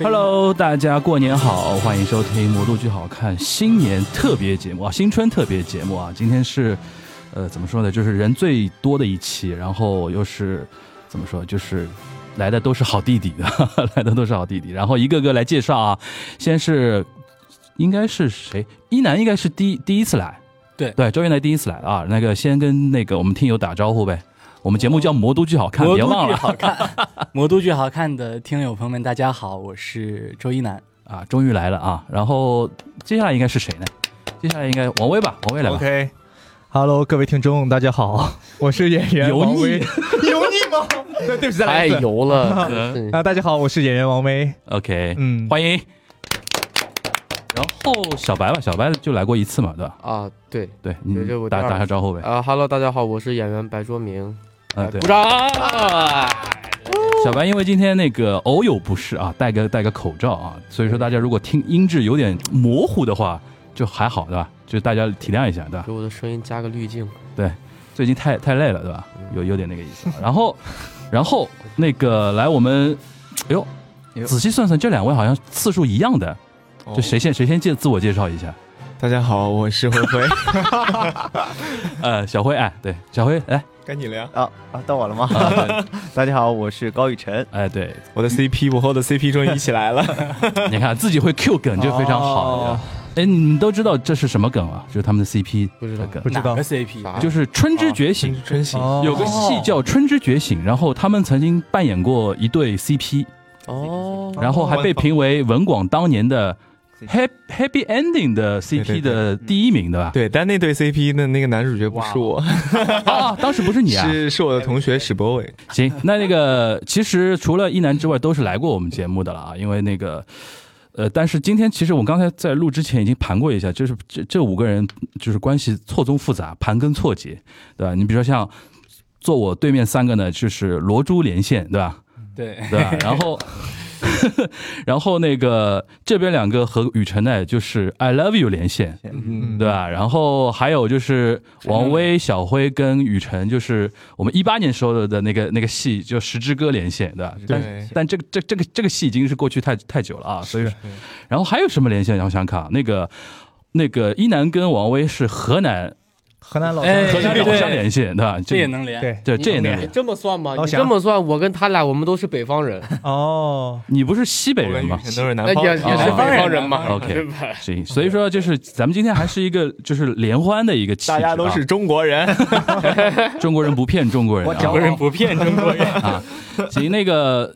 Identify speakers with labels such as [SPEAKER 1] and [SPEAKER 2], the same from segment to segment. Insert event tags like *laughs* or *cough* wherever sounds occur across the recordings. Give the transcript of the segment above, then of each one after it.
[SPEAKER 1] Hello，大家过年好，欢迎收听《魔都剧好看》新年特别节目啊，新春特别节目啊。今天是，呃，怎么说呢，就是人最多的一期，然后又是怎么说，就是来的都是好弟弟的， *laughs* 来的都是好弟弟，然后一个个来介绍啊。先是应该是谁？一楠应该是第第一次来，
[SPEAKER 2] 对
[SPEAKER 1] 对，周云来第一次来啊。那个先跟那个我们听友打招呼呗。我们节目叫《魔都剧好看》，
[SPEAKER 2] 魔
[SPEAKER 1] 别
[SPEAKER 2] 都
[SPEAKER 1] 忘
[SPEAKER 2] 剧
[SPEAKER 1] 了
[SPEAKER 2] 好看， *laughs* 魔都剧好看的听友朋友们，大家好，我是周一楠。
[SPEAKER 1] 啊，终于来了啊！然后接下来应该是谁呢？接下来应该王威吧，王威来吧。
[SPEAKER 3] OK，Hello，各位听众，大家好， *laughs* 我是演员
[SPEAKER 1] 油
[SPEAKER 3] 王
[SPEAKER 1] 腻
[SPEAKER 3] 威， *laughs* 油腻吗？对，对不起，再来
[SPEAKER 4] 太
[SPEAKER 3] 一次。
[SPEAKER 4] 油了，
[SPEAKER 1] 嗯
[SPEAKER 3] 啊，大家好，我是演员王威。
[SPEAKER 1] OK，
[SPEAKER 3] 嗯，
[SPEAKER 1] 欢迎。然后小白吧，小白就来过一次嘛，对吧？
[SPEAKER 4] 啊！对
[SPEAKER 1] 对，你
[SPEAKER 4] 对这我第
[SPEAKER 1] 打
[SPEAKER 4] 二
[SPEAKER 1] 打下招呼呗。
[SPEAKER 4] 啊哈喽，大家好，我是演员白卓明，
[SPEAKER 1] 啊，对
[SPEAKER 4] 鼓，掌！
[SPEAKER 1] 小白因为今天那个偶有不适啊，戴个戴个口罩啊，所以说大家如果听音质有点模糊的话，就还好，对吧？就大家体谅一下，对吧
[SPEAKER 4] 给？我的声音加个滤镜，
[SPEAKER 1] 最近太太累了，对吧？有有点那个意思 *laughs* 啊。然后，然后那个来我们，哎呦，仔细算算，这两位好像次数一样的，就谁先谁先介自我介绍一下？
[SPEAKER 5] 大家好，我是灰
[SPEAKER 3] *laughs*
[SPEAKER 5] 灰，
[SPEAKER 1] 呃，小辉，哎，对，小辉，哎，
[SPEAKER 5] 该你了呀。
[SPEAKER 6] 啊啊，到我了吗？ *laughs* 大家好，我是高雨晨。
[SPEAKER 1] 哎，对，
[SPEAKER 5] 我的 CP，我和我的 CP 终于一起来了。
[SPEAKER 1] 你看自己会 Q 梗就非常好
[SPEAKER 5] 哦。
[SPEAKER 1] 哎，你们都知道这是什么梗啊？就是他们的 CP
[SPEAKER 4] 不知道
[SPEAKER 1] 的梗
[SPEAKER 3] 不，知
[SPEAKER 2] 哪
[SPEAKER 3] 道
[SPEAKER 2] 个 CP？
[SPEAKER 4] 啥？
[SPEAKER 1] 就是《春之觉醒》
[SPEAKER 5] 真
[SPEAKER 3] *laughs*
[SPEAKER 5] 行
[SPEAKER 3] 哦
[SPEAKER 1] 有个戏叫《春之觉醒》，然后他们曾经扮演过一对 CP，
[SPEAKER 4] 哦，
[SPEAKER 1] 然后还被评为文广当年的 Happy Happy Ending 的 CP
[SPEAKER 5] 对对对嗯
[SPEAKER 1] 的第一名，对吧？
[SPEAKER 5] 对，但那对 CP 的那个男主角不是我，
[SPEAKER 1] 啊，当时不是你啊？
[SPEAKER 5] 是哎是我的同学史博伟。
[SPEAKER 1] 行，那那个其实除了一男之外，都是来过我们节目的了啊，因为那个。呃，但是今天其实我刚才在录之前已经盘过一下，就是这这五个人就是关系错综复杂，盘根错节，对吧？你比如说像坐我对面三个呢，就是罗珠连线，对吧？
[SPEAKER 2] 对，
[SPEAKER 1] 对吧？然后， *laughs* 然后那个这边两个和雨辰呢，就是 I love you 连线，
[SPEAKER 5] 嗯，
[SPEAKER 1] 对吧？然后还有就是王威、小辉跟雨辰，就是我们一八年时候的的那个那个戏，就《十之歌》连线，对吧？但
[SPEAKER 5] 对
[SPEAKER 1] 但这个这这个这个戏已经是过去太太久了啊，所以说，然后还有什么连线？让我想想看啊，那个那个一楠跟王威是河南
[SPEAKER 3] 河南老
[SPEAKER 2] 哎
[SPEAKER 1] 河南老
[SPEAKER 2] 对
[SPEAKER 1] 乡连线，对吧？
[SPEAKER 2] 这也能连。
[SPEAKER 3] 对
[SPEAKER 1] 对这也能
[SPEAKER 4] 你
[SPEAKER 1] 连。
[SPEAKER 4] 这么算吗？
[SPEAKER 3] 老
[SPEAKER 4] 你
[SPEAKER 3] 乡
[SPEAKER 4] 这么算，我跟他俩我们都是北方人，
[SPEAKER 3] 哦，
[SPEAKER 1] 你不是西北
[SPEAKER 5] 我跟
[SPEAKER 1] 人
[SPEAKER 5] 雨
[SPEAKER 1] 吗？
[SPEAKER 5] 辰都是
[SPEAKER 4] 那
[SPEAKER 5] 南方
[SPEAKER 4] 哎也也
[SPEAKER 5] 人
[SPEAKER 4] 是
[SPEAKER 1] 啊
[SPEAKER 4] 北方人嘛
[SPEAKER 1] 南方人
[SPEAKER 4] 对吧？
[SPEAKER 1] 行，所以说就是咱们今天还是一个就是联欢的一个气质、啊，
[SPEAKER 5] 大家都是中国 *laughs* 人。
[SPEAKER 1] 中国人不骗中国人、啊，
[SPEAKER 2] 中国人不骗中国人，
[SPEAKER 1] 行，那个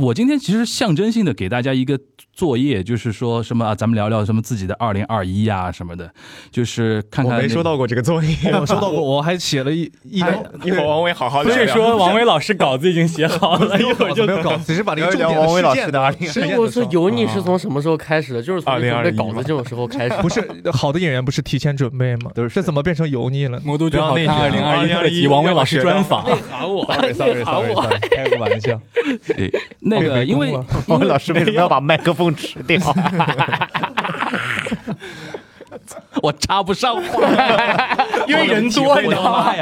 [SPEAKER 1] 我今天其实象征性的给大家一个作业，就是说什么啊，咱们聊聊什么自己的二零二一呀什么的，就是看
[SPEAKER 5] 我
[SPEAKER 1] 看、那
[SPEAKER 5] 没收到过这个作 *laughs* 业，
[SPEAKER 3] 哎我收 *laughs* 到过，我还写了一一
[SPEAKER 5] 哎一会儿王威好好
[SPEAKER 2] *laughs* 不
[SPEAKER 5] 聊
[SPEAKER 2] 是 *laughs*
[SPEAKER 5] 聊。
[SPEAKER 2] 说王威老师稿子已经写好了，一会儿
[SPEAKER 3] 稿子
[SPEAKER 2] 就
[SPEAKER 3] 哦没有 *laughs* 搞，只是把这个重点
[SPEAKER 6] 聊一聊王威老
[SPEAKER 3] 事
[SPEAKER 6] 师
[SPEAKER 3] 件
[SPEAKER 6] 的
[SPEAKER 5] 啊
[SPEAKER 3] 的
[SPEAKER 6] 二零
[SPEAKER 3] 事
[SPEAKER 4] 所
[SPEAKER 3] 件
[SPEAKER 4] 以
[SPEAKER 3] 的
[SPEAKER 4] 我说
[SPEAKER 3] 时候
[SPEAKER 4] 油腻是从什么时候开始的？就是从你准备
[SPEAKER 5] 2021
[SPEAKER 4] 稿子这种时候开始。
[SPEAKER 3] 不是好的演员不是提前准备吗？
[SPEAKER 6] 都是
[SPEAKER 3] 这怎么变成油腻了？
[SPEAKER 2] 魔都剧好看二零啊二一特辑
[SPEAKER 5] 2021
[SPEAKER 2] 王威老师专访。
[SPEAKER 4] 喊我，
[SPEAKER 3] sorry
[SPEAKER 4] 喊
[SPEAKER 3] sorry
[SPEAKER 4] 我。
[SPEAKER 3] sorry，开个玩笑。
[SPEAKER 1] 对那个，因为
[SPEAKER 6] 王老师为什么要把麦克风吃
[SPEAKER 5] *laughs*
[SPEAKER 6] 掉？
[SPEAKER 1] 我插不上话，
[SPEAKER 2] 因为人多，你知道
[SPEAKER 6] *laughs*
[SPEAKER 2] 吗？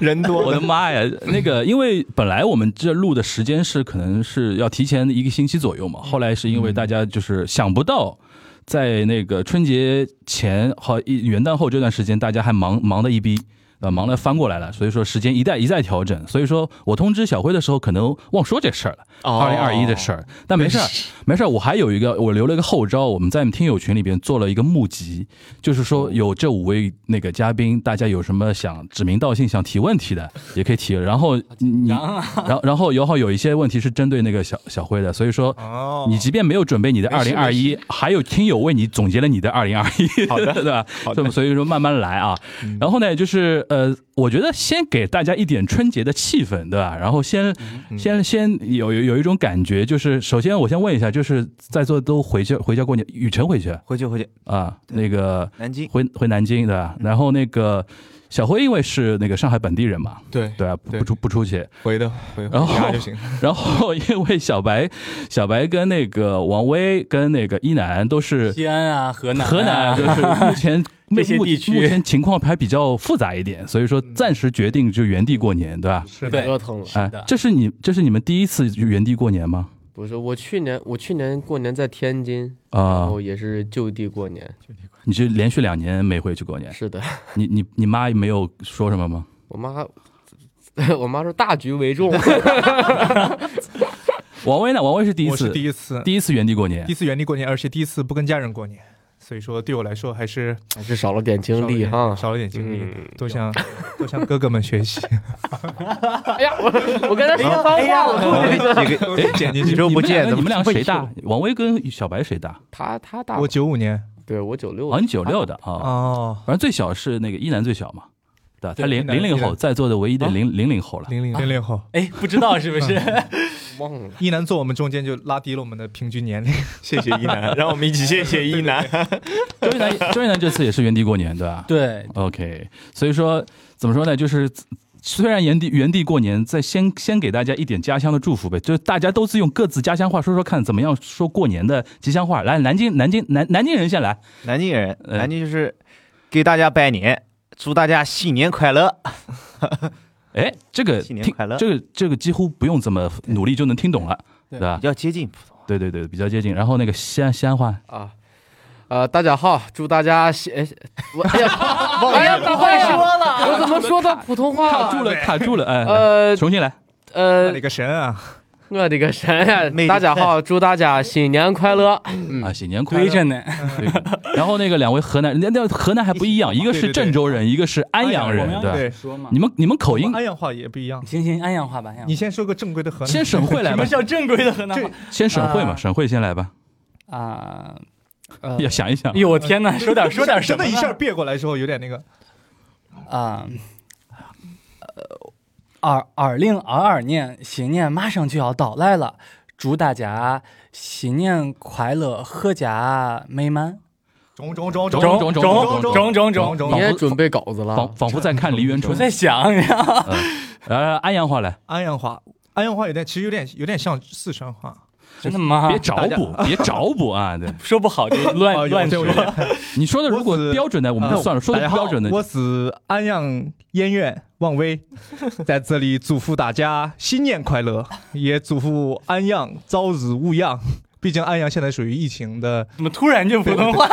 [SPEAKER 5] 人
[SPEAKER 1] 我
[SPEAKER 5] 多
[SPEAKER 1] 的，妈呀！那个，因为本来我们这录的时间是可能是要提前一个星期左右嘛，后来是因为大家就是想不到。在那个春节前和一元旦后这段时间，大家还忙忙的一逼，啊，忙的翻过来了，所以说时间一再一再调整，所以说我通知小辉的时候，可能忘说这事儿了，
[SPEAKER 5] 哦
[SPEAKER 1] 二零二一的事儿，但没事儿，没事儿，我还有一个，我留了一个后招，我们在听友群里边做了一个募集，就是说有这五位那个嘉宾，大家有什么想指名道姓想提问题的，也可以提，然后你，然后然后然后有一些问题是针对那个小小辉的，所以说
[SPEAKER 3] 哦
[SPEAKER 1] 你即便没有准备你的二零二一，还有听友为你总结了你的二零二一，好的， *laughs* 对吧？
[SPEAKER 5] 好的
[SPEAKER 1] 所以所以说慢慢来啊。然后呢，就是呃，我觉得先给大家一点春节的气氛，对吧？然后先先先有有有一种感觉，就是首先我先问一下，就是在座都回去回家过年，雨辰回去
[SPEAKER 6] 回去回去，
[SPEAKER 1] 啊，那个
[SPEAKER 6] 南京
[SPEAKER 1] 回回南京，对
[SPEAKER 2] 嗯
[SPEAKER 1] 吧？然后那个小辉因为是那个上海本地人嘛，
[SPEAKER 5] 对，
[SPEAKER 1] 对啊吧？不
[SPEAKER 5] 对
[SPEAKER 1] 不出不出去，
[SPEAKER 5] 回的回
[SPEAKER 1] 然后
[SPEAKER 5] 回家就行。
[SPEAKER 1] 然后因为小白，小白跟那个王威跟那个一楠都是
[SPEAKER 2] 西安啊，河南啊，
[SPEAKER 1] 河南，就是目前
[SPEAKER 2] *laughs* 这些
[SPEAKER 1] 目
[SPEAKER 2] 地区嗯
[SPEAKER 1] 目前情况还比较复杂一点，所以说暂时决定就原地过年，对吧？
[SPEAKER 3] 是
[SPEAKER 2] 对
[SPEAKER 4] 折腾了，
[SPEAKER 1] 哎
[SPEAKER 2] 的，
[SPEAKER 1] 这是你这是你们第一次原地过年吗？
[SPEAKER 4] 不是，我去年我去年过年在天津，然
[SPEAKER 1] 啊
[SPEAKER 3] 哦
[SPEAKER 4] 后，也是就地过年。
[SPEAKER 1] 你就连续两年没回去过年，
[SPEAKER 4] 是的，
[SPEAKER 1] 你你你妈没有说什么吗？
[SPEAKER 4] 我妈， *laughs* 我妈说大局为重。
[SPEAKER 1] 王威呢？王威是第一
[SPEAKER 3] 我是
[SPEAKER 1] 次，
[SPEAKER 3] 第一次，
[SPEAKER 1] 第一次原地过年
[SPEAKER 3] 第一次原地过年，而且第一次不跟家人过年，所以说对我来说还是
[SPEAKER 4] 还是少了点经
[SPEAKER 3] 少了
[SPEAKER 4] 历
[SPEAKER 3] 点
[SPEAKER 4] 哈。
[SPEAKER 3] 少了点经历，
[SPEAKER 4] 嗯
[SPEAKER 3] 多向 *laughs* 多向哥哥们学习。
[SPEAKER 4] *laughs* 哎呀，我我刚才说脏
[SPEAKER 5] 哎
[SPEAKER 4] 话了。
[SPEAKER 6] 王威几个
[SPEAKER 3] *laughs*
[SPEAKER 1] 哎，
[SPEAKER 6] 剪进
[SPEAKER 1] 你
[SPEAKER 6] 去之后
[SPEAKER 1] 你
[SPEAKER 6] 不
[SPEAKER 1] 们两
[SPEAKER 6] 见，
[SPEAKER 1] 个
[SPEAKER 6] 怎
[SPEAKER 1] 你
[SPEAKER 6] 么
[SPEAKER 1] 们俩
[SPEAKER 6] 这么
[SPEAKER 1] 谁
[SPEAKER 6] 一说
[SPEAKER 1] 大？？王威跟小白谁大？
[SPEAKER 4] 他他大
[SPEAKER 3] 我九五年
[SPEAKER 4] 对我九六
[SPEAKER 1] 好，像九六的啊，
[SPEAKER 3] 哦，
[SPEAKER 1] 反正最小是那个一男最小嘛，对吧？他
[SPEAKER 3] 对
[SPEAKER 1] 零
[SPEAKER 3] 一男
[SPEAKER 1] 零零
[SPEAKER 3] 一
[SPEAKER 1] 后，
[SPEAKER 3] 男啊
[SPEAKER 1] 在座的唯一的零零零后了。
[SPEAKER 3] 零零零零后，
[SPEAKER 2] 哎，不知道是不是？
[SPEAKER 4] 忘了。
[SPEAKER 3] 一男坐我们中间就拉低了我们的平均年龄。
[SPEAKER 5] 谢谢
[SPEAKER 6] *laughs*
[SPEAKER 5] 一楠，让我们一起谢谢一楠。
[SPEAKER 1] 周一楠，周一楠这次也是原地过年，对吧？
[SPEAKER 2] *laughs* 对，
[SPEAKER 1] OK，所以说怎么说呢？就是虽然原地原地过年，再先先给大家一点家乡的祝福呗，就是大家都是用各自家乡话说说看，怎么样说过年的吉祥话。来，南京南京南南京人先来，
[SPEAKER 6] 南京人，
[SPEAKER 1] 嗯
[SPEAKER 6] 南京就是给大家拜年，祝大家新年快乐。
[SPEAKER 1] 哎，这个
[SPEAKER 6] 新年
[SPEAKER 1] 听
[SPEAKER 6] 快乐
[SPEAKER 1] 这个这个几乎不用怎么努力就能听懂了，对
[SPEAKER 2] 对
[SPEAKER 1] 吧
[SPEAKER 6] 比？较接近普通话。
[SPEAKER 1] 对对对，比较接近。然后那个西安西安话，
[SPEAKER 4] 啊。呃，大家好，祝大家新，哎我哎 *laughs* 呀，忘了不会说了，我怎么说的普
[SPEAKER 3] 哦
[SPEAKER 4] 通
[SPEAKER 1] 卡
[SPEAKER 4] 话？啊
[SPEAKER 1] 住了，卡住了，哎，
[SPEAKER 4] 呃
[SPEAKER 1] 重新来。
[SPEAKER 3] 我
[SPEAKER 4] 呃
[SPEAKER 3] 勒，个神啊！
[SPEAKER 4] 我的个神
[SPEAKER 5] *laughs*
[SPEAKER 4] 呀
[SPEAKER 6] 魅！力
[SPEAKER 4] 大家好，祝大家新年快乐。
[SPEAKER 3] 嗯
[SPEAKER 1] 啊，新年快
[SPEAKER 2] 规
[SPEAKER 1] 乐！
[SPEAKER 2] 着呢。
[SPEAKER 1] 对然后那个两位河南，那那河南还不一样，一个是
[SPEAKER 3] 对对哎对
[SPEAKER 1] 郑州人，一个是安阳
[SPEAKER 3] 安阳
[SPEAKER 1] 人
[SPEAKER 3] 人，
[SPEAKER 1] 对吧。
[SPEAKER 3] 对
[SPEAKER 2] 说嘛，
[SPEAKER 1] 你们你们口音
[SPEAKER 3] 安阳话也不一样。
[SPEAKER 2] 行行，安阳话吧，安阳话。
[SPEAKER 3] 你先说个正规的河南，
[SPEAKER 1] 先省会来
[SPEAKER 2] 什
[SPEAKER 1] 吧
[SPEAKER 2] 么，叫正规的河南话
[SPEAKER 1] 先省会嘛，
[SPEAKER 2] 啊
[SPEAKER 1] 省会先来吧，
[SPEAKER 2] 啊？
[SPEAKER 3] 呃
[SPEAKER 1] 要想一想
[SPEAKER 2] 哎。呦，我天哪！说点说点什
[SPEAKER 3] 真
[SPEAKER 2] 么
[SPEAKER 3] 的，
[SPEAKER 2] 呢？
[SPEAKER 3] 一下别过来之后有点那个，
[SPEAKER 2] 啊，呃，耳耳令耳耳念，新年马上就要到来了，祝大家新年快乐，阖家美满。
[SPEAKER 3] 中中中
[SPEAKER 1] 中
[SPEAKER 2] 中
[SPEAKER 1] 中
[SPEAKER 2] 中
[SPEAKER 1] 中
[SPEAKER 2] 中中
[SPEAKER 3] 中
[SPEAKER 2] 中，
[SPEAKER 4] 你
[SPEAKER 3] 中。
[SPEAKER 4] 也准备稿子了啊
[SPEAKER 1] 仿？仿佛在看梨园
[SPEAKER 2] 我
[SPEAKER 1] 春。
[SPEAKER 3] 哎
[SPEAKER 2] 在想，
[SPEAKER 1] 呃，安阳话来，
[SPEAKER 3] 安阳话，安阳话有点，其实有点有点像四川话。
[SPEAKER 2] 真的
[SPEAKER 3] 啊
[SPEAKER 2] 吗
[SPEAKER 1] 别？找补，别找补啊！对，
[SPEAKER 2] 说不好就
[SPEAKER 3] 哦
[SPEAKER 2] 乱
[SPEAKER 3] 有
[SPEAKER 2] 乱
[SPEAKER 3] 对
[SPEAKER 2] 说
[SPEAKER 3] 我。有点
[SPEAKER 1] 你说的如果
[SPEAKER 3] 我只
[SPEAKER 1] 标准的，我们就算了；说的
[SPEAKER 3] 大家
[SPEAKER 1] 不
[SPEAKER 3] 啊哎好
[SPEAKER 1] 标准的，
[SPEAKER 3] 我是安阳燕苑望
[SPEAKER 1] *laughs*
[SPEAKER 3] 威，在这里祝福大家新年快乐，也祝福安阳早日勿恙。毕竟安阳现在属于疫情的，
[SPEAKER 2] 怎么突然就普通话？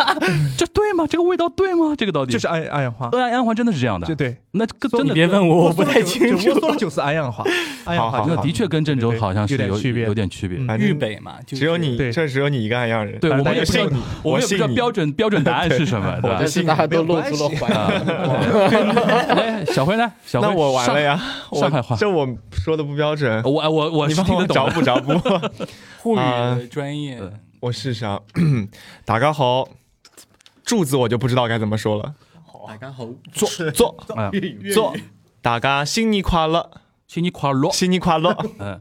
[SPEAKER 1] 这对吗？这个味道对吗？这个到底呃
[SPEAKER 3] 就是安安阳话，
[SPEAKER 1] 安安话真的是这样
[SPEAKER 3] 就
[SPEAKER 1] 的？
[SPEAKER 3] 对，
[SPEAKER 1] 那个真
[SPEAKER 2] 你
[SPEAKER 1] 的
[SPEAKER 2] 别问我，我不太清
[SPEAKER 3] 就我说
[SPEAKER 2] 楚 *laughs*
[SPEAKER 3] 的。就是安
[SPEAKER 5] *laughs*
[SPEAKER 3] 阳话，安阳话
[SPEAKER 5] 好
[SPEAKER 1] 那
[SPEAKER 3] 就
[SPEAKER 1] 的确跟郑州
[SPEAKER 3] 对对
[SPEAKER 1] 好像是
[SPEAKER 3] 有点
[SPEAKER 1] 有
[SPEAKER 3] 区别
[SPEAKER 1] 有点区别。
[SPEAKER 3] 嗯
[SPEAKER 2] 豫北嘛，就是
[SPEAKER 5] 只有你，
[SPEAKER 3] 对
[SPEAKER 5] 这只有你一个安阳人。
[SPEAKER 1] 对，我
[SPEAKER 3] 反
[SPEAKER 1] 们
[SPEAKER 3] 正
[SPEAKER 1] 也
[SPEAKER 3] 大家
[SPEAKER 1] 不知道
[SPEAKER 3] 信
[SPEAKER 5] 你，
[SPEAKER 1] 我
[SPEAKER 5] 我
[SPEAKER 1] 也不知道
[SPEAKER 5] 信你
[SPEAKER 1] 标准标准答案是什么，对吧
[SPEAKER 4] 但？是大家都露出了怀
[SPEAKER 5] 啊
[SPEAKER 4] 疑。
[SPEAKER 1] *laughs* 来，哎小辉呢？小辉，
[SPEAKER 5] 那我完了呀！我
[SPEAKER 1] 上海话
[SPEAKER 6] *laughs*
[SPEAKER 5] 这我说的不标准，
[SPEAKER 1] 我我我
[SPEAKER 5] 你
[SPEAKER 1] 是
[SPEAKER 5] 帮
[SPEAKER 1] 听得
[SPEAKER 5] 我找
[SPEAKER 1] 懂的。
[SPEAKER 5] 补找补。 *laughs*
[SPEAKER 2] 沪语
[SPEAKER 5] 啊
[SPEAKER 2] 的专业
[SPEAKER 1] 嗯
[SPEAKER 5] 我试试 *clears throat* 啊，大家好，柱子我就不知道该怎么说了。
[SPEAKER 2] 大家好，
[SPEAKER 5] 坐坐
[SPEAKER 1] 哎
[SPEAKER 5] 坐，大家新年快乐，
[SPEAKER 1] 新年快乐，
[SPEAKER 5] 新年快乐。
[SPEAKER 1] 嗯，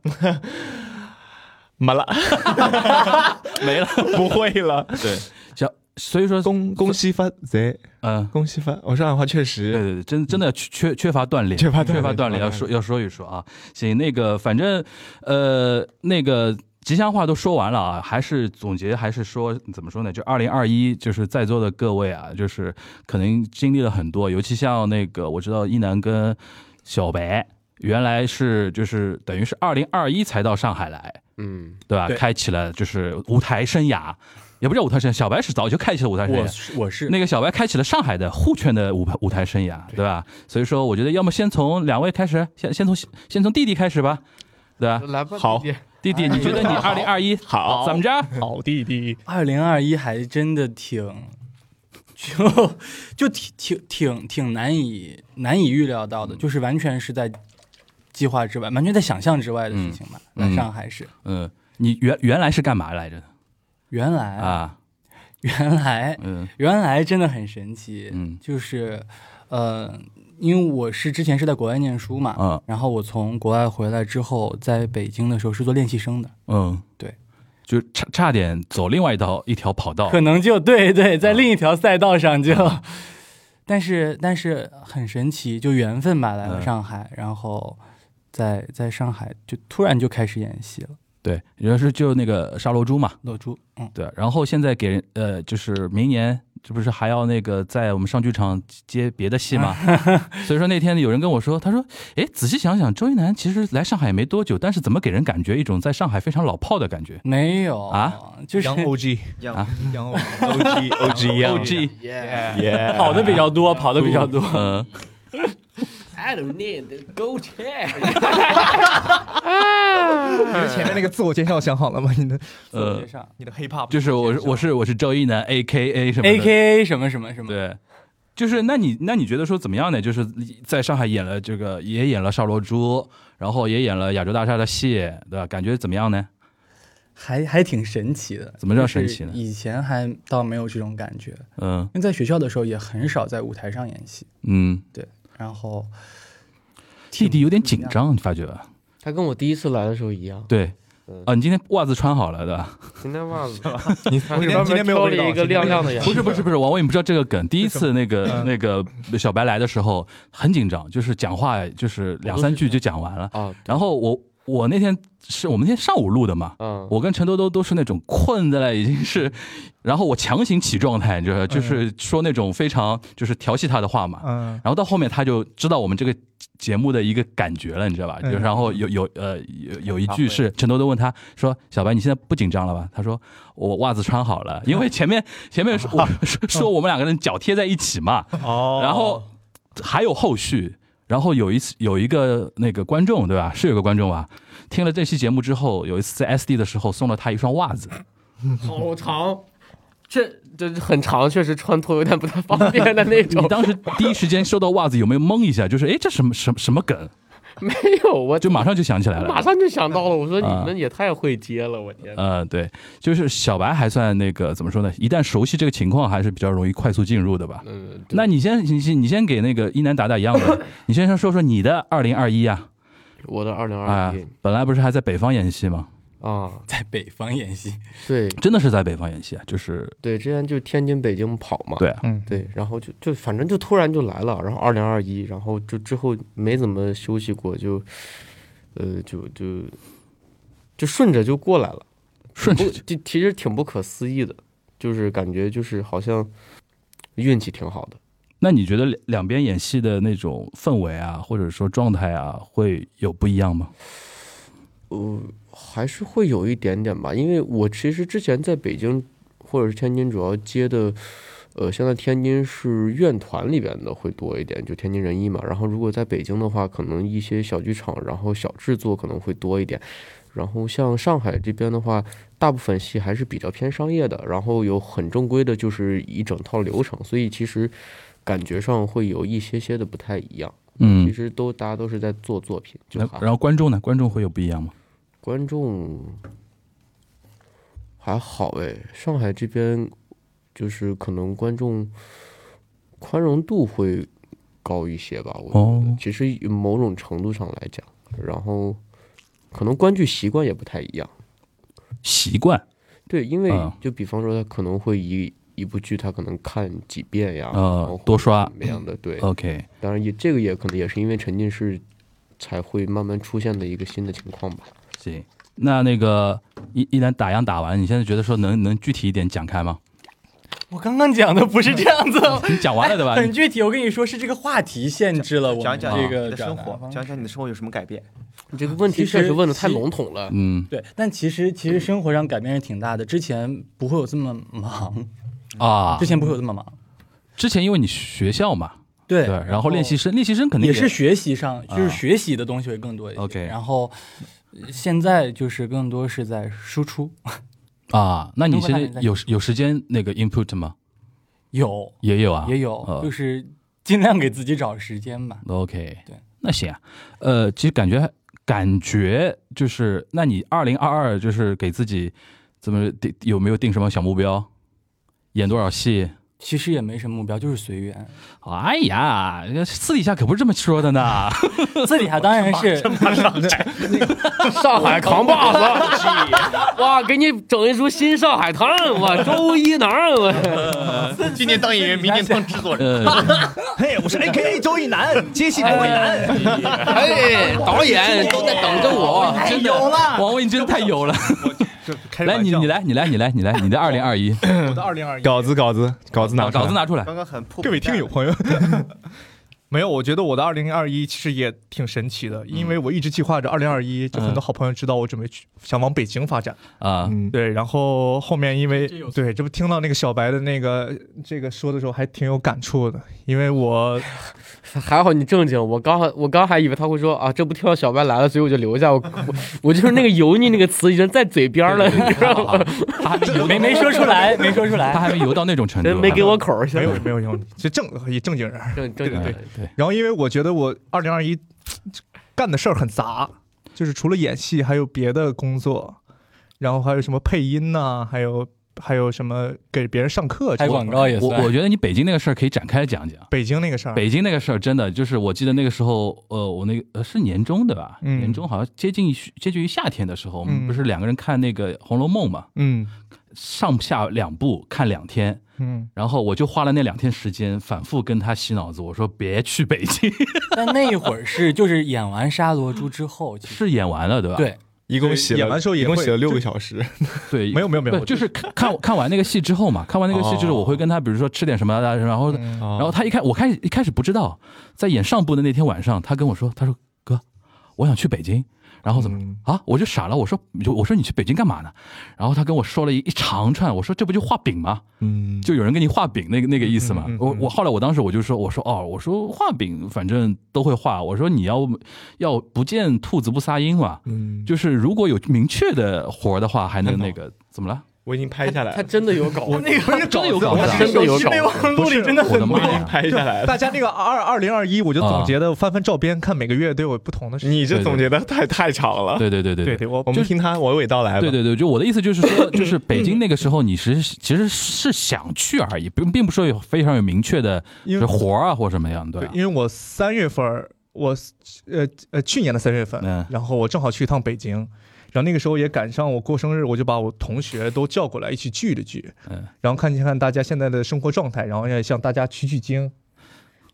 [SPEAKER 5] 没了，
[SPEAKER 1] *laughs* 没了。
[SPEAKER 5] 不会了。
[SPEAKER 1] 对，小，所以说，
[SPEAKER 5] 恭恭喜发财，
[SPEAKER 1] 嗯，
[SPEAKER 5] 恭喜发。我说安话确
[SPEAKER 1] 对
[SPEAKER 5] 实嗯
[SPEAKER 1] 对对，真真的缺缺缺乏锻炼，
[SPEAKER 5] 缺乏锻炼
[SPEAKER 1] 缺乏锻炼，要说要说一说啊。行，那个反正呃那个。吉祥话都说完了啊，还是总结，还是说怎么说呢？就二零二一，就是在座的各位啊，就是可能经历了很多，尤其像那个我知道一楠跟小白，原来是就是等于是二零二一才到上海来，
[SPEAKER 4] *laughs* 嗯，
[SPEAKER 1] 对吧？
[SPEAKER 2] 对
[SPEAKER 1] 开启了就是舞台生涯，也不叫舞台生涯，小白是早就开启了舞台生涯
[SPEAKER 2] 我，是我是
[SPEAKER 1] 那个小白开启了上海的沪圈的舞舞台生涯，对吧？所以说，我觉得要么先从两位开始，先先从先从弟弟开始吧，对吧？
[SPEAKER 4] 来吧，
[SPEAKER 5] 好
[SPEAKER 4] 弟弟
[SPEAKER 1] 弟弟，你觉得你二零二一
[SPEAKER 5] 好
[SPEAKER 1] 怎么着？
[SPEAKER 3] 好弟弟，
[SPEAKER 2] 二零二一还真的挺，就就挺挺挺挺难以难以预料到
[SPEAKER 1] 嗯
[SPEAKER 2] 的，就是完全是在计划之外，完全在想象之外的事情吧。
[SPEAKER 1] 嗯
[SPEAKER 2] 来上海是、
[SPEAKER 1] 嗯，你原原来是干嘛来着的
[SPEAKER 2] 原来
[SPEAKER 1] 啊？
[SPEAKER 2] 原来
[SPEAKER 1] 嗯
[SPEAKER 2] 原来真的很神奇，
[SPEAKER 1] 嗯
[SPEAKER 2] 就是呃，因为我是之前是在国外念书嘛，
[SPEAKER 1] 嗯
[SPEAKER 2] 然后我从国外回来之后，在北京的时候是做练习生的，
[SPEAKER 1] 嗯，
[SPEAKER 2] 对，
[SPEAKER 1] 就差差点走另外一条一条跑道
[SPEAKER 2] 可能就对对，在另一条赛道上就，
[SPEAKER 1] 嗯
[SPEAKER 2] *laughs* 但是但是很神奇，就缘分吧，来了
[SPEAKER 1] 嗯
[SPEAKER 2] 上海，然后在在上海就突然就开始演戏了，
[SPEAKER 1] 对，原来是就那个沙罗珠嘛，
[SPEAKER 2] 露珠，嗯，
[SPEAKER 1] 对。然后现在给人呃，就是明年这不是还要那个在我们上剧场接别的戏
[SPEAKER 2] *laughs*
[SPEAKER 1] 吗？所以说那天有人跟我说，他说：“哎，仔细想想，周一楠其实来上海也没多久，但是怎么给人感觉一种在上海非常老炮的感觉
[SPEAKER 2] 没有
[SPEAKER 1] 啊，
[SPEAKER 2] 就
[SPEAKER 1] *laughs*
[SPEAKER 2] 是
[SPEAKER 3] 杨 OG，
[SPEAKER 6] 杨
[SPEAKER 1] 啊
[SPEAKER 5] *laughs*
[SPEAKER 3] 杨
[SPEAKER 5] OG
[SPEAKER 1] *laughs*
[SPEAKER 5] OG 一样
[SPEAKER 1] ？”OG，
[SPEAKER 7] Yeah.
[SPEAKER 2] *laughs*
[SPEAKER 5] 耶，
[SPEAKER 2] 跑的比较多，跑的比较多。
[SPEAKER 1] 嗯，
[SPEAKER 7] I don't need the gold chair.
[SPEAKER 4] 嗯
[SPEAKER 3] 你前面那个自我介绍想好了吗？你的
[SPEAKER 1] 呃
[SPEAKER 2] 介绍
[SPEAKER 3] 你的 hip hop
[SPEAKER 1] 就是我是我是我是周一楠 A K A 什么的
[SPEAKER 2] A K A 什么什么什么，
[SPEAKER 1] 对，就是那你那你觉得说怎么样呢？就是在上海演了这个，也演了《少罗珠》，然后也演了《亚洲大厦》的戏，对吧？感觉怎么样呢？
[SPEAKER 2] 还还挺神奇的。
[SPEAKER 1] 怎么叫神奇呢
[SPEAKER 2] 就是以前还倒没有这种感觉，
[SPEAKER 1] 嗯
[SPEAKER 2] 因为在学校的时候也很少在舞台上演戏，
[SPEAKER 1] 嗯，
[SPEAKER 2] 然后
[SPEAKER 1] 弟弟有点紧张，你发觉吧？
[SPEAKER 4] 他跟我第一次来的时候一样，
[SPEAKER 1] 对
[SPEAKER 4] 嗯。
[SPEAKER 1] 啊，你今天袜子穿好了的？
[SPEAKER 4] *laughs* 今天袜子，
[SPEAKER 5] *laughs* 你
[SPEAKER 4] 他
[SPEAKER 5] 为
[SPEAKER 4] 专
[SPEAKER 5] 什么
[SPEAKER 4] 门
[SPEAKER 5] 今天没有
[SPEAKER 4] 挑
[SPEAKER 5] 味道
[SPEAKER 4] 了一个亮
[SPEAKER 5] *laughs*
[SPEAKER 4] 亮的颜色
[SPEAKER 1] 不是不是不是，王伟，你不知道这个梗。第一次那
[SPEAKER 4] *laughs* 嗯
[SPEAKER 1] 个那个小白来的时候很紧张，就是讲话就是两三句就讲完了。
[SPEAKER 4] 啊，
[SPEAKER 1] 然后我我那天是我们那天上午录的嘛，
[SPEAKER 4] 嗯，
[SPEAKER 1] 我跟陈多多都是那种困的嘞，已经是，然后我强行起状态，你
[SPEAKER 4] 嗯
[SPEAKER 1] 知道，就是说那种非常就是调戏他的话嘛。
[SPEAKER 3] 嗯，
[SPEAKER 1] 然后到后面他就知道我们这个节目的一个感觉了，你知道吧？就
[SPEAKER 3] 嗯
[SPEAKER 1] 然后有有呃有有一句是陈多多问他说：“小白，你现在不紧张了吧？”他说：“我袜子穿好了，因为前面前面说我说说我们两个人脚贴在一起嘛，
[SPEAKER 5] 哦
[SPEAKER 1] 然后还有后续，然后有一次有一个那个观众对吧？是有个观众吧？听了这期节目之后，有一次在 SD 的时候送了他一双袜子，
[SPEAKER 4] 好长，这这很长，确实穿脱有点不太方便的
[SPEAKER 1] *laughs*
[SPEAKER 4] 那
[SPEAKER 1] 你
[SPEAKER 4] *laughs* 种。
[SPEAKER 1] 当时第一时间收到袜子有没有懵一下？就是哎，这什么什么什么梗？
[SPEAKER 4] 没有，哎我
[SPEAKER 1] 就马上就想起来
[SPEAKER 4] 我
[SPEAKER 1] 了，
[SPEAKER 4] 马上就想到了，我说你
[SPEAKER 1] 啊
[SPEAKER 4] 们也太会接了，我天哪！
[SPEAKER 1] 呃，对，就是小白还算那个怎么说呢？一旦熟悉这个情况，还是比较容易快速进入的吧。
[SPEAKER 4] 嗯，对
[SPEAKER 1] 那你先，你先，你先给那个一男打打一样
[SPEAKER 4] *laughs*
[SPEAKER 1] 的，你先说说你的二零二一啊
[SPEAKER 4] 我的二零
[SPEAKER 1] 啊
[SPEAKER 4] 二一，
[SPEAKER 1] 本来不是还在北方演戏吗？
[SPEAKER 4] 啊，
[SPEAKER 2] 在北方演戏，
[SPEAKER 4] 对
[SPEAKER 1] 真的是在北方演戏啊，就是
[SPEAKER 4] 对，之前就天津、北京跑嘛，
[SPEAKER 1] 对啊，
[SPEAKER 4] 对，然后就就反正就突然就来了，然后二零二一，然后就之后没怎么休息过，就呃就就就顺着就过来了，
[SPEAKER 1] 顺
[SPEAKER 4] 不
[SPEAKER 1] 着就
[SPEAKER 4] 就其实挺不可思议的，就是感觉就是好像运气挺好的。
[SPEAKER 1] 那你觉得两两边演戏的那种氛围啊，或者说状态啊，会有不一样吗？
[SPEAKER 4] 呃，还是会有一点点吧，因为我其实之前在北京或者是天津主要接的，呃，现在天津是院团里边的会多一点，就天津人艺嘛。然后如果在北京的话，可能一些小剧场，然后小制作可能会多一点。然后像上海这边的话，大部分戏还是比较偏商业的，然后有很正规的，就是一整套流程，所以其实感觉上会有一些些的不太一样。其
[SPEAKER 1] 嗯，
[SPEAKER 4] 实都大家都是在做作品，就
[SPEAKER 1] 那
[SPEAKER 4] 还好
[SPEAKER 1] 然后观众呢？观众会有不一样吗？
[SPEAKER 4] 观众还好哎，上海这边就是可能观众宽容度会高一些吧。我觉得、
[SPEAKER 1] 哦
[SPEAKER 4] 其实某种程度上来讲，然后可能观剧习惯也不太一样。
[SPEAKER 1] 习惯
[SPEAKER 4] 对，因为
[SPEAKER 1] 啊
[SPEAKER 4] 就比方说他可能会一一部剧，他可能看几遍呀，然后
[SPEAKER 1] 呃
[SPEAKER 4] 或，
[SPEAKER 1] 多
[SPEAKER 4] 者
[SPEAKER 1] 刷
[SPEAKER 4] 怎么样的？啊对，
[SPEAKER 1] ，OK，
[SPEAKER 4] 当然也这个也可能也是因为沉浸式才会慢慢出现的一个新的情况吧。
[SPEAKER 1] 行。那那个一一男打烊打完，你现在觉得说能能具体一点讲开吗？
[SPEAKER 2] 我刚刚讲的不是这样子，
[SPEAKER 1] 你讲完了 *laughs* 对吧？
[SPEAKER 2] 很具体。我跟你说，是这个话题限制了我
[SPEAKER 6] 讲
[SPEAKER 2] 们
[SPEAKER 6] 一讲啊
[SPEAKER 2] 这
[SPEAKER 6] 你
[SPEAKER 2] 个
[SPEAKER 6] 的
[SPEAKER 2] 展
[SPEAKER 6] 生
[SPEAKER 2] 览
[SPEAKER 6] 活，讲一讲你的生活有什么改变？
[SPEAKER 4] 你这个问题
[SPEAKER 2] 其
[SPEAKER 4] 确
[SPEAKER 2] 实
[SPEAKER 4] 实问的太
[SPEAKER 2] 其
[SPEAKER 4] 笼统了。
[SPEAKER 1] 嗯
[SPEAKER 2] 对，但其实其实生活上改变是挺大的，之前不会有这么忙，
[SPEAKER 1] 啊
[SPEAKER 2] 之，前不会有这么忙。
[SPEAKER 1] 之前因为你学校嘛，
[SPEAKER 2] 对
[SPEAKER 1] 对，然后练习生练习生肯定
[SPEAKER 2] 也是学习上，就
[SPEAKER 1] 啊
[SPEAKER 2] 是学习的东西会更多一些。
[SPEAKER 1] OK
[SPEAKER 2] 然后呃现在就是更多是在输出，
[SPEAKER 1] 啊。那你
[SPEAKER 2] 中国
[SPEAKER 1] 现
[SPEAKER 2] 大
[SPEAKER 1] 在
[SPEAKER 2] 学在
[SPEAKER 1] 有有时间那个 input 吗？
[SPEAKER 2] 有
[SPEAKER 1] 也有啊，
[SPEAKER 2] 也有，
[SPEAKER 1] 呃
[SPEAKER 2] 就是尽量给自己找时间吧。
[SPEAKER 1] OK，
[SPEAKER 2] 对，
[SPEAKER 1] 那行啊，呃，其实感觉感觉就是，那你二零二二就是给自己怎么定有没有定什么小目标？演多少戏？
[SPEAKER 2] 其实也没什么目标，就是随
[SPEAKER 1] *laughs*
[SPEAKER 2] 缘。
[SPEAKER 1] 哎呀，私底下可不是这么说的 *laughs* 呢。
[SPEAKER 2] 私底下当然是，
[SPEAKER 4] 上海扛把子， *laughs* 哇，给你整一出新上海滩，我周一能， *laughs* 我
[SPEAKER 6] 今年当演员，明年当制作人。
[SPEAKER 1] 呃，
[SPEAKER 6] *laughs*
[SPEAKER 3] 嘿，我是 A K A 周一楠，接戏周一楠，
[SPEAKER 4] 哎 *laughs* 哎，导演都在等着我，
[SPEAKER 1] 真的，王威，你真的太有了。
[SPEAKER 3] 这开
[SPEAKER 1] 来，
[SPEAKER 3] 玩
[SPEAKER 1] 你
[SPEAKER 3] 笑
[SPEAKER 1] 你，来，你来，你来，你来，你的二零二一
[SPEAKER 3] 我的二零二一
[SPEAKER 5] 稿子稿子稿子拿出来
[SPEAKER 1] 稿子拿出来，
[SPEAKER 6] 刚刚很迫不
[SPEAKER 3] 各位
[SPEAKER 6] 及待
[SPEAKER 3] 听友朋友， *laughs* 没有，我觉得我的二零二一其实也挺神奇的，因为我一直计划着二零二一，就很多好朋友知道我准备去想往北京发展，
[SPEAKER 1] 啊，
[SPEAKER 5] 嗯
[SPEAKER 3] 对，然后后面因为
[SPEAKER 2] 这有
[SPEAKER 3] 对，这不听到那个小白的那个这个说的时候，还挺有感触的，因为我
[SPEAKER 4] 还好你正经，我刚还我刚还以为他会说啊，这不听到小白来了，所以我就留下。我 *laughs* 我我就是那个油腻那个词已经在嘴边了，你知道吗？
[SPEAKER 1] 他还没游
[SPEAKER 2] 没没说出来，没说出来
[SPEAKER 1] *laughs* 他。还没游到那种程度，
[SPEAKER 4] 人没给我口儿，
[SPEAKER 3] 没有没有用，就正也正经人。
[SPEAKER 4] 正正经
[SPEAKER 1] 嗯。
[SPEAKER 4] 人
[SPEAKER 1] 对对，
[SPEAKER 3] 然后因为我觉得我二零二一干的事儿很杂，就是除了演戏还有别的工作，然后还有什么配音呐、还有还有什么给别人上课这
[SPEAKER 2] 拍
[SPEAKER 3] 种，
[SPEAKER 2] 广告也
[SPEAKER 1] 我
[SPEAKER 2] 算。
[SPEAKER 1] 我觉得你北京那个事儿可以展开讲讲。
[SPEAKER 3] 北京那个事儿，
[SPEAKER 1] 北京那个事儿真的就是，我记得那个时候，呃，我那个呃是年中对吧？
[SPEAKER 3] 嗯
[SPEAKER 1] 年中好像接近于接近于夏天的时候，我
[SPEAKER 3] 嗯
[SPEAKER 1] 们不是两个人看那个《红楼梦》嘛，
[SPEAKER 3] 嗯
[SPEAKER 1] 上下两部看两天，
[SPEAKER 3] 嗯，
[SPEAKER 1] 然后我就花了那两天时间反复跟他洗脑子，我说别去北京，
[SPEAKER 2] *laughs* 但那一会儿是就是演完《沙罗珠》之后，其实
[SPEAKER 1] 是演完了对吧？
[SPEAKER 2] 对
[SPEAKER 5] 一共写
[SPEAKER 3] 演完
[SPEAKER 5] 了
[SPEAKER 3] 时候也
[SPEAKER 5] 一共
[SPEAKER 3] 会
[SPEAKER 5] 写了六
[SPEAKER 3] 就
[SPEAKER 5] 个小时，
[SPEAKER 1] 对，
[SPEAKER 3] 没有没有没有，
[SPEAKER 1] 不就是看看看完那个戏之后嘛，看完那个戏之后，
[SPEAKER 5] 哦
[SPEAKER 1] 我会跟他比如说吃点什么啊，然后
[SPEAKER 5] *laughs*
[SPEAKER 3] 嗯
[SPEAKER 5] 然
[SPEAKER 1] 然后他一开，我开始一开始不知道，在演上部的那天晚上，他跟我说，他说哥，我想去北京，然后怎么、
[SPEAKER 3] 嗯
[SPEAKER 1] 啊？我就傻了，我说你就我说你去北京干嘛呢？然后他跟我说了一一长串，我说这不就画饼吗？
[SPEAKER 5] 嗯
[SPEAKER 1] 就有人给你画饼那个那个意思嘛。
[SPEAKER 3] 嗯嗯嗯
[SPEAKER 1] 我我后来我当时我就说，我说哦，我说画饼反正都会画，我说你要要不见兔子不撒鹰嘛，
[SPEAKER 5] 嗯，
[SPEAKER 1] 就是如果有明确的活儿的话，还能那个怎么了？
[SPEAKER 5] 我已经拍
[SPEAKER 3] 哎
[SPEAKER 5] 下来
[SPEAKER 4] 他
[SPEAKER 5] 了，
[SPEAKER 4] 真的有稿，
[SPEAKER 3] 那个不是
[SPEAKER 1] 真的有稿子
[SPEAKER 3] 我
[SPEAKER 1] 啊
[SPEAKER 4] 他
[SPEAKER 3] 是
[SPEAKER 4] 真的有稿。
[SPEAKER 1] 不是真的我的
[SPEAKER 5] 我
[SPEAKER 1] 妈
[SPEAKER 5] 已经
[SPEAKER 1] 呀！
[SPEAKER 5] 拍下来了。
[SPEAKER 3] 大家那个二二零二一，我就总
[SPEAKER 1] 啊
[SPEAKER 3] 结的翻翻照片，看每个月都有不同的事情。
[SPEAKER 5] 你这总结的太太长了，
[SPEAKER 1] 对对对对
[SPEAKER 3] 对对，我
[SPEAKER 5] 我们听他娓娓道来吧。
[SPEAKER 1] 对对对，就我的意思就是说，就是北京那个时候，你是其实是想去而已，并并不说有非常有明确的
[SPEAKER 3] 因
[SPEAKER 1] 是
[SPEAKER 3] 为
[SPEAKER 1] 活儿啊或者什么样，对
[SPEAKER 3] 对
[SPEAKER 1] 吧，？
[SPEAKER 3] 因为我三月份儿，我呃呃去年的三月份，
[SPEAKER 1] 嗯
[SPEAKER 3] 然后我正好去一趟北京，然后那个时候也赶上我过生日，我就把我同学都叫过来一起聚了聚，
[SPEAKER 1] 嗯，
[SPEAKER 3] 然后看一看大家现在的生活状态，然后也向大家取取经，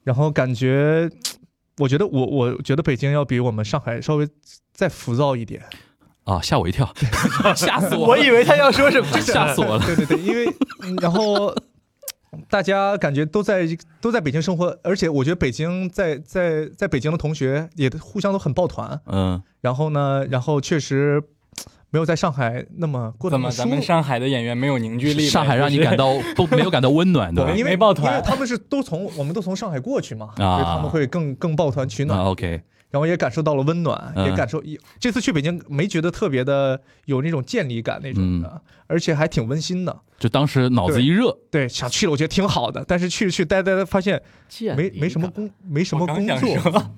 [SPEAKER 3] 然后感觉，我觉得我我觉得北京要比我们上海稍微再浮躁一点，
[SPEAKER 1] 啊，吓我一跳， *laughs* 吓死我
[SPEAKER 6] 我
[SPEAKER 1] 了，，
[SPEAKER 6] 以为他要说什么
[SPEAKER 1] *laughs* 吓死
[SPEAKER 3] *laughs*
[SPEAKER 1] 我了。
[SPEAKER 3] 对对对，因为嗯然后大家感觉都在都在北京生活，而且我觉得北京在在在北京的同学也互相都很抱团。
[SPEAKER 1] 嗯，
[SPEAKER 3] 然后呢，然后确实没有在上海那么过得
[SPEAKER 2] 怎么
[SPEAKER 3] 那么舒
[SPEAKER 2] 咱
[SPEAKER 3] 服
[SPEAKER 2] 们。上海的演员没有凝聚力呗？
[SPEAKER 1] 嗯上海让你
[SPEAKER 2] 就是
[SPEAKER 1] 感到
[SPEAKER 3] *laughs*
[SPEAKER 1] 不没有感到温暖，对
[SPEAKER 3] 我们
[SPEAKER 1] 吧？
[SPEAKER 3] 因为
[SPEAKER 2] 没抱团
[SPEAKER 3] 因为他们是都从我们都从上海过去嘛，所
[SPEAKER 1] 啊
[SPEAKER 3] 以他们会更更抱团取暖
[SPEAKER 1] 啊，，OK，
[SPEAKER 3] 然后也感受到了温暖，
[SPEAKER 1] 嗯
[SPEAKER 3] 也感受也这次去北京没觉得特别的有那种建立感那种
[SPEAKER 2] 嗯
[SPEAKER 3] 的，而且还挺温馨的。
[SPEAKER 1] 就当时脑子一
[SPEAKER 3] *laughs*
[SPEAKER 1] 热，
[SPEAKER 3] 对，想去了我觉得挺好的，但是去去待待发现没没什么工没什
[SPEAKER 2] *laughs*
[SPEAKER 3] 么
[SPEAKER 2] 我刚
[SPEAKER 3] 工
[SPEAKER 2] 想
[SPEAKER 3] 作，
[SPEAKER 2] 说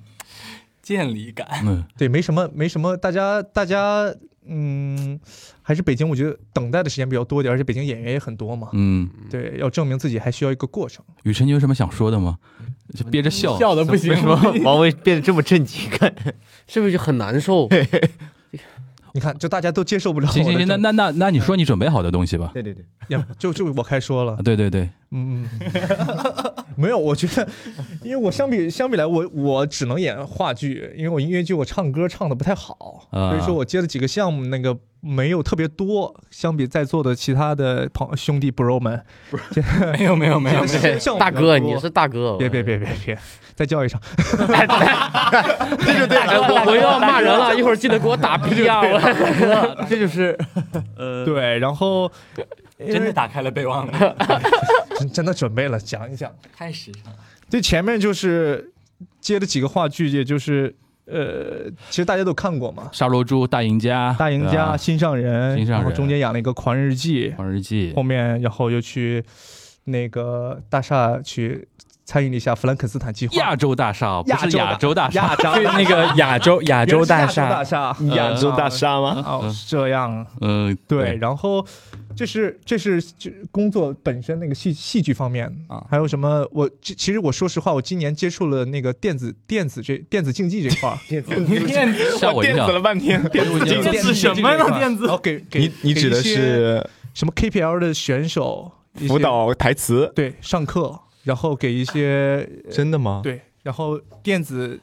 [SPEAKER 2] 建立感。
[SPEAKER 1] 嗯，
[SPEAKER 3] 对，没什么，没什么，大家大家，嗯，还是北京，我觉得等待的时间比较多一点，而且北京演员也很多嘛，
[SPEAKER 1] 嗯，
[SPEAKER 3] 对，要证明自己还需要一个过程。
[SPEAKER 1] 雨辰，你有什么想说的吗？就憋着笑，
[SPEAKER 2] 笑的不行
[SPEAKER 6] 为什么王威变得这么正经？看
[SPEAKER 4] 是不是就很难受？
[SPEAKER 3] 你看，就大家都接受不了我的
[SPEAKER 1] 行
[SPEAKER 3] 这种。
[SPEAKER 1] 行行，那那那那你说你准备好的东西吧。
[SPEAKER 6] 对对对，
[SPEAKER 3] 也就就我开说了
[SPEAKER 1] 啊，，对对对，
[SPEAKER 3] 嗯， *laughs* 没有，我觉得，因为我相比相比来，我我只能演话剧，因为我音乐剧我唱歌唱的不太好，
[SPEAKER 1] 啊
[SPEAKER 3] 所以说我接的几个项目那个没有特别多，相比在座的其他的朋兄弟 bro 们，
[SPEAKER 2] *laughs* 没有没有没有没有，
[SPEAKER 4] 大哥，你是大哥，
[SPEAKER 3] 别别别别别，再叫一场。
[SPEAKER 4] 哎，我我又要骂人
[SPEAKER 2] *laughs*
[SPEAKER 4] 了，一会儿记得给我打逼啊！我
[SPEAKER 6] 这就是
[SPEAKER 3] 对，然后
[SPEAKER 2] 真的打开了备忘录，
[SPEAKER 3] 真真的准备了，讲一讲。
[SPEAKER 2] 太时尚了。
[SPEAKER 3] 对，前面就是接了几个话剧，也就是呃，其实大家都看过嘛，
[SPEAKER 1] 《沙罗珠》《大赢 *laughs* 家》
[SPEAKER 3] 《大赢
[SPEAKER 1] 对吧
[SPEAKER 3] 家》《
[SPEAKER 1] 《
[SPEAKER 3] 新上人》，
[SPEAKER 1] 心上
[SPEAKER 3] 然后
[SPEAKER 1] 人
[SPEAKER 3] 中间演了一个《狂人日记
[SPEAKER 1] 狂日记》，》，
[SPEAKER 3] 后面然后又去那个大厦去参与了一下弗兰肯斯坦计划，
[SPEAKER 1] 亚洲大厦不是亚洲大厦，
[SPEAKER 3] 亚洲
[SPEAKER 2] 对那个亚洲亚洲大
[SPEAKER 3] 厦，
[SPEAKER 2] 厦
[SPEAKER 3] 大，厦，
[SPEAKER 6] 嗯
[SPEAKER 5] 亚洲
[SPEAKER 6] 呃
[SPEAKER 5] 大厦吗？
[SPEAKER 3] 哦，是这样。
[SPEAKER 1] 嗯，
[SPEAKER 3] 对，，然后这是这是就工作本身那个戏戏剧方面
[SPEAKER 2] 啊
[SPEAKER 3] 还有什么？我其其实我说实话，我今年接触了那个电子电子这电子竞技这块儿，电子
[SPEAKER 2] 骗子
[SPEAKER 1] 吓我一
[SPEAKER 5] 电
[SPEAKER 1] 跳
[SPEAKER 5] 子。了半天，电子竞技
[SPEAKER 3] 是什么呢？电子然后给给
[SPEAKER 5] 你你
[SPEAKER 3] 给
[SPEAKER 5] 指的
[SPEAKER 3] 一些
[SPEAKER 5] 是
[SPEAKER 3] 什么 KPL 的选手一些
[SPEAKER 5] 辅导台词？
[SPEAKER 3] 对上课，然后给一些
[SPEAKER 6] 啊
[SPEAKER 5] 真的吗？
[SPEAKER 3] 对，然后电子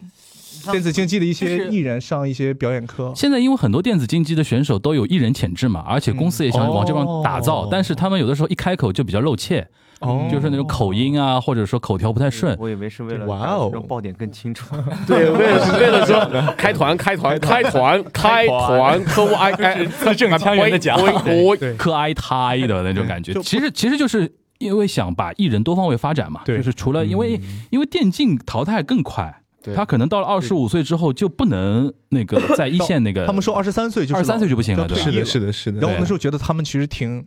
[SPEAKER 3] 电子竞技的一
[SPEAKER 2] 就
[SPEAKER 3] 些
[SPEAKER 2] 是
[SPEAKER 3] 艺人上一些表演课，
[SPEAKER 1] 现在因为很多电子竞技的选手都有艺人潜质嘛，而且公司也想往这
[SPEAKER 3] 嗯
[SPEAKER 1] 帮
[SPEAKER 3] 哦
[SPEAKER 1] 打造，但是他们有的时候一开口就比较露怯，
[SPEAKER 3] 哦
[SPEAKER 1] 就是那种口音啊，或者说口条不太顺。
[SPEAKER 6] 我以为是为了
[SPEAKER 5] 哇哦
[SPEAKER 6] 让爆点更清楚。
[SPEAKER 4] 对，为了为了说开团开团开团开团，Q I I
[SPEAKER 2] 字正腔圆的讲，
[SPEAKER 4] 哎我
[SPEAKER 1] 可爱他的那种感觉
[SPEAKER 3] 就。
[SPEAKER 1] 其实其实就是因为想把艺人多方位发展嘛，
[SPEAKER 3] 对嗯
[SPEAKER 1] 就是除了因为、因为电竞淘汰更快
[SPEAKER 4] 对，
[SPEAKER 1] 他可能到了二十五岁之后就不能那个在一线那个，
[SPEAKER 3] 他们说二十三岁就是
[SPEAKER 1] 二三岁就不行了，
[SPEAKER 3] 要退
[SPEAKER 1] 对
[SPEAKER 3] 役
[SPEAKER 1] 吧？
[SPEAKER 5] 是的，是的，是的。
[SPEAKER 3] 然后我那
[SPEAKER 1] 对
[SPEAKER 3] 时候觉得他们其实挺，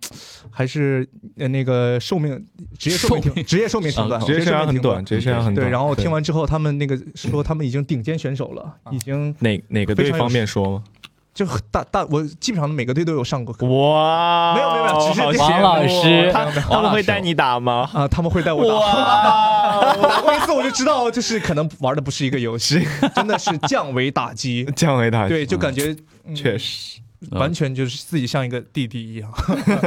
[SPEAKER 3] 还是呃那个寿命职业寿命
[SPEAKER 1] 寿
[SPEAKER 3] 挺职业寿命挺短，
[SPEAKER 5] 啊职业生涯
[SPEAKER 3] 命
[SPEAKER 5] 很
[SPEAKER 3] 挺
[SPEAKER 5] 短，。职业生涯很短。
[SPEAKER 3] 对，然后听完之后，他们那个说他们已经顶尖选手了，已经
[SPEAKER 5] 啊哪哪个队
[SPEAKER 3] 非常有
[SPEAKER 5] 方便说吗？
[SPEAKER 3] 就大大我基本上每个队都有上过课
[SPEAKER 5] 哇
[SPEAKER 3] 没有没有没有只是
[SPEAKER 5] 好
[SPEAKER 3] 这
[SPEAKER 5] 羡
[SPEAKER 3] 些
[SPEAKER 5] 慕
[SPEAKER 3] 老
[SPEAKER 2] 师
[SPEAKER 5] 他他们会带你打吗？
[SPEAKER 3] 啊，他们会带我打。
[SPEAKER 5] *laughs*
[SPEAKER 3] 我一次我就知道，就是可能玩的不是一个游戏，真的是降维打击。
[SPEAKER 5] *laughs* 降维打击
[SPEAKER 3] 对，就感觉嗯
[SPEAKER 5] 确实
[SPEAKER 3] 完全就是自己像一个弟弟一样，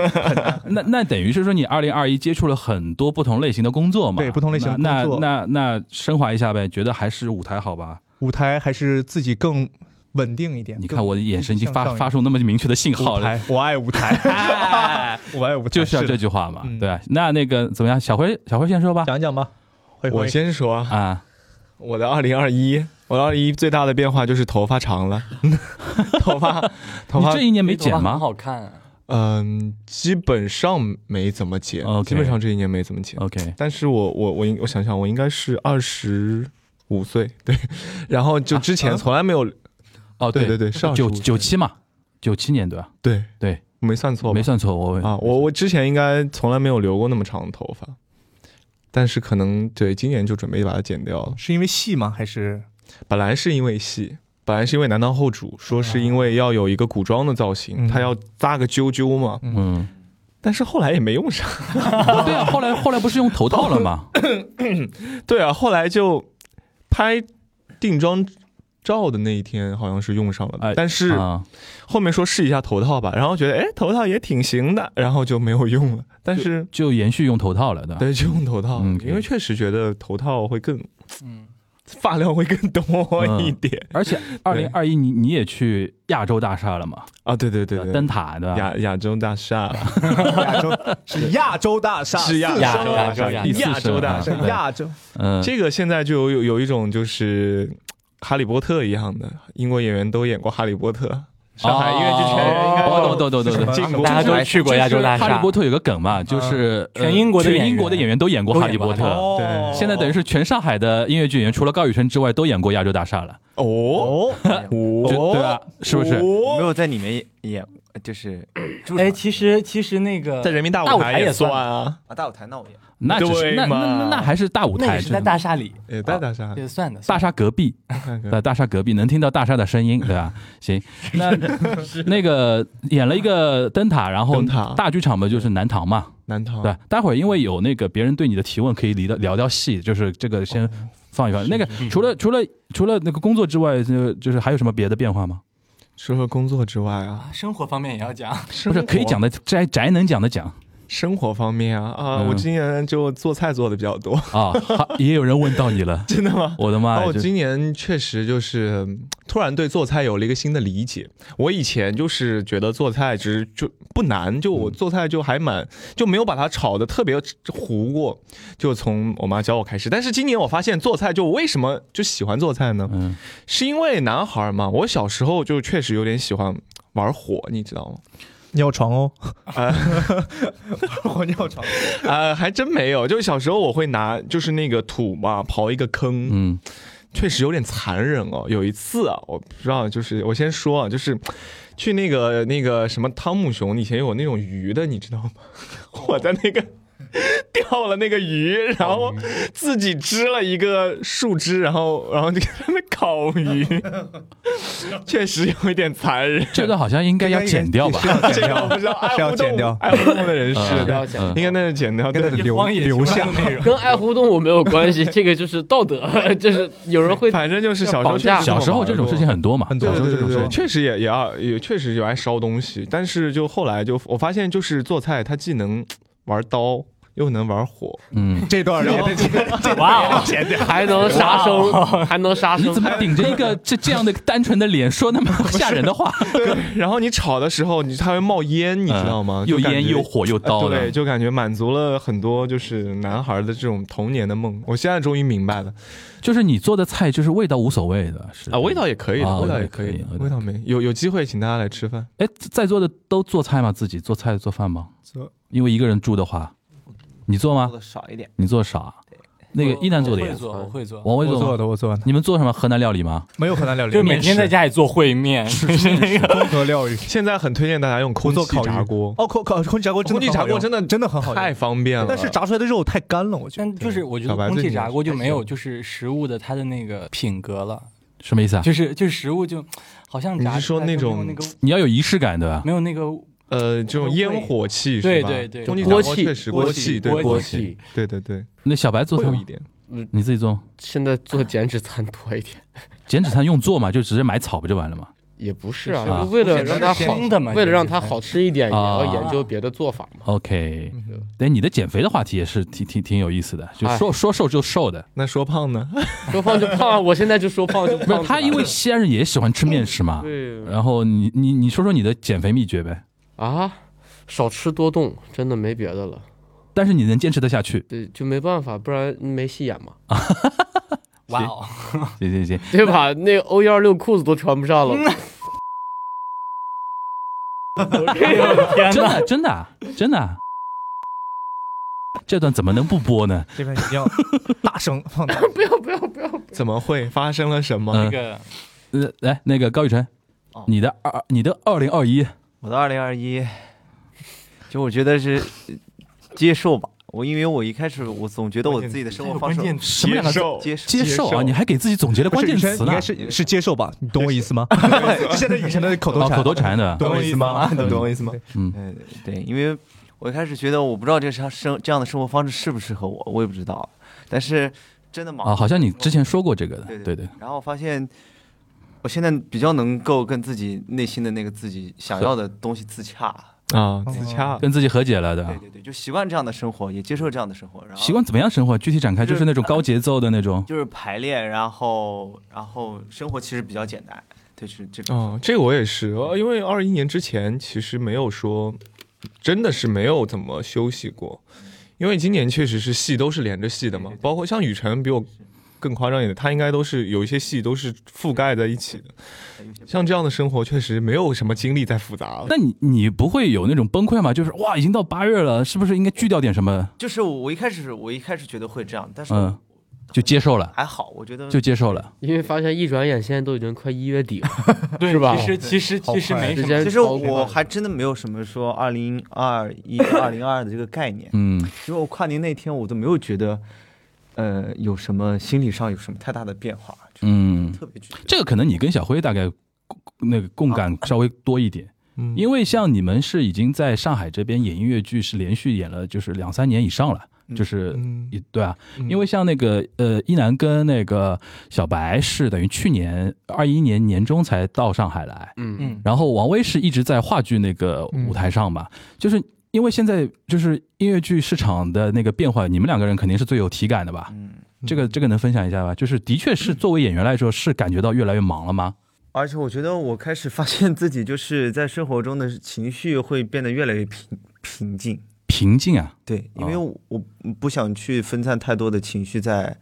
[SPEAKER 3] *laughs*
[SPEAKER 1] 那那等于是说你二零二一接触了很多不同类型的工作嘛？
[SPEAKER 3] 对不同类型的
[SPEAKER 1] 那
[SPEAKER 3] 工作
[SPEAKER 1] 那那那升华一下呗，觉得还是舞台好吧？
[SPEAKER 3] 舞台还是自己更稳定一点。
[SPEAKER 1] 你看我的眼神已经
[SPEAKER 3] 更
[SPEAKER 1] 发
[SPEAKER 3] 向上一点
[SPEAKER 1] 发出那么明确的信号
[SPEAKER 3] 舞
[SPEAKER 1] 了，
[SPEAKER 3] 台，我 *laughs* 爱舞台，我爱舞台， *laughs*
[SPEAKER 1] 就是要
[SPEAKER 3] 的
[SPEAKER 1] 这句话嘛
[SPEAKER 3] 嗯，
[SPEAKER 1] 对吧？那那个怎么样？小辉，小辉先说吧。
[SPEAKER 3] 讲一讲吧。慧慧
[SPEAKER 5] *laughs* 我先说啊，
[SPEAKER 1] 啊，
[SPEAKER 5] 我的二零二一，我的二一最大的变化就是头发长了， *laughs* 头发头
[SPEAKER 1] 你
[SPEAKER 5] 发
[SPEAKER 1] 这一年没
[SPEAKER 2] 头发
[SPEAKER 1] 剪
[SPEAKER 2] 很
[SPEAKER 1] 吗
[SPEAKER 2] 好看啊，
[SPEAKER 5] 嗯、基本上没怎么剪
[SPEAKER 1] OK
[SPEAKER 5] 基本上这一年没怎么剪。
[SPEAKER 1] ？OK，
[SPEAKER 5] 但是我我我应我想想，我应该是二十五岁，对，然后就之
[SPEAKER 1] 啊
[SPEAKER 5] 前从来没有，
[SPEAKER 1] 哦，
[SPEAKER 5] 对
[SPEAKER 1] 对
[SPEAKER 5] 对对，是
[SPEAKER 1] 九
[SPEAKER 5] 25岁
[SPEAKER 1] 九七嘛，九七年对吧？
[SPEAKER 5] 对
[SPEAKER 1] 对，
[SPEAKER 5] 没算错吧？
[SPEAKER 1] 没算错，我
[SPEAKER 5] 啊，我我之前应该从来没有留过那么长的头发，但是可能对今年就准备把它剪掉了。
[SPEAKER 3] 是因为戏吗？还是
[SPEAKER 5] 本来是因为戏，本来是因为南唐后主说是因为要有一个古装的造
[SPEAKER 3] 嗯
[SPEAKER 5] 型，他要扎个揪揪嘛，
[SPEAKER 1] 嗯，
[SPEAKER 5] 但是后来也没用上。 *laughs*
[SPEAKER 1] 对啊，后来后来不是用头套了吗？
[SPEAKER 3] *laughs*
[SPEAKER 5] 对啊，后来就拍定妆照的那一天好像是用上了的，
[SPEAKER 1] 哎
[SPEAKER 5] 但是
[SPEAKER 1] 啊，
[SPEAKER 5] 后面说试一下头套吧，然后觉得哎头套也挺行的， *laughs* 然后就没有用了。但是
[SPEAKER 1] 就延续用头套了，对吧？
[SPEAKER 5] 对，就用头套，
[SPEAKER 1] 嗯
[SPEAKER 5] 因为确实觉得头套会更
[SPEAKER 2] 嗯，
[SPEAKER 5] 发量会更多一点、
[SPEAKER 1] 而且二零二一你你也去亚洲大厦了嘛？
[SPEAKER 5] 啊。对对对对，
[SPEAKER 1] 灯塔对吧？
[SPEAKER 5] 亚亚洲大厦
[SPEAKER 3] 亚洲？是亚洲大厦，
[SPEAKER 5] 是亚
[SPEAKER 2] 亚洲
[SPEAKER 5] 大
[SPEAKER 2] 大
[SPEAKER 5] 厦
[SPEAKER 2] 厦，
[SPEAKER 1] 第四
[SPEAKER 5] 亚洲
[SPEAKER 1] 声
[SPEAKER 5] 大
[SPEAKER 1] 啊
[SPEAKER 5] 厦
[SPEAKER 3] 是。亚洲。
[SPEAKER 1] 嗯，
[SPEAKER 5] 这个现在就有有有一种就是哈利波特一样的，英国演员都演过哈利波特。上
[SPEAKER 2] 哦
[SPEAKER 5] 海音乐剧圈应该
[SPEAKER 1] 哦懂懂懂懂懂
[SPEAKER 5] 进过
[SPEAKER 2] 大家都去过亚洲大
[SPEAKER 1] 哈利
[SPEAKER 2] 厦嗯
[SPEAKER 1] 波，特有个梗嘛，就是呃
[SPEAKER 2] 全英国的
[SPEAKER 1] 全
[SPEAKER 2] 演
[SPEAKER 1] 英国的
[SPEAKER 2] 员
[SPEAKER 1] 演员都演过
[SPEAKER 2] 都
[SPEAKER 1] 哈
[SPEAKER 2] 演
[SPEAKER 1] 利
[SPEAKER 2] 过
[SPEAKER 1] 波
[SPEAKER 2] 哦哈利
[SPEAKER 1] 特。
[SPEAKER 6] 哦
[SPEAKER 5] 对
[SPEAKER 1] 现在等于是全上海的音乐剧演员，除了高宇辰之外，都演过《亚洲大厦》了，
[SPEAKER 5] 哦
[SPEAKER 3] 哦，
[SPEAKER 5] 哦，
[SPEAKER 1] 对吧？是不是？
[SPEAKER 5] 哦
[SPEAKER 6] 没有在里面演，就是
[SPEAKER 2] 哎，其实其实那个
[SPEAKER 5] 在人民大
[SPEAKER 2] 大
[SPEAKER 5] 舞
[SPEAKER 2] 舞
[SPEAKER 5] 台
[SPEAKER 2] 台
[SPEAKER 5] 也
[SPEAKER 2] 也算
[SPEAKER 5] 算啊，
[SPEAKER 6] 啊大舞台那我演。
[SPEAKER 1] 那只是
[SPEAKER 5] 对
[SPEAKER 1] 那那
[SPEAKER 5] 嘛
[SPEAKER 1] 那那还是大舞
[SPEAKER 2] 那
[SPEAKER 1] 台，
[SPEAKER 2] 也是在
[SPEAKER 1] 真的
[SPEAKER 2] 大厦里，
[SPEAKER 5] 也在嗯大
[SPEAKER 1] 哦
[SPEAKER 5] 厦。
[SPEAKER 2] 也算的，
[SPEAKER 1] 大
[SPEAKER 2] 厦
[SPEAKER 1] 厦隔
[SPEAKER 2] *laughs*
[SPEAKER 1] 壁，
[SPEAKER 5] 看看
[SPEAKER 1] 在大厦隔壁能听到大厦的声音，对吧？行，那
[SPEAKER 2] *laughs*
[SPEAKER 1] 那个演了一个灯塔，然后
[SPEAKER 5] 灯塔
[SPEAKER 1] 大剧场嘛，就是南唐嘛，
[SPEAKER 5] 南唐
[SPEAKER 1] 对吧。待会儿因为有那个别人对你的提问，可以离的聊聊戏，就是这个先放一放。那个除了除了除了那个工作之外，就就是还有什么别的变化吗？
[SPEAKER 5] 除了工作之外啊，
[SPEAKER 2] 生活方面也要讲，
[SPEAKER 5] 不
[SPEAKER 1] 不是可以讲的宅宅能讲的讲
[SPEAKER 5] 生活方面啊啊，
[SPEAKER 1] 嗯
[SPEAKER 5] 我今年就做菜做的比较多，，
[SPEAKER 1] 啊，好也有人问到你了
[SPEAKER 5] 真的吗？
[SPEAKER 1] 我的妈
[SPEAKER 5] 然
[SPEAKER 1] 啊
[SPEAKER 5] 后
[SPEAKER 1] 呀！就
[SPEAKER 5] 今年确实就是嗯突然对做菜有了一个新的理解。我以前就是觉得做菜只就不难，就我做菜就还蛮就没有把它炒的特别糊过，就从我妈教我开始。但是今年我发现做菜就为什么就喜欢做菜呢？
[SPEAKER 1] 嗯，
[SPEAKER 5] 是因为男孩儿嘛，我小时候就确实有点喜欢玩火，你知道吗？ *laughs*
[SPEAKER 3] 尿床哦，我尿床。
[SPEAKER 5] 呃，还真没有，就是小时候我会拿就是那个土嘛刨一个坑，
[SPEAKER 1] 嗯，
[SPEAKER 5] 确实有点残忍哦。有一次啊，我不知道，就是我先说啊，就是去那个那个什么汤姆熊以前有那种鱼的，你知道吗？ *laughs* 我在那个 *laughs* 钓了那个鱼，然后自己织了一个树枝，然后然后就给他们烤鱼， *laughs* 确实有一点残忍。
[SPEAKER 1] 这个好像应该要剪掉吧？
[SPEAKER 5] *laughs* 这个我不知道，爱
[SPEAKER 3] 是要
[SPEAKER 5] 护
[SPEAKER 3] 剪
[SPEAKER 5] 动物
[SPEAKER 3] 掉
[SPEAKER 5] 爱护动物的人士
[SPEAKER 1] 嗯
[SPEAKER 5] 的，
[SPEAKER 1] 嗯
[SPEAKER 5] 应该那是剪掉，对
[SPEAKER 2] 荒野留下内容。
[SPEAKER 7] 跟爱护动物没有关系，这个就是
[SPEAKER 4] *laughs*
[SPEAKER 7] 道德，就是有人会
[SPEAKER 5] 反正就是小时候
[SPEAKER 7] 绑架
[SPEAKER 5] 确实
[SPEAKER 1] 小时候这种事情很多嘛，
[SPEAKER 3] 很多小
[SPEAKER 5] 对
[SPEAKER 3] 时候
[SPEAKER 5] 对
[SPEAKER 3] 这
[SPEAKER 5] 对
[SPEAKER 3] 种
[SPEAKER 5] 对，
[SPEAKER 3] 说法
[SPEAKER 5] 确实也也要也确实有爱烧东西，但是就后来就我发现就是做菜，它既能玩刀，又能玩火， *laughs*
[SPEAKER 1] 嗯，
[SPEAKER 3] 这段然后
[SPEAKER 2] 哇，
[SPEAKER 4] 还能杀生，还能杀
[SPEAKER 1] 你
[SPEAKER 4] 生
[SPEAKER 1] 怎，么顶着一个这这样的单纯的脸说那么吓人的话？
[SPEAKER 5] 然后你炒的时候，你它会冒烟，你知道吗？
[SPEAKER 1] 又
[SPEAKER 5] 就感
[SPEAKER 1] 烟
[SPEAKER 5] 觉呃
[SPEAKER 1] 又火又刀的，
[SPEAKER 5] 对，就感觉满足了很多就是男孩的这种童年的梦。我现在终于明白了
[SPEAKER 1] 就是你做的菜就是味道无所谓的，是
[SPEAKER 5] 啊，味道也可以
[SPEAKER 1] 啊
[SPEAKER 5] 的，味
[SPEAKER 1] 味道
[SPEAKER 5] 道
[SPEAKER 1] 也
[SPEAKER 5] 也可以
[SPEAKER 1] 可以
[SPEAKER 5] 的，
[SPEAKER 1] 的
[SPEAKER 5] 味道没有有机会请大家来吃饭。
[SPEAKER 1] 哎，在座的都做菜吗？自己做菜做饭吗？
[SPEAKER 2] 做，
[SPEAKER 1] 因为一个人住的话，你做
[SPEAKER 6] 做
[SPEAKER 1] 吗？
[SPEAKER 6] 的少一点，
[SPEAKER 1] 你做啥、那个一男做的
[SPEAKER 2] 我
[SPEAKER 1] 也
[SPEAKER 2] 会，做，我会做，
[SPEAKER 1] 王
[SPEAKER 3] 我
[SPEAKER 1] 威
[SPEAKER 3] 做
[SPEAKER 1] 做吗？
[SPEAKER 3] 的，我做的，
[SPEAKER 1] 你们做什么河南料理吗？
[SPEAKER 3] 没有河南料理，
[SPEAKER 2] 就每天在家里做烩面，
[SPEAKER 3] 综合料理，
[SPEAKER 5] 现在很推荐大家用空
[SPEAKER 3] 我做
[SPEAKER 5] 气
[SPEAKER 3] 烤
[SPEAKER 5] 炸
[SPEAKER 3] 鱼
[SPEAKER 5] 锅，
[SPEAKER 3] 哦，空烤空气炸锅真的
[SPEAKER 5] 空气
[SPEAKER 3] 很好
[SPEAKER 5] 炸锅
[SPEAKER 3] 用
[SPEAKER 5] 真的
[SPEAKER 3] 真的很好用
[SPEAKER 5] 太，方便了。
[SPEAKER 3] 但是炸出来的肉太干了，我觉得
[SPEAKER 2] *laughs* 但就是我觉
[SPEAKER 5] 小
[SPEAKER 2] 得
[SPEAKER 5] 白
[SPEAKER 2] 空
[SPEAKER 5] 最
[SPEAKER 2] 气
[SPEAKER 5] 近
[SPEAKER 2] 炸
[SPEAKER 5] 是
[SPEAKER 2] 锅就没有就是食物的它的那个品格了，
[SPEAKER 1] 什么意思啊？
[SPEAKER 2] 就是就是食物就好像
[SPEAKER 5] 你
[SPEAKER 2] 炸
[SPEAKER 5] 是说
[SPEAKER 2] 出来
[SPEAKER 5] 那
[SPEAKER 2] 就没有那
[SPEAKER 5] 种
[SPEAKER 2] 个
[SPEAKER 1] 你要有仪式感，对吧？
[SPEAKER 2] 没有那个
[SPEAKER 5] 呃，这种烟火气是
[SPEAKER 2] 对
[SPEAKER 5] 吧？
[SPEAKER 2] 对对
[SPEAKER 5] 空气炸
[SPEAKER 4] 锅
[SPEAKER 5] 锅
[SPEAKER 4] 气
[SPEAKER 5] 确实
[SPEAKER 2] 锅
[SPEAKER 5] 锅
[SPEAKER 2] 气
[SPEAKER 5] 气，对
[SPEAKER 2] 锅
[SPEAKER 5] 锅
[SPEAKER 4] 气
[SPEAKER 5] 气，对对对，
[SPEAKER 1] 那小白做
[SPEAKER 5] 会
[SPEAKER 1] 菜
[SPEAKER 5] 有
[SPEAKER 1] 吗
[SPEAKER 5] 一点。
[SPEAKER 1] 你自己做吗？
[SPEAKER 4] 现在做减脂餐多一点，
[SPEAKER 1] 减脂餐用做嘛，就直接买草不就完了嘛？
[SPEAKER 4] 也不是啊，
[SPEAKER 1] 是啊
[SPEAKER 4] 就为了让它好
[SPEAKER 2] 生，的嘛，
[SPEAKER 4] 为了让它
[SPEAKER 2] 就是
[SPEAKER 4] 好吃一点，也
[SPEAKER 1] 啊
[SPEAKER 4] 要研究别的做法嘛。
[SPEAKER 1] OK，对你的减肥的话题也是挺挺挺有意思的，就说、说瘦就瘦的。
[SPEAKER 5] 那说胖呢？ *laughs*
[SPEAKER 4] 说胖就胖，我现在就说胖就
[SPEAKER 1] 不
[SPEAKER 4] 胖。
[SPEAKER 1] 是他，因为西安人也喜欢吃面食嘛。
[SPEAKER 4] 对
[SPEAKER 1] 然后你你你说说你的减肥秘诀呗？
[SPEAKER 4] 啊，少吃多动，真的没别的了。
[SPEAKER 1] 但是你能坚持得下去？
[SPEAKER 4] 对，就没办法，不然没戏演
[SPEAKER 1] *laughs*
[SPEAKER 4] 嘛，
[SPEAKER 2] 哇哦，
[SPEAKER 1] 行行行，
[SPEAKER 4] 对吧？那 O 幺六裤子都穿不上了，
[SPEAKER 2] 天
[SPEAKER 1] 真
[SPEAKER 2] 哪，
[SPEAKER 1] 的真的啊真的啊，这段怎么能不播呢？
[SPEAKER 3] 这边一定要 *laughs* 大声放大，
[SPEAKER 4] 不要不要不要！
[SPEAKER 5] 怎么会发生了什么？
[SPEAKER 1] 嗯
[SPEAKER 2] 那个
[SPEAKER 1] 呃，来那个高雨辰
[SPEAKER 6] 哦，
[SPEAKER 1] 你的二你的二零二一
[SPEAKER 6] 我的二零二一，就我觉得是呃接受吧。我因为我一开始我总觉得我自己的生活方
[SPEAKER 2] 关
[SPEAKER 6] 式
[SPEAKER 2] 键
[SPEAKER 1] 什么两个字
[SPEAKER 5] 受
[SPEAKER 6] 接受
[SPEAKER 1] 接受啊？你还给自己总结了关键
[SPEAKER 3] 不是 *laughs*
[SPEAKER 1] 词
[SPEAKER 3] 应
[SPEAKER 1] 呢
[SPEAKER 3] 该？是是接受吧？你懂我意思吗？ *laughs* 现在以前的口头
[SPEAKER 1] 哦，
[SPEAKER 3] 禅，
[SPEAKER 1] 口头禅的，
[SPEAKER 3] 懂我意思吗？
[SPEAKER 6] 啊，懂我意思吗？
[SPEAKER 1] 嗯
[SPEAKER 6] 呃，对，因为我一开始觉得我不知道这生生这样的生活方式适不适合我，我也不知道。但是真的忙
[SPEAKER 1] 啊，好像你之前说过这个的
[SPEAKER 6] 对，
[SPEAKER 1] 对对，
[SPEAKER 6] 然后发现我现在比较能够跟自己内心的那个自己想要的东西自洽。
[SPEAKER 3] 嗯
[SPEAKER 5] 啊，自洽。
[SPEAKER 1] 跟自己和解了的啊
[SPEAKER 6] 对。对对，就习惯这样的生活，也接受这样的生活，然后
[SPEAKER 1] 习惯怎么样生活？具体展开，
[SPEAKER 6] 就
[SPEAKER 1] 就是是那种高节奏的那种。
[SPEAKER 6] 就是排练，然后然后生活其实比较简单，对，是这
[SPEAKER 1] 嗯
[SPEAKER 6] 种。
[SPEAKER 5] 哦，这个我也是，呃因为二一年之前其实没有说，真的是没有怎么休息过，因为今年确实是戏都是连着戏的嘛，包括像雨辰比我更夸张一点，他应该都是有一些戏都是覆盖在一起的，像这样的生活确实没有什么精力再复杂了。
[SPEAKER 1] 那你你不会有那种崩溃吗？就是哇，已经到八月了，是不是应该锯掉点什么？
[SPEAKER 6] 就是我一开始我一开始觉得会这样，但是
[SPEAKER 1] 嗯，就接受了，
[SPEAKER 6] 还好，我觉得
[SPEAKER 1] 就接受了。
[SPEAKER 4] 因为发现一转眼现在都已经快一月底了，
[SPEAKER 2] 对
[SPEAKER 4] 是吧
[SPEAKER 2] 其实其实
[SPEAKER 3] 好
[SPEAKER 2] 其实
[SPEAKER 3] 快
[SPEAKER 2] 没什
[SPEAKER 4] 时
[SPEAKER 2] 么。
[SPEAKER 4] 间
[SPEAKER 6] 其实
[SPEAKER 4] 超过
[SPEAKER 6] 我还真的没有什么说二零二一、二零二二的这个概念，
[SPEAKER 1] 嗯，
[SPEAKER 6] 因为我跨年那天我都没有觉得，呃，有什么心理上有什么太大的变化，就
[SPEAKER 1] 嗯
[SPEAKER 6] 特别具体。
[SPEAKER 1] 这个可能你跟小辉大概那个共感稍微多一点，
[SPEAKER 5] 嗯
[SPEAKER 1] 因为像你们是已经在上海这边演音乐剧是连续演了就是两三年以上了，就是。
[SPEAKER 5] 嗯
[SPEAKER 1] 也对啊，因为像那个呃，一楠跟那个小白是等于去年二一年年中才到上海来，
[SPEAKER 4] 嗯，
[SPEAKER 2] 嗯，
[SPEAKER 1] 然后王威是一直在话剧那个舞台上
[SPEAKER 5] 嗯
[SPEAKER 1] 嘛，就是因为现在就是音乐剧市场的那个变化，你们两个人肯定是最有体感的吧？
[SPEAKER 6] 嗯，
[SPEAKER 1] 这个这个能分享一下吧？就是的确
[SPEAKER 5] 嗯
[SPEAKER 1] 是作为演员来说，是感觉到越来越忙了吗？
[SPEAKER 6] 而且我觉得我开始发现自己就是在生活中的情绪会变得越来越平平静。
[SPEAKER 1] 瓶颈啊，
[SPEAKER 6] 对，因为
[SPEAKER 1] 哦
[SPEAKER 6] 我我不想去分散太多的情绪在，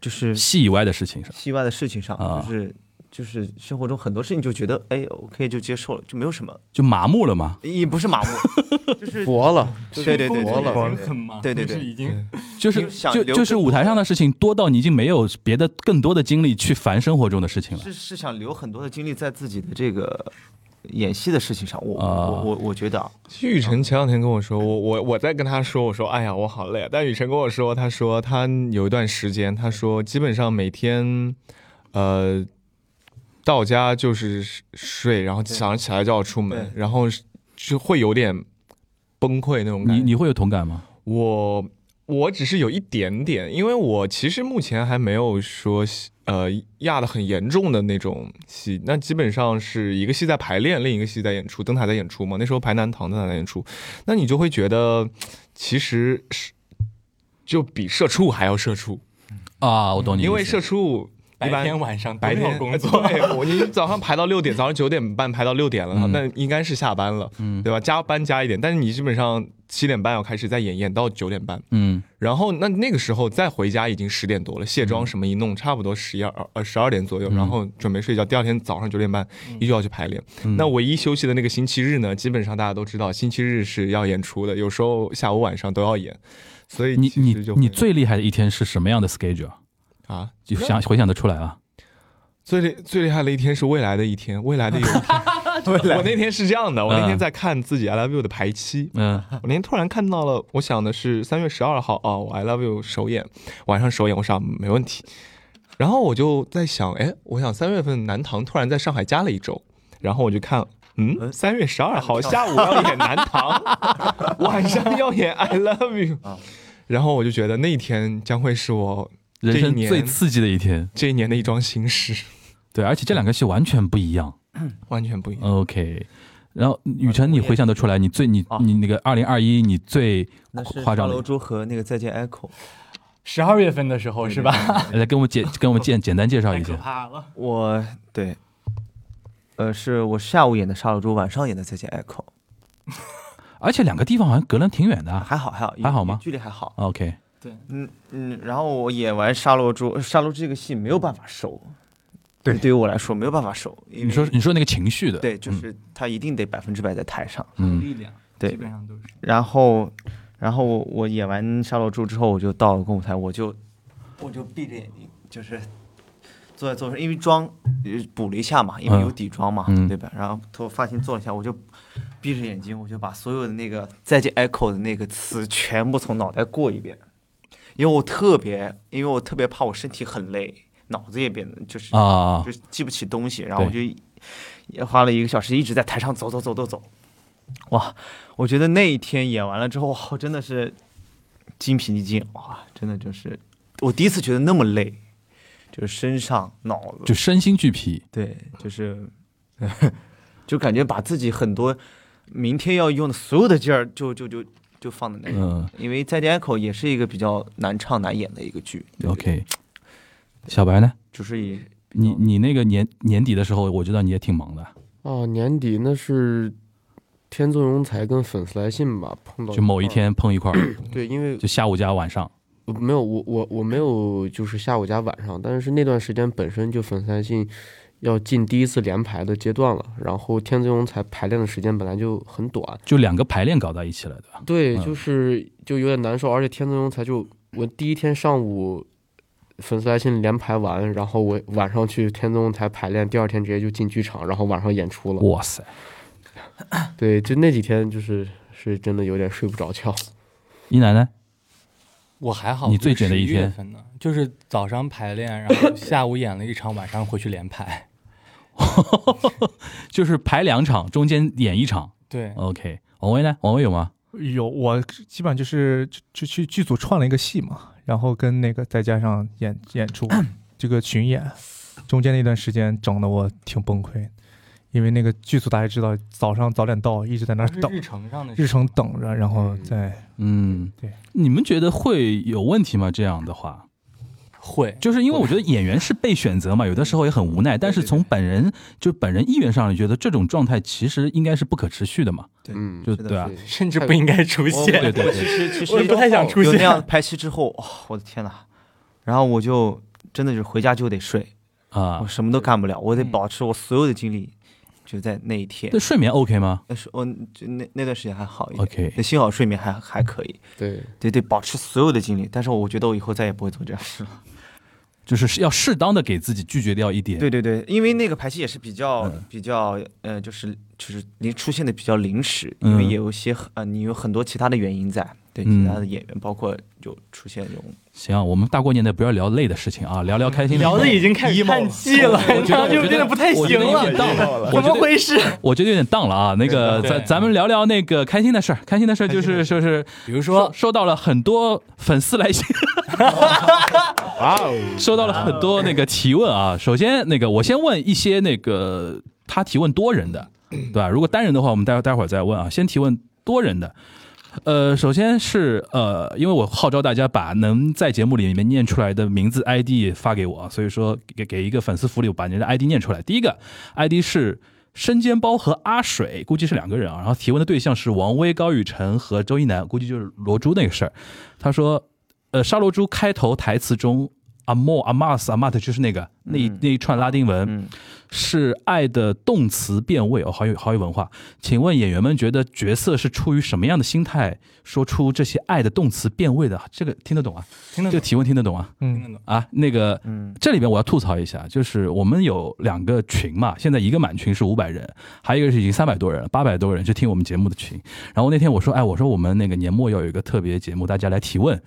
[SPEAKER 6] 就是
[SPEAKER 1] 戏以外的事情上，
[SPEAKER 6] 戏外的事情上，
[SPEAKER 1] 啊
[SPEAKER 6] 就是就是生活中很多事情就觉得哎，OK 就接受了，就没有什么，
[SPEAKER 1] 就麻木了嘛，
[SPEAKER 6] 也不是麻木，就是
[SPEAKER 4] 佛了，
[SPEAKER 6] 对对对
[SPEAKER 4] 佛
[SPEAKER 6] 对
[SPEAKER 4] 了。
[SPEAKER 6] 对对
[SPEAKER 2] 很忙，
[SPEAKER 6] 对对
[SPEAKER 2] 就是
[SPEAKER 6] 对
[SPEAKER 2] 已经
[SPEAKER 1] 就是
[SPEAKER 6] 就想
[SPEAKER 1] 就
[SPEAKER 6] 留
[SPEAKER 1] 就是舞台上的事情多到你已经没有别的更多的精力去烦生活中的事情了。
[SPEAKER 6] 是是想留很多的精力在自己的这个演戏的事情上，我、
[SPEAKER 1] 啊
[SPEAKER 6] 我我我觉得啊，
[SPEAKER 5] 其实雨辰前两天跟我说，我我我在跟他说，我说哎呀，我好累啊。但雨辰跟我说，他说他有一段时间，他说基本上每天，呃，到家就是睡，然后早上起来就要出门，
[SPEAKER 6] 对
[SPEAKER 5] 然后就会有点崩溃那种感
[SPEAKER 1] 你
[SPEAKER 5] 觉。
[SPEAKER 1] 你会有同感吗？
[SPEAKER 5] 我我只是有一点点，因为我其实目前还没有说呃压的很严重的那种戏，那基本上是一个戏在排练，另一个戏在演出，灯塔在演出嘛。那时候排南堂灯塔在演出，那你就会觉得其实是就比社畜还要社畜，
[SPEAKER 1] 啊，我懂你意思，
[SPEAKER 5] 因为社畜一
[SPEAKER 2] 白
[SPEAKER 5] 般
[SPEAKER 2] 天晚上都
[SPEAKER 5] 白
[SPEAKER 2] 没有
[SPEAKER 5] 天
[SPEAKER 2] 工作，
[SPEAKER 5] 哎 *laughs* 对我你早上排到六点，早上九点半排到六点了，
[SPEAKER 1] 嗯
[SPEAKER 5] 那应该是下班了，
[SPEAKER 1] 嗯
[SPEAKER 5] 对吧？加班加一点，但是你基本上七点半要开始再演演到九点半，
[SPEAKER 1] 嗯
[SPEAKER 5] 然后那那个时候再回家已经十点多了，卸妆什么一弄，差不多十一二呃十二点左右，
[SPEAKER 1] 嗯
[SPEAKER 5] 然后准备睡觉。第二天早上九点半依旧要去排练。
[SPEAKER 1] 嗯
[SPEAKER 5] 那唯一休息的那个星期日呢，基本上大家都知道，星期日是要演出的，有时候下午晚上都要演，所以
[SPEAKER 1] 你
[SPEAKER 5] 其
[SPEAKER 1] 你
[SPEAKER 5] 实就
[SPEAKER 1] 你
[SPEAKER 5] 会
[SPEAKER 1] 最厉害的一天是什么样的 schedule？
[SPEAKER 5] 啊
[SPEAKER 1] 就想回想得出来啊？
[SPEAKER 5] 最厉最厉害的一天是未来的一天，未来的有
[SPEAKER 1] *laughs*
[SPEAKER 5] 一天。我那天是这样的，我那天
[SPEAKER 1] 嗯
[SPEAKER 5] 在看自己 I Love You 的排期，
[SPEAKER 1] 嗯
[SPEAKER 5] 我那天突然看到了，我想的是三月十二号啊，我 I Love You 首演，晚上首演，我想没问题。然后我就在想，哎，我想三月份南唐突然在上海加了一周，然后我就看，嗯，三月十二号下午要演南唐， *laughs* 晚上要演 I Love You，然后我就觉得那一天将会是我这
[SPEAKER 1] 人
[SPEAKER 5] 一
[SPEAKER 1] 生
[SPEAKER 5] 年
[SPEAKER 1] 最刺激的一天，
[SPEAKER 5] 这一年的一桩新事，
[SPEAKER 1] 对，而且这两个戏完全不一样。
[SPEAKER 5] 完全不一样。
[SPEAKER 1] OK，然后雨辰，你回想得出来，你最你
[SPEAKER 6] 啊
[SPEAKER 1] 你那个二零二一，你最
[SPEAKER 6] 那是
[SPEAKER 1] 夸
[SPEAKER 6] 花
[SPEAKER 1] 张
[SPEAKER 6] 楼
[SPEAKER 1] 的，
[SPEAKER 6] 珠和那个再见 Echo，
[SPEAKER 2] 十二月份的时候是吧？
[SPEAKER 1] 来给我们简给我们简简单介绍
[SPEAKER 7] 太
[SPEAKER 1] 一
[SPEAKER 7] 可
[SPEAKER 1] 下。
[SPEAKER 7] 怕了。
[SPEAKER 6] 我对，呃，是我下午演的沙漏珠，晚上演的再见 Echo，
[SPEAKER 1] 而且两个地方好像隔了挺远的啊。
[SPEAKER 6] 还好还好
[SPEAKER 1] 还好吗
[SPEAKER 6] 距离还好，
[SPEAKER 1] OK，
[SPEAKER 6] 嗯嗯。然后我演完沙漏珠，沙漏珠这个戏没有办法收，对，对于我来说没有办法收，因为
[SPEAKER 1] 你说你说那个情绪的，
[SPEAKER 6] 对，就是他一定得百分之百在台上。
[SPEAKER 1] 嗯
[SPEAKER 2] 力量，
[SPEAKER 6] 对
[SPEAKER 2] 基本上都是。
[SPEAKER 6] 然后，然后我我演完《沙漏珠》之后，我就到了公舞台，我就我就闭着眼睛，就是坐在座位，因为妆呃补了一下嘛，因为有底妆嘛，
[SPEAKER 1] 嗯
[SPEAKER 6] 对吧？然后头发型做了一下，我就闭着眼睛，我就把所有的那个再见 echo 的那个词全部从脑袋过一遍，因为我特别，因为我特别怕我身体很累，脑子也变得就是
[SPEAKER 1] 啊
[SPEAKER 6] 就，是记不起东西，然后我就也花了一个小时一直在台上走走走走走，哇！我觉得那一天演完了之后，哇我真的是精疲力尽，哇，真的就是我第一次觉得那么累，就是身上脑子，
[SPEAKER 1] 就身心俱疲。
[SPEAKER 6] 对，就是 *laughs* 就感觉把自己很多明天要用的所有的劲儿就就就就放在那里，
[SPEAKER 1] 嗯
[SPEAKER 6] 因为《再见 Echo》也是一个比较难唱难演的一个剧对
[SPEAKER 1] ，OK，小白呢？
[SPEAKER 6] 就是也
[SPEAKER 1] 你你那个年年底的时候，我知道你也挺忙的，
[SPEAKER 4] 啊，年底那是天作庸才跟粉丝来信吧碰
[SPEAKER 6] 嗯
[SPEAKER 4] 到
[SPEAKER 1] 就某
[SPEAKER 4] 一
[SPEAKER 1] 一
[SPEAKER 4] 块儿，
[SPEAKER 1] 天碰一块
[SPEAKER 6] *coughs*
[SPEAKER 1] 儿，
[SPEAKER 4] 对，因为
[SPEAKER 1] 就下午加晚上。
[SPEAKER 4] 呃没有我我我没有就是下午加晚上，但是那段时间本身就粉丝来信要进第一次联排的阶段了，然后天作庸才排练的时间本来就很短，
[SPEAKER 1] 就两个排练搞到一起了，对吧？
[SPEAKER 4] 对，
[SPEAKER 1] 嗯
[SPEAKER 4] 就是就有点难受，而且天作庸才就我第一天上午粉丝来信连排完，然后我晚上去天作庸才排练，第二天直接就进剧场，然后晚上演出
[SPEAKER 6] 嗯
[SPEAKER 4] 了。
[SPEAKER 1] 哇塞，
[SPEAKER 4] 对，就那几天就是是真的有点睡不着觉。
[SPEAKER 1] 一楠呢？
[SPEAKER 2] 我还好，
[SPEAKER 1] 你最卷的一
[SPEAKER 2] 11月
[SPEAKER 1] 天
[SPEAKER 2] 份呢，就是早上排练，然
[SPEAKER 1] *laughs*
[SPEAKER 2] 后下午演了一场，晚上回去连排。
[SPEAKER 1] 就是排两场，中间演一场。
[SPEAKER 6] 嗯
[SPEAKER 2] 对，
[SPEAKER 1] OK，王威呢？王威有吗？
[SPEAKER 3] 有我基本上就是就就去剧组串了一个戏嘛，然后跟那个再加上演演出这个巡演，中间那段时间整的我挺崩溃，因为那个剧组大家知道，早上早点到，一直在那儿
[SPEAKER 2] 是
[SPEAKER 3] 等
[SPEAKER 2] 日程上的事
[SPEAKER 3] 日程等着，然后再
[SPEAKER 1] 嗯，
[SPEAKER 3] 对，
[SPEAKER 1] 你们觉得会有问题吗？这样的话，
[SPEAKER 2] 会
[SPEAKER 1] 就是因为我觉得演员是被选择嘛，有的时候也很无奈，但是从本人就本人意愿上，觉得这种状态其实应该是不可持续的嘛，
[SPEAKER 4] 嗯，
[SPEAKER 1] 就是
[SPEAKER 6] 的
[SPEAKER 1] 对啊，
[SPEAKER 2] 甚至不应该出
[SPEAKER 6] 我
[SPEAKER 2] 现。
[SPEAKER 1] 对对对
[SPEAKER 6] 我其实其实
[SPEAKER 2] 我不太想出
[SPEAKER 6] 有那
[SPEAKER 2] 现
[SPEAKER 6] 样拍戏之后，哇我的天呐！然后我就真的就是回家就得睡，
[SPEAKER 1] 啊
[SPEAKER 6] 我，什么都干不了，我得
[SPEAKER 2] 嗯
[SPEAKER 6] 保持我所有的精力，就在那一天
[SPEAKER 1] 那。睡眠 OK 吗
[SPEAKER 6] 那是我就那那段时间还好一点，
[SPEAKER 1] ？OK，
[SPEAKER 6] 那幸好睡眠还还可以，
[SPEAKER 4] 对，
[SPEAKER 6] 对对，保持所有的精力。但是我觉得我以后再也不会做这样的事了。
[SPEAKER 1] 就是要适当的给自己拒绝掉一点，
[SPEAKER 6] 对对对，因为那个排戏也是比较、
[SPEAKER 1] 嗯
[SPEAKER 6] 比较呃，就是就是临出现的比较临时，
[SPEAKER 1] 嗯
[SPEAKER 6] 因为也有一些呃，你有很多其他的原因在，对
[SPEAKER 1] 嗯
[SPEAKER 6] 其他的演员，包括有出现这种
[SPEAKER 1] 行，啊我们大过年的不要聊累的事情啊，聊聊开心的。
[SPEAKER 2] 聊的已经开始叹气了，你知道吗就真的不太
[SPEAKER 1] 我
[SPEAKER 2] 行
[SPEAKER 1] 觉得有点
[SPEAKER 2] 了，
[SPEAKER 1] 荡了，我
[SPEAKER 2] 怎
[SPEAKER 1] 觉得
[SPEAKER 2] 么回事？
[SPEAKER 1] 我觉得有点荡了啊。那个，
[SPEAKER 2] 对
[SPEAKER 1] 咱咱们聊聊那个开心的事儿。开心的事儿就是就是
[SPEAKER 2] 比如
[SPEAKER 1] 收
[SPEAKER 2] 说，
[SPEAKER 1] 收到了很多粉丝 *laughs* 来信，
[SPEAKER 5] 哇哦，
[SPEAKER 1] 收到了很多那个提问啊。首先，那个我先问一些那个
[SPEAKER 6] 嗯
[SPEAKER 1] 他提问多人的，对吧？如果单人的话，我们待会待会儿再问啊。先提问多人的，呃，首先是呃，因为我号召大家把能在节目里面念出来的名字 ID 发给我，所以说给给一个粉丝福利，我把您的 ID 念出来。第一个 ID 是生煎包和阿水，估计是两个人啊。然后提问的对象是王威、高雨晨和周一楠，估计就是罗珠那个事儿。他说，呃，沙罗珠开头台词中。阿莫阿玛斯阿玛特就是那个那一
[SPEAKER 6] 嗯
[SPEAKER 1] 那一串拉丁文，
[SPEAKER 6] 嗯
[SPEAKER 1] 是爱的动词变位哦，好有好有文化。请问演员们觉得角色是出于什么样的心态说出这些爱的动词变位的？这个听得懂啊？
[SPEAKER 2] 听
[SPEAKER 1] 这
[SPEAKER 2] 得
[SPEAKER 1] 个
[SPEAKER 2] 懂，
[SPEAKER 1] 提问听得懂啊？
[SPEAKER 2] 听得
[SPEAKER 3] 嗯，
[SPEAKER 2] 懂。
[SPEAKER 1] 啊，那个
[SPEAKER 6] 嗯
[SPEAKER 1] 这里边我要吐槽一下，就是我们有两个群嘛，现在一个满群是五百人，还有一个是已经三百多人了，八百多人是听我们节目的群。然后那天我说，哎，我说我们那个年末要有一个特别节目，大家来提问。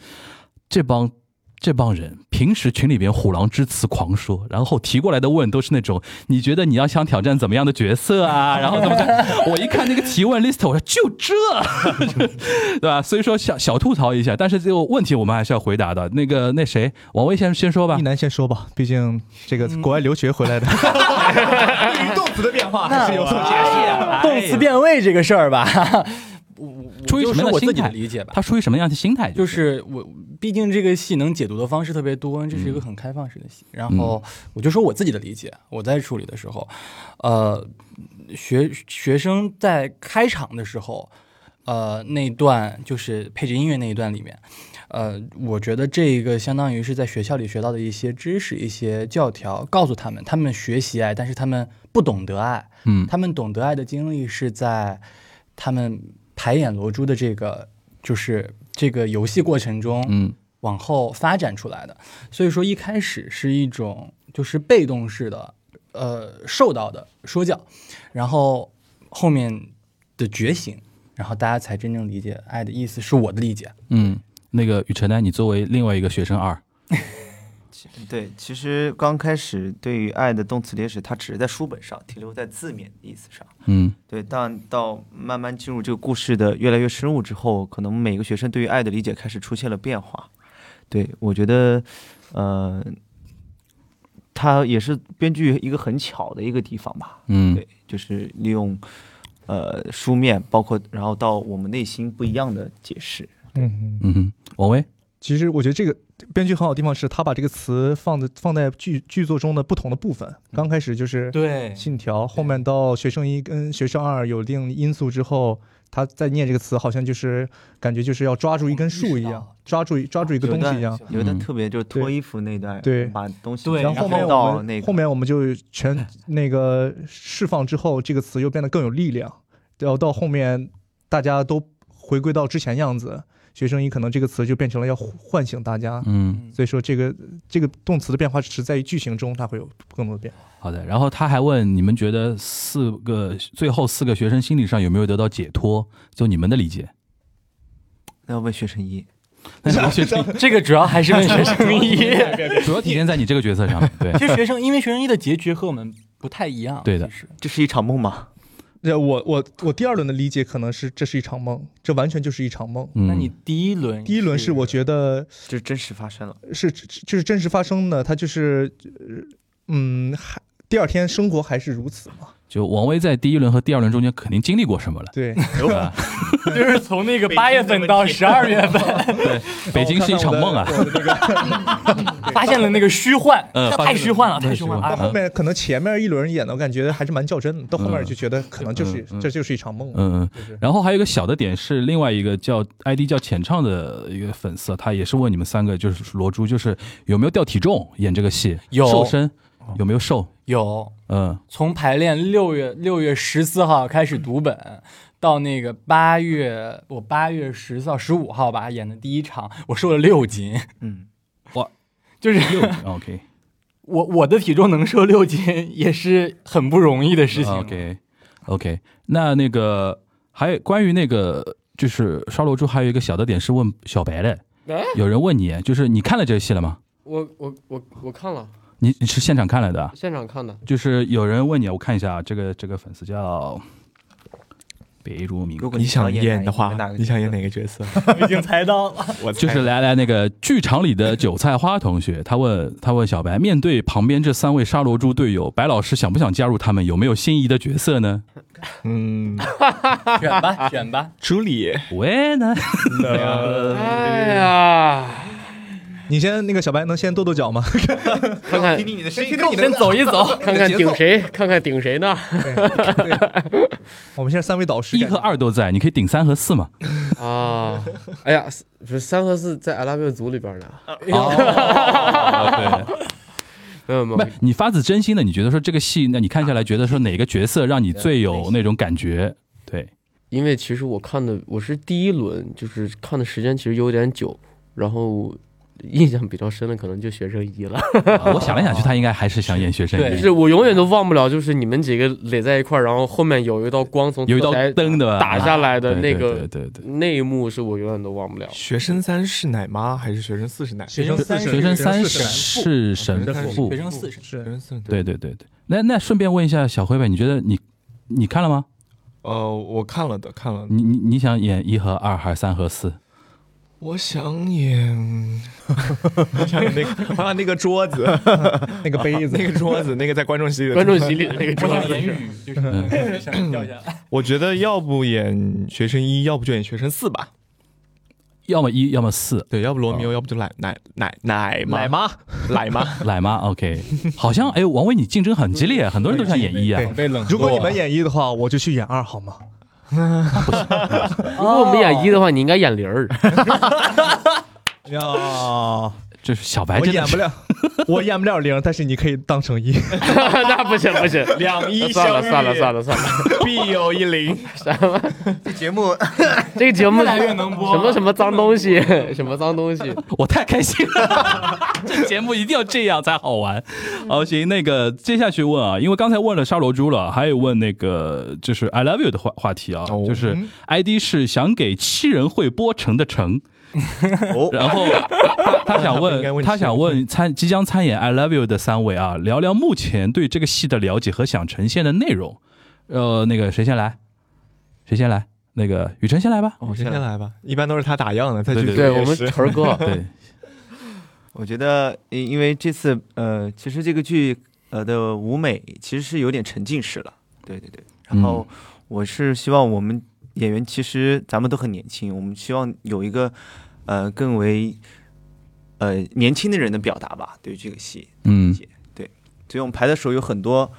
[SPEAKER 1] 这帮这帮人平时群里边虎狼之词狂说，然后提过来的问都是那种你觉得你要想挑战怎么样的角色啊，然后怎么着？我一看那个提问 list，我说就这， *laughs* 对吧？所以说小小吐槽一下，但是这个问题我们还是要回答的。那个那谁，王威先先说吧
[SPEAKER 3] 一。楠先说吧，毕竟这个国外留学回来的，
[SPEAKER 5] 对于动词的变化还是有所解释。
[SPEAKER 2] 动词变位这个事儿吧，我我
[SPEAKER 1] 出于
[SPEAKER 2] 就
[SPEAKER 1] 什么
[SPEAKER 2] 是
[SPEAKER 1] 样的
[SPEAKER 2] 我自
[SPEAKER 1] 心
[SPEAKER 2] 己的
[SPEAKER 1] 态
[SPEAKER 2] 理解吧，
[SPEAKER 1] 他出于什么样的心态？
[SPEAKER 2] 就是我，毕竟这个戏能解读的方式特别多，这是一个很开放式的戏。然后我就说我自己的理解，我在处理的时候，呃，学学生在开场的时候，呃，那段就是配置音乐那一段里面，呃，我觉得这个相当于是在学校里学到的一些知识、一些教条，告诉他们，他们学习爱，但是他们不懂得爱，
[SPEAKER 1] 嗯
[SPEAKER 2] 他们懂得爱的经历是在他们排演罗珠的这个就是这个游戏过程中
[SPEAKER 1] 嗯
[SPEAKER 2] 往后发展出来的。所以说一开始是一种就是被动式的，呃，受到的说教，然后后面的觉醒，然后大家才真正理解爱的意思，是我的理解。
[SPEAKER 1] 嗯，那个雨辰呢？你作为另外一个学生二，
[SPEAKER 6] 对，其实刚开始对于爱的动词贴史，它只是在书本上停留在字面的意思上。
[SPEAKER 1] 嗯
[SPEAKER 6] 对，但到慢慢进入这个故事的越来越深入之后，可能每个学生对于爱的理解开始出现了变化。对我觉得，呃，它也是编剧一个很巧的一个地方吧。
[SPEAKER 1] 嗯
[SPEAKER 6] 对，就是利用呃书面，包括然后到我们内心不一样的解释。
[SPEAKER 3] 嗯，
[SPEAKER 1] 嗯哼，王威，
[SPEAKER 3] 其实我觉得这个编剧很好的地方是，他把这个词放在放在剧剧作中的不同的部分。刚开始就是
[SPEAKER 2] 对
[SPEAKER 3] 信条，后面到学生一跟学生二有定因素之后，他在念这个词，好像就是感觉就是要抓住一根树一
[SPEAKER 2] 意识到
[SPEAKER 3] 样，抓住抓住一个
[SPEAKER 6] 哦有
[SPEAKER 3] 东
[SPEAKER 6] 的
[SPEAKER 3] 西一样。
[SPEAKER 6] 有的
[SPEAKER 1] 嗯
[SPEAKER 6] 特别就是脱
[SPEAKER 3] 对
[SPEAKER 6] 衣服那段，
[SPEAKER 3] 对
[SPEAKER 6] 把东西
[SPEAKER 2] 对
[SPEAKER 3] 然后后面我
[SPEAKER 6] 到
[SPEAKER 3] 们、
[SPEAKER 6] 那个
[SPEAKER 3] 后面我们就全那个释放之后，这个词又变得更有力量。然后到后面大家都回归到之前样子，学生一可能这个词就变成了要唤醒大家。
[SPEAKER 1] 嗯，
[SPEAKER 3] 所以说这个这个动词的变化只在于句型中，它会有更多的变化。
[SPEAKER 1] 好的。然后他还问你们觉得四个最后四个学生心理上有没有得到解脱？就你们的理解。
[SPEAKER 6] 那要问学生一，
[SPEAKER 1] 那你们学生
[SPEAKER 2] 这个主要还是问学
[SPEAKER 1] *laughs*
[SPEAKER 2] 生一，
[SPEAKER 1] 主要体现在你这个角色上面，对
[SPEAKER 2] 其实学生因为学生一的结局和我们不太一样，
[SPEAKER 1] 对的
[SPEAKER 2] 其实
[SPEAKER 6] 这是一场梦吗？
[SPEAKER 3] 那我我我第二轮的理解可能是这是一场梦，这完全就是一场梦。
[SPEAKER 1] 嗯
[SPEAKER 2] 那你第一轮，
[SPEAKER 3] 第一轮是我觉得
[SPEAKER 6] 这真实发生了。
[SPEAKER 3] 是就是真实发生的，它就是呃嗯，还第二天生活还是如此嘛？
[SPEAKER 1] 就王威在第一轮和第二轮中间肯定经历过什么了。
[SPEAKER 3] 对，
[SPEAKER 1] 对吧？
[SPEAKER 2] 就是从那个八月份到十二月份，哦
[SPEAKER 1] 北京是一场梦啊！
[SPEAKER 3] 哦我的那
[SPEAKER 1] *laughs*
[SPEAKER 3] 个
[SPEAKER 2] 发现了那个虚幻，
[SPEAKER 1] 嗯
[SPEAKER 2] 那
[SPEAKER 1] 发
[SPEAKER 2] 太
[SPEAKER 1] 现
[SPEAKER 2] 虚幻了，
[SPEAKER 1] 太
[SPEAKER 2] 太虚幻
[SPEAKER 1] 虚幻
[SPEAKER 2] 了。
[SPEAKER 1] 了
[SPEAKER 2] 啊
[SPEAKER 3] 后面可能前面一轮演的，我感觉还是蛮较真的，到后面就觉得可能就
[SPEAKER 1] 嗯
[SPEAKER 3] 是、
[SPEAKER 1] 嗯嗯
[SPEAKER 3] 这就是一场梦。
[SPEAKER 1] 嗯
[SPEAKER 3] 就是
[SPEAKER 1] 嗯，然后还有一个小的点是，另外一个叫 ID 叫浅唱的一个粉丝，他也是问你们三个，就是罗珠，就是有没有掉体重演这个戏，
[SPEAKER 2] 有哦
[SPEAKER 1] 瘦身有没有瘦？
[SPEAKER 2] 有 *laughs*
[SPEAKER 1] 嗯
[SPEAKER 2] 从排练六月六月十四号开始读本，到那个八月我八月十四号十五号吧演的第一场，我瘦了六斤， *laughs*
[SPEAKER 6] 嗯，
[SPEAKER 2] 就是
[SPEAKER 1] 六 OK
[SPEAKER 2] 我我的体重能瘦六斤也是很不容易的事情。 *laughs*
[SPEAKER 1] OK OK，那那个还有关于那个就是烧罗珠，还有一个小的点是问小白的，
[SPEAKER 4] 哎
[SPEAKER 1] 有人问你，就是你看了这个戏了吗？
[SPEAKER 4] 我我我我看了，
[SPEAKER 1] 你你是现场看来的啊？
[SPEAKER 4] 现场看的，
[SPEAKER 1] 就是有人问你，我看一下啊，这个这个粉丝叫北如明，
[SPEAKER 6] 如果
[SPEAKER 5] 你想
[SPEAKER 6] 想
[SPEAKER 5] 演
[SPEAKER 6] 哪
[SPEAKER 5] 的
[SPEAKER 6] 一
[SPEAKER 5] 话
[SPEAKER 6] 哪个，
[SPEAKER 5] 你想演哪个角色？
[SPEAKER 2] 已经猜到了，
[SPEAKER 5] 我
[SPEAKER 1] 就
[SPEAKER 5] 猜
[SPEAKER 1] 是来来那个剧场里的韭菜花同学，他问他问小白，面对旁边这三位沙罗猪队友，白老师想不想加入他们？有没有心仪的角色呢？
[SPEAKER 5] 嗯，
[SPEAKER 2] 选吧，选吧。
[SPEAKER 5] 朱莉，
[SPEAKER 1] 喂呢？
[SPEAKER 4] 哎呀，
[SPEAKER 5] 你先那个小白能先跺
[SPEAKER 2] *laughs*
[SPEAKER 5] 跺脚吗？
[SPEAKER 4] 看看
[SPEAKER 6] 听听你的声音，
[SPEAKER 2] 先走一走，
[SPEAKER 4] 看看顶谁，看看顶谁呢？
[SPEAKER 3] *laughs*
[SPEAKER 5] 我们现在三位导师
[SPEAKER 1] 一和二都在，你可以顶三和四嘛。
[SPEAKER 4] *laughs* 啊，哎呀，不是三和四在阿拉伯族里边呢。
[SPEAKER 1] 哦对，
[SPEAKER 4] 没有没
[SPEAKER 1] 不
[SPEAKER 4] 有
[SPEAKER 1] 是，你发自真心的，你觉得说这个戏，那你看下来觉得说哪个角色让你最有那种感觉？对，
[SPEAKER 4] 因为其实我看的我是第一轮，就是看的时间其实有点久，然后印象比较深的可能就学生一了。
[SPEAKER 1] 啊我想来想去，他应该还是想演学生
[SPEAKER 2] 对
[SPEAKER 1] 一
[SPEAKER 4] 就是我永远都忘不了，就是你们几个垒在一块儿，然后后面有一道光从
[SPEAKER 1] 有一道
[SPEAKER 4] 侧台
[SPEAKER 1] 灯的吧啊
[SPEAKER 4] 打下来的那
[SPEAKER 1] 对对
[SPEAKER 4] 个
[SPEAKER 1] 对对
[SPEAKER 4] 那一幕，是我永远都忘不了。
[SPEAKER 5] 学生三是奶妈还是学生四是奶？
[SPEAKER 3] 学生三
[SPEAKER 1] 对，学生三
[SPEAKER 2] *laughs*
[SPEAKER 1] 是神
[SPEAKER 5] 神
[SPEAKER 1] 父
[SPEAKER 2] 学，生四十，
[SPEAKER 5] 学生四
[SPEAKER 1] 对对对对。那那顺便问一下小辉吧，你觉得你你看了吗？
[SPEAKER 5] 呃，我看了的，看了的。
[SPEAKER 1] 你你你想演一和二还是三和四？
[SPEAKER 5] 我想演，我想演那个啊，那个桌子，
[SPEAKER 3] 那个杯子
[SPEAKER 5] *laughs* 那个桌子，那个在观众席里的
[SPEAKER 4] 观众席里的那个
[SPEAKER 2] 我
[SPEAKER 4] 状
[SPEAKER 2] 想
[SPEAKER 4] 态
[SPEAKER 2] 言
[SPEAKER 4] 是，
[SPEAKER 2] 语，就是想掉下来。
[SPEAKER 5] 我觉得要不演学生一，要不就演学生四吧。
[SPEAKER 1] 要么一，要么四，
[SPEAKER 5] 对，要不罗密欧，要不就奶奶奶奶妈奶妈
[SPEAKER 1] *laughs*
[SPEAKER 5] 奶妈。
[SPEAKER 1] 奶妈 OK。好像哎，王威你竞争很激烈，很多人都想演一啊。
[SPEAKER 3] 被冷。如果你们演一的话，我就去演二好吗？
[SPEAKER 4] 如果我们演一的话，你应该演
[SPEAKER 1] *laughs*
[SPEAKER 4] 零儿。 *laughs*
[SPEAKER 3] 呀，
[SPEAKER 1] 就是小白哎
[SPEAKER 3] 我
[SPEAKER 1] 真的
[SPEAKER 3] 演
[SPEAKER 1] 是 *laughs*
[SPEAKER 3] 不了，我演不了零，但是你可以当成一。
[SPEAKER 4] 那不行不行，
[SPEAKER 5] 两一
[SPEAKER 4] *laughs* 算了
[SPEAKER 5] 相遇
[SPEAKER 4] 算了算了算了，
[SPEAKER 5] 必有
[SPEAKER 1] *laughs*
[SPEAKER 5] 一零。
[SPEAKER 6] 这节目
[SPEAKER 5] 哦
[SPEAKER 4] 这个节目
[SPEAKER 2] 越来越能播
[SPEAKER 4] 什么什么脏东西，什么
[SPEAKER 1] *laughs*
[SPEAKER 4] 脏东西，
[SPEAKER 1] 我太开心了， *laughs* 这节目一定要这样才好玩。好，行，那个接下去问啊，因为刚才问了沙罗猪了，还有问那个就是 I love you 的话话题啊，
[SPEAKER 5] 哦
[SPEAKER 1] 就是 ID 是想给七人会播成的成。然 *laughs* 后他他想哦
[SPEAKER 5] 应该
[SPEAKER 1] 问，
[SPEAKER 5] 问
[SPEAKER 1] 他想问参即将参演《I Love You》的三位啊，聊聊目前对这个戏的了解和想呈现的内容。呃，那个谁先来？谁先来？那个雨辰先 *laughs* 来吧。
[SPEAKER 5] 我先来吧，一般都是他打样的，他
[SPEAKER 1] 对
[SPEAKER 5] 去
[SPEAKER 4] 对我们屯儿哥，
[SPEAKER 1] 对，
[SPEAKER 6] *laughs* 我觉得，因因为这次呃，其实这个剧呃的舞美其实是有点沉浸式了，对对对。然后
[SPEAKER 5] 嗯
[SPEAKER 6] 我是希望我们演员其实咱们都很年轻，我们希望有一个呃更为呃年轻的人的表达吧，对于这个戏。
[SPEAKER 1] 嗯，
[SPEAKER 6] 所以我们排的时候有很多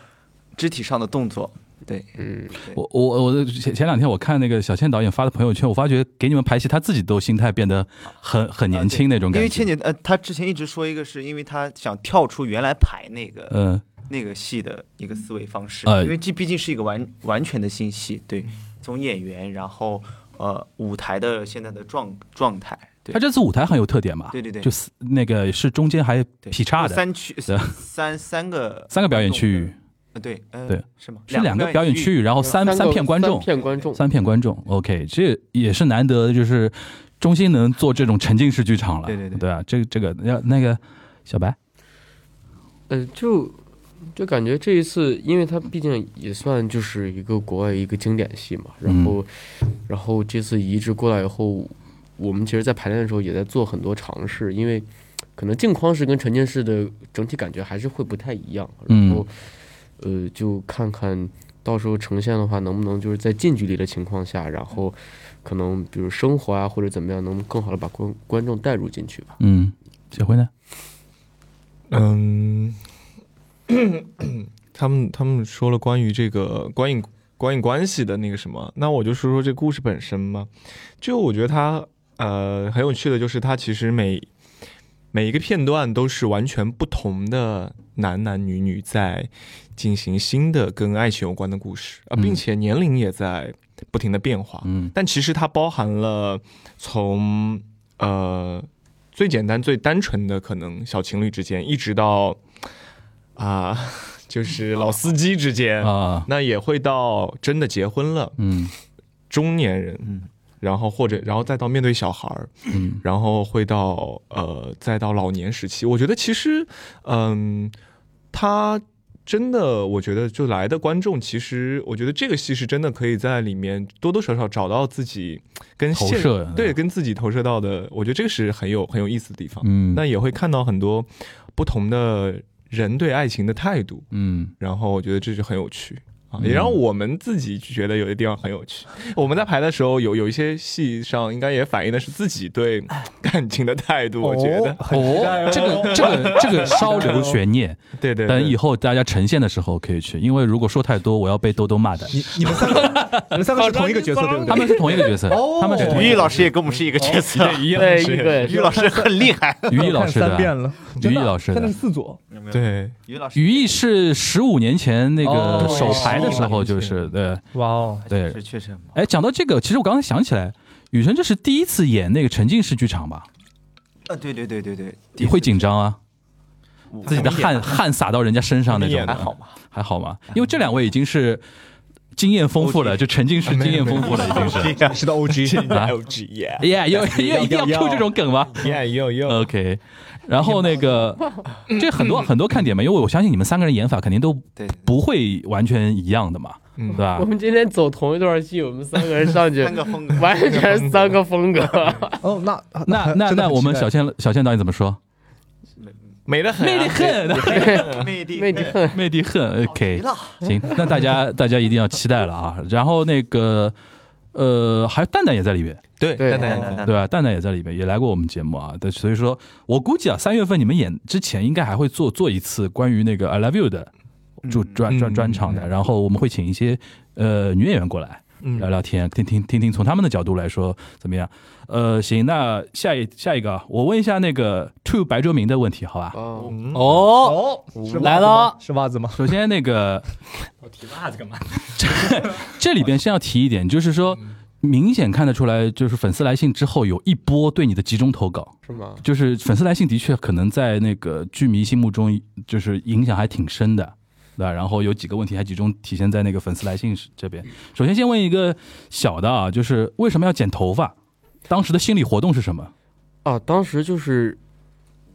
[SPEAKER 6] 肢体上的动作，对，
[SPEAKER 4] 嗯，
[SPEAKER 1] 我我我前前两天我看那个小倩导演发的朋友圈，我发觉给你们排戏，他自己都心态变得很很年轻那种
[SPEAKER 6] 啊因
[SPEAKER 1] 感
[SPEAKER 6] 为
[SPEAKER 1] 觉。
[SPEAKER 6] 倩姐呃，她之前一直说一个是因为她想跳出原来排那个
[SPEAKER 1] 嗯，
[SPEAKER 6] 那个戏的一个思维方式，
[SPEAKER 1] 呃嗯
[SPEAKER 6] 因为这毕竟是一个完完全的新戏，对，从演员，然后呃舞台的现在的状状态，对
[SPEAKER 1] 他，这次舞台很有特点嘛，
[SPEAKER 6] 对对对
[SPEAKER 1] 就是那个是中间还
[SPEAKER 6] 对
[SPEAKER 1] 劈叉
[SPEAKER 6] 有
[SPEAKER 1] 的，
[SPEAKER 6] 三区
[SPEAKER 1] 对
[SPEAKER 6] 三三个
[SPEAKER 1] 三个表演区域，
[SPEAKER 6] 呃对呃
[SPEAKER 1] 对
[SPEAKER 6] 是吗？
[SPEAKER 1] 是两个表演区
[SPEAKER 6] 域，
[SPEAKER 1] 域，然后 *laughs* 三
[SPEAKER 4] 三
[SPEAKER 1] 三
[SPEAKER 4] 个
[SPEAKER 1] 片观众
[SPEAKER 4] 三，片观众，
[SPEAKER 1] 三片观众，OK，这也是难得，就是中心能做这种沉浸式剧场了。
[SPEAKER 6] 对对对
[SPEAKER 1] 对啊，这个这个要那个小白，
[SPEAKER 4] 呃，就就感觉这一次，因为它毕竟也算就是一个国外一个经典戏嘛，然后、然后这次移植过来以后，我们其实，在排练的时候也在做很多尝试，因为可能镜框式跟沉浸式的整体感觉还是会不太一样，然后、呃，就看看到时候呈现的话，能不能就是在近距离的情况下，然后可能比如生活啊或者怎么样，能更好的把观观众带入进去吧。
[SPEAKER 1] 嗯，小辉呢？
[SPEAKER 5] 嗯，他们他们说了关于这个观影观影关系的那个什么，那我就说说这故事本身嘛。就我觉得它呃很有趣的就是它其实每每一个片段都是完全不同的男男女女在进行新的跟爱情有关的故事啊、
[SPEAKER 1] 嗯
[SPEAKER 5] 并且年龄也在不停的变化。
[SPEAKER 1] 嗯
[SPEAKER 5] 但其实它包含了从呃最简单、最单纯的可能小情侣之间，一直到啊、 *laughs* 就是老司机之
[SPEAKER 6] 呃
[SPEAKER 5] 间，
[SPEAKER 1] 啊，
[SPEAKER 5] 那也会到真的结婚了
[SPEAKER 1] 嗯
[SPEAKER 5] 中年人，
[SPEAKER 6] 嗯，
[SPEAKER 5] 然后或者然后再到面对小孩儿，
[SPEAKER 1] 嗯
[SPEAKER 5] 然后会到呃再到老年时期。我觉得其实嗯，他。真的，我觉得就来的观众，其实我觉得这个戏是真的可以在里面多多少少找到自己跟
[SPEAKER 1] 投
[SPEAKER 5] 现
[SPEAKER 1] 射
[SPEAKER 5] 对，跟自己投射到的，我觉得这个是很有很有意思的地方。
[SPEAKER 1] 嗯
[SPEAKER 5] 那也会看到很多不同的人对爱情的态度，
[SPEAKER 1] 嗯
[SPEAKER 5] 然后我觉得这是很有趣。啊，也让我们自己觉得有些地方很有趣。我们在排的时候，有有一些戏上应该也反映的是自己对感情的态度，我觉得，
[SPEAKER 1] 哦，这个这个这个
[SPEAKER 6] *laughs*
[SPEAKER 1] 稍留悬念，
[SPEAKER 5] 对对对， *laughs*
[SPEAKER 1] 等以后大家呈现的时候可以去，因为如果说太多，我要被兜兜骂的。
[SPEAKER 3] 你你们三个，你们三个是同一个角色对不
[SPEAKER 1] 他 *laughs*
[SPEAKER 3] 对？
[SPEAKER 1] 们是同一个角色，他们是同
[SPEAKER 6] 于
[SPEAKER 1] 一
[SPEAKER 6] 毅
[SPEAKER 1] 个
[SPEAKER 6] 老师也跟我们是一个角色，
[SPEAKER 5] 一样
[SPEAKER 4] 对
[SPEAKER 5] 是
[SPEAKER 4] 对
[SPEAKER 6] 哦于毅老
[SPEAKER 1] *laughs*
[SPEAKER 6] 师很厉害。
[SPEAKER 1] 于毅老师
[SPEAKER 3] 看三遍
[SPEAKER 1] 的，
[SPEAKER 3] 了，
[SPEAKER 1] 于毅老师
[SPEAKER 3] 他那
[SPEAKER 1] 的
[SPEAKER 3] 是。四组，
[SPEAKER 5] 对，
[SPEAKER 6] 于老师，
[SPEAKER 1] 于毅是十五年前那个
[SPEAKER 3] 哦
[SPEAKER 1] 首排的时候，就
[SPEAKER 5] 15
[SPEAKER 1] 是对
[SPEAKER 3] 哇哦，
[SPEAKER 1] 对。
[SPEAKER 6] 确实很忙。
[SPEAKER 1] 哎，讲到这个，其实我刚才想起来，雨辰这是第一次演那个沉浸式剧场吧？
[SPEAKER 6] 啊，对对对对对，
[SPEAKER 1] 你会紧张啊？
[SPEAKER 6] 我
[SPEAKER 1] 自己的汗汗洒到人家身上那种的，
[SPEAKER 5] 还好
[SPEAKER 1] 吧？还好吧？因为这两位已经是经验丰富了，就沉浸式经验丰富了，已经 *laughs* 是。
[SPEAKER 5] 是到 *laughs* OG，
[SPEAKER 1] 啊
[SPEAKER 5] OG 耶
[SPEAKER 1] Yeah，又又一定要 Q 这种梗吗
[SPEAKER 5] 耶又又，
[SPEAKER 1] ？OK，然后那个这很多很多看点嘛，因为我相信你们三个人演法肯定都
[SPEAKER 6] 对，
[SPEAKER 1] 不会完全一样的嘛，
[SPEAKER 5] 嗯
[SPEAKER 1] 对吧
[SPEAKER 4] 我？们今天走同一段戏，我们三个人上
[SPEAKER 6] *laughs*
[SPEAKER 4] 去
[SPEAKER 6] 三，个风格，
[SPEAKER 4] 完全是三个风格。
[SPEAKER 3] 哦，那
[SPEAKER 1] 那那那我们小倩小倩导演怎么说？
[SPEAKER 5] 美得很
[SPEAKER 1] 魅
[SPEAKER 5] 啊，
[SPEAKER 1] 力恨，
[SPEAKER 6] 魅力
[SPEAKER 4] 魅力很
[SPEAKER 1] 魅力恨。
[SPEAKER 6] 极
[SPEAKER 1] OK，
[SPEAKER 6] 哦了，
[SPEAKER 1] 行，那大家大家一定要期待了啊。然后那个呃，还有蛋蛋也在里面。
[SPEAKER 5] 对
[SPEAKER 4] 对
[SPEAKER 5] 蛋
[SPEAKER 6] 对
[SPEAKER 5] 蛋
[SPEAKER 6] 对对
[SPEAKER 1] 对吧？蛋蛋也在里面，也来过我们节目啊。对，所以说我估计啊，三月份你们演之前，应该还会做做一次关于那个 I Love You 的主专专
[SPEAKER 5] 嗯
[SPEAKER 1] 专场的。然后我们会请一些呃女演员过来
[SPEAKER 5] 嗯
[SPEAKER 1] 聊聊天，听听听听从他们的角度来说怎么样。呃，行，那下一下一个啊，我问一下那个 Two 白卓明的问题，好吧？
[SPEAKER 4] 啊，
[SPEAKER 5] 嗯
[SPEAKER 2] 哦，
[SPEAKER 3] 哦
[SPEAKER 2] 来了，
[SPEAKER 3] 是袜子吗？
[SPEAKER 1] 首先那
[SPEAKER 5] *laughs*
[SPEAKER 1] 个 *laughs* 我提袜子干嘛？这这里边先要提一点，就是说。
[SPEAKER 5] 嗯
[SPEAKER 1] 明显看得出来，就是粉丝来信之后有一波对你的集中投稿，
[SPEAKER 4] 是吗？
[SPEAKER 1] 就是粉丝来信的确可能在那个剧迷心目中就是影响还挺深的，对吧？然后有几个问题还集中体现在那个粉丝来信这边。首先先问一个小的啊，就是为什么要剪头发？当时的心理活动是什么？
[SPEAKER 4] 啊，当时就是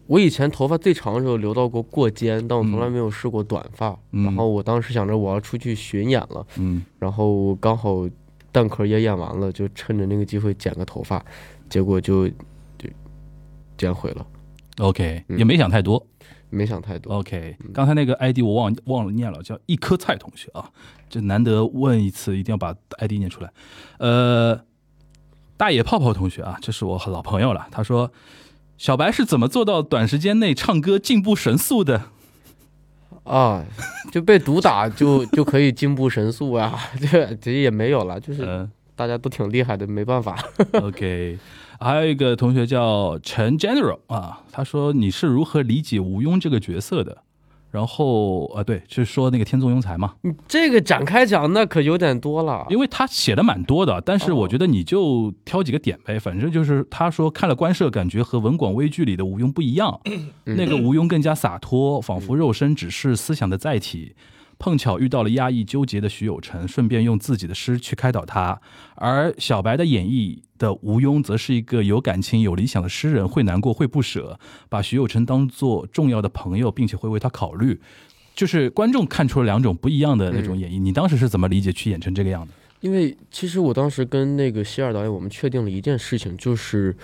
[SPEAKER 4] 我以前头发最长的时候留到过过肩，但我从
[SPEAKER 1] 嗯
[SPEAKER 4] 来没有试过短发。
[SPEAKER 1] 嗯
[SPEAKER 4] 然后我当时想着我要出去巡演了，
[SPEAKER 1] 嗯，
[SPEAKER 4] 然后刚好蛋壳也演完了，就趁着那个机会剪个头发，结果就就剪毁了，
[SPEAKER 1] OK，
[SPEAKER 4] 嗯
[SPEAKER 1] 也没想太多。
[SPEAKER 4] 没想太多。
[SPEAKER 1] OK，刚才那个 ID 我忘忘了念了，叫一颗菜同学啊，这难得问一次，一定要把 ID 念出来。呃，大野泡泡同学啊，这是我老朋友了，他说小白是怎么做到短时间内唱歌进步神速的？
[SPEAKER 4] 啊，就被毒打就就可以进步神速啊， *laughs* 这这也没有了，就是
[SPEAKER 1] 嗯、
[SPEAKER 4] 大家都挺厉害的，没办法。
[SPEAKER 1] o k 呃 *laughs* 还有一个同学叫陈 General 啊，他说你是如何理解吴庸这个角色的？然后啊，对，是说那个天纵庸才嘛，
[SPEAKER 4] 这个展开讲那可有点多了，
[SPEAKER 1] 因为他写的蛮多的，但是我觉得你就挑几个点呗，反正就是他说看了官社，感觉和文广微剧里的吴庸不一样，嗯那个吴庸更加洒脱，仿佛肉身只是思想的载体。碰巧遇到了压抑纠结的徐有成，顺便用自己的诗去开导他。而小白的演绎的吴庸，则是一个有感情、有理想的诗人，会难过，会不舍，把徐有成当做重要的朋友，并且会为他考虑。就是观众看出了两种不一样的那种演绎。你当时是怎么理解去演成这个样的？
[SPEAKER 4] 因为其实我当时跟那个希尔导演，我们确定了一件事情，就是，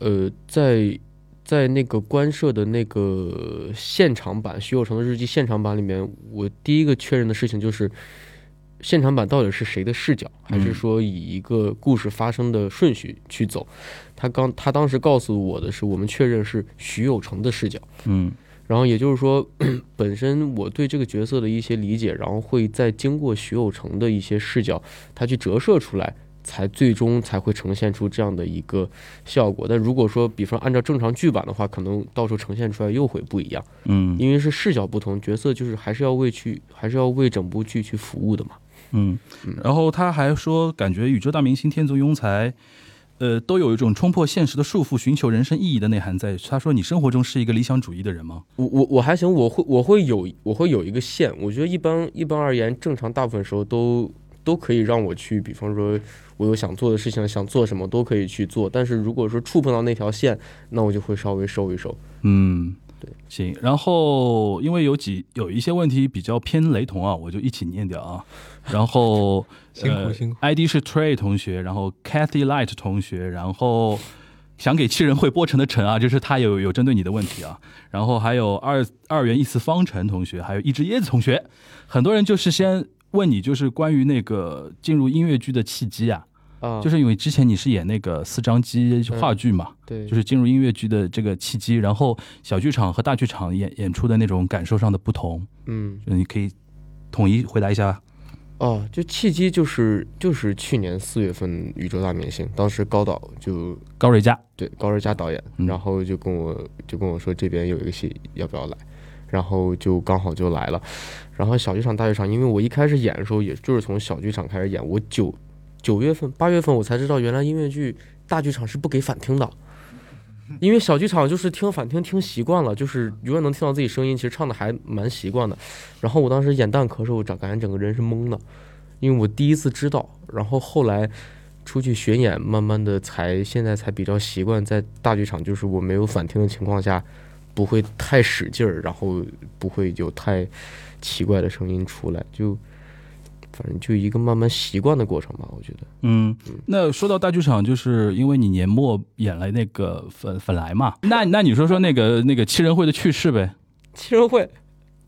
[SPEAKER 4] 呃，在在那个官社的那个现场版徐有成的日记现场版里面，我第一个确认的事情就是，现场版到底是谁的视角，还是
[SPEAKER 1] 嗯
[SPEAKER 4] 说以一个故事发生的顺序去走？他刚他当时告诉我的是，我们确认是徐有成的视角。
[SPEAKER 1] 嗯
[SPEAKER 4] 然后也就是说， *clears throat* 本身我对这个角色的一些理解，然后会再经过徐有成的一些视角，他去折射出来，才最终才会呈现出这样的一个效果。但如果说，比方按照正常剧版的话，可能到时候呈现出来又会不一样，
[SPEAKER 1] 嗯
[SPEAKER 4] 因为是视角不同，角色就是还是要为去，还是要为整部剧去服务的嘛。
[SPEAKER 1] 嗯，然后他还说，感觉宇宙大明星、天纵庸才，呃，都有一种冲破现实的束缚、寻求人生意义的内涵在。他说，你生活中是一个理想主义的人吗？
[SPEAKER 4] 我我我还行，我会我会有我会有一个线，我觉得一般一般而言，正常大部分时候都都可以让我去，比方说我有想做的事情，想做什么都可以去做，但是如果说触碰到那条线，那我就会稍微收一收。
[SPEAKER 1] 嗯，
[SPEAKER 4] 对，
[SPEAKER 1] 行。然后因为有几有一些问题比较偏雷同啊，我就一起念掉
[SPEAKER 5] *laughs*
[SPEAKER 1] 啊。然后
[SPEAKER 5] 辛苦
[SPEAKER 1] 呃
[SPEAKER 5] 辛苦
[SPEAKER 1] ，ID 是 Trey 同学，然后 Cathy Light 同学，然后想给七人会播成的成啊，就是他有有针对你的问题啊。然后还有二二元一次方程同学，还有一只椰子同学，很多人就是先。问你，就是关于那个进入音乐剧的契机啊，
[SPEAKER 4] 啊，
[SPEAKER 1] 就是因为之前你是演那个四张机话剧嘛，
[SPEAKER 4] 对，
[SPEAKER 1] 就是进入音乐剧的这个契机，然后小剧场和大剧场演演出的那种感受上的不同，
[SPEAKER 4] 嗯，
[SPEAKER 1] 就你可以统一回答一下。
[SPEAKER 4] 哦，就契机就是就是去年四月份宇宙大明星，当时高导就
[SPEAKER 1] 高瑞佳，
[SPEAKER 4] 对高瑞佳导演，
[SPEAKER 1] 嗯
[SPEAKER 4] 然后就跟我就跟我说这边有一个戏要不要来，然后就刚好就来了，然后小剧场大剧场，因为我一开始演的时候也就是从小剧场开始演，我九九月份八月份我才知道原来音乐剧大剧场是不给反听的。因为小剧场就是听反听听习惯了，就是永远能听到自己声音，其实唱的还蛮习惯的。然后我当时演蛋壳的时候，我整感觉整个人是懵的，因为我第一次知道。然后后来出去巡演，慢慢的才现在才比较习惯在大剧场，就是我没有反听的情况下，不会太使劲儿，然后不会有太奇怪的声音出来，就反正就一个慢慢习惯的过程吧，我觉得。
[SPEAKER 1] 嗯，那说到大剧场，就是因为你年末演了那个粉粉来嘛，那那你说说那个那个七人会的趣事呗，
[SPEAKER 4] 七人会，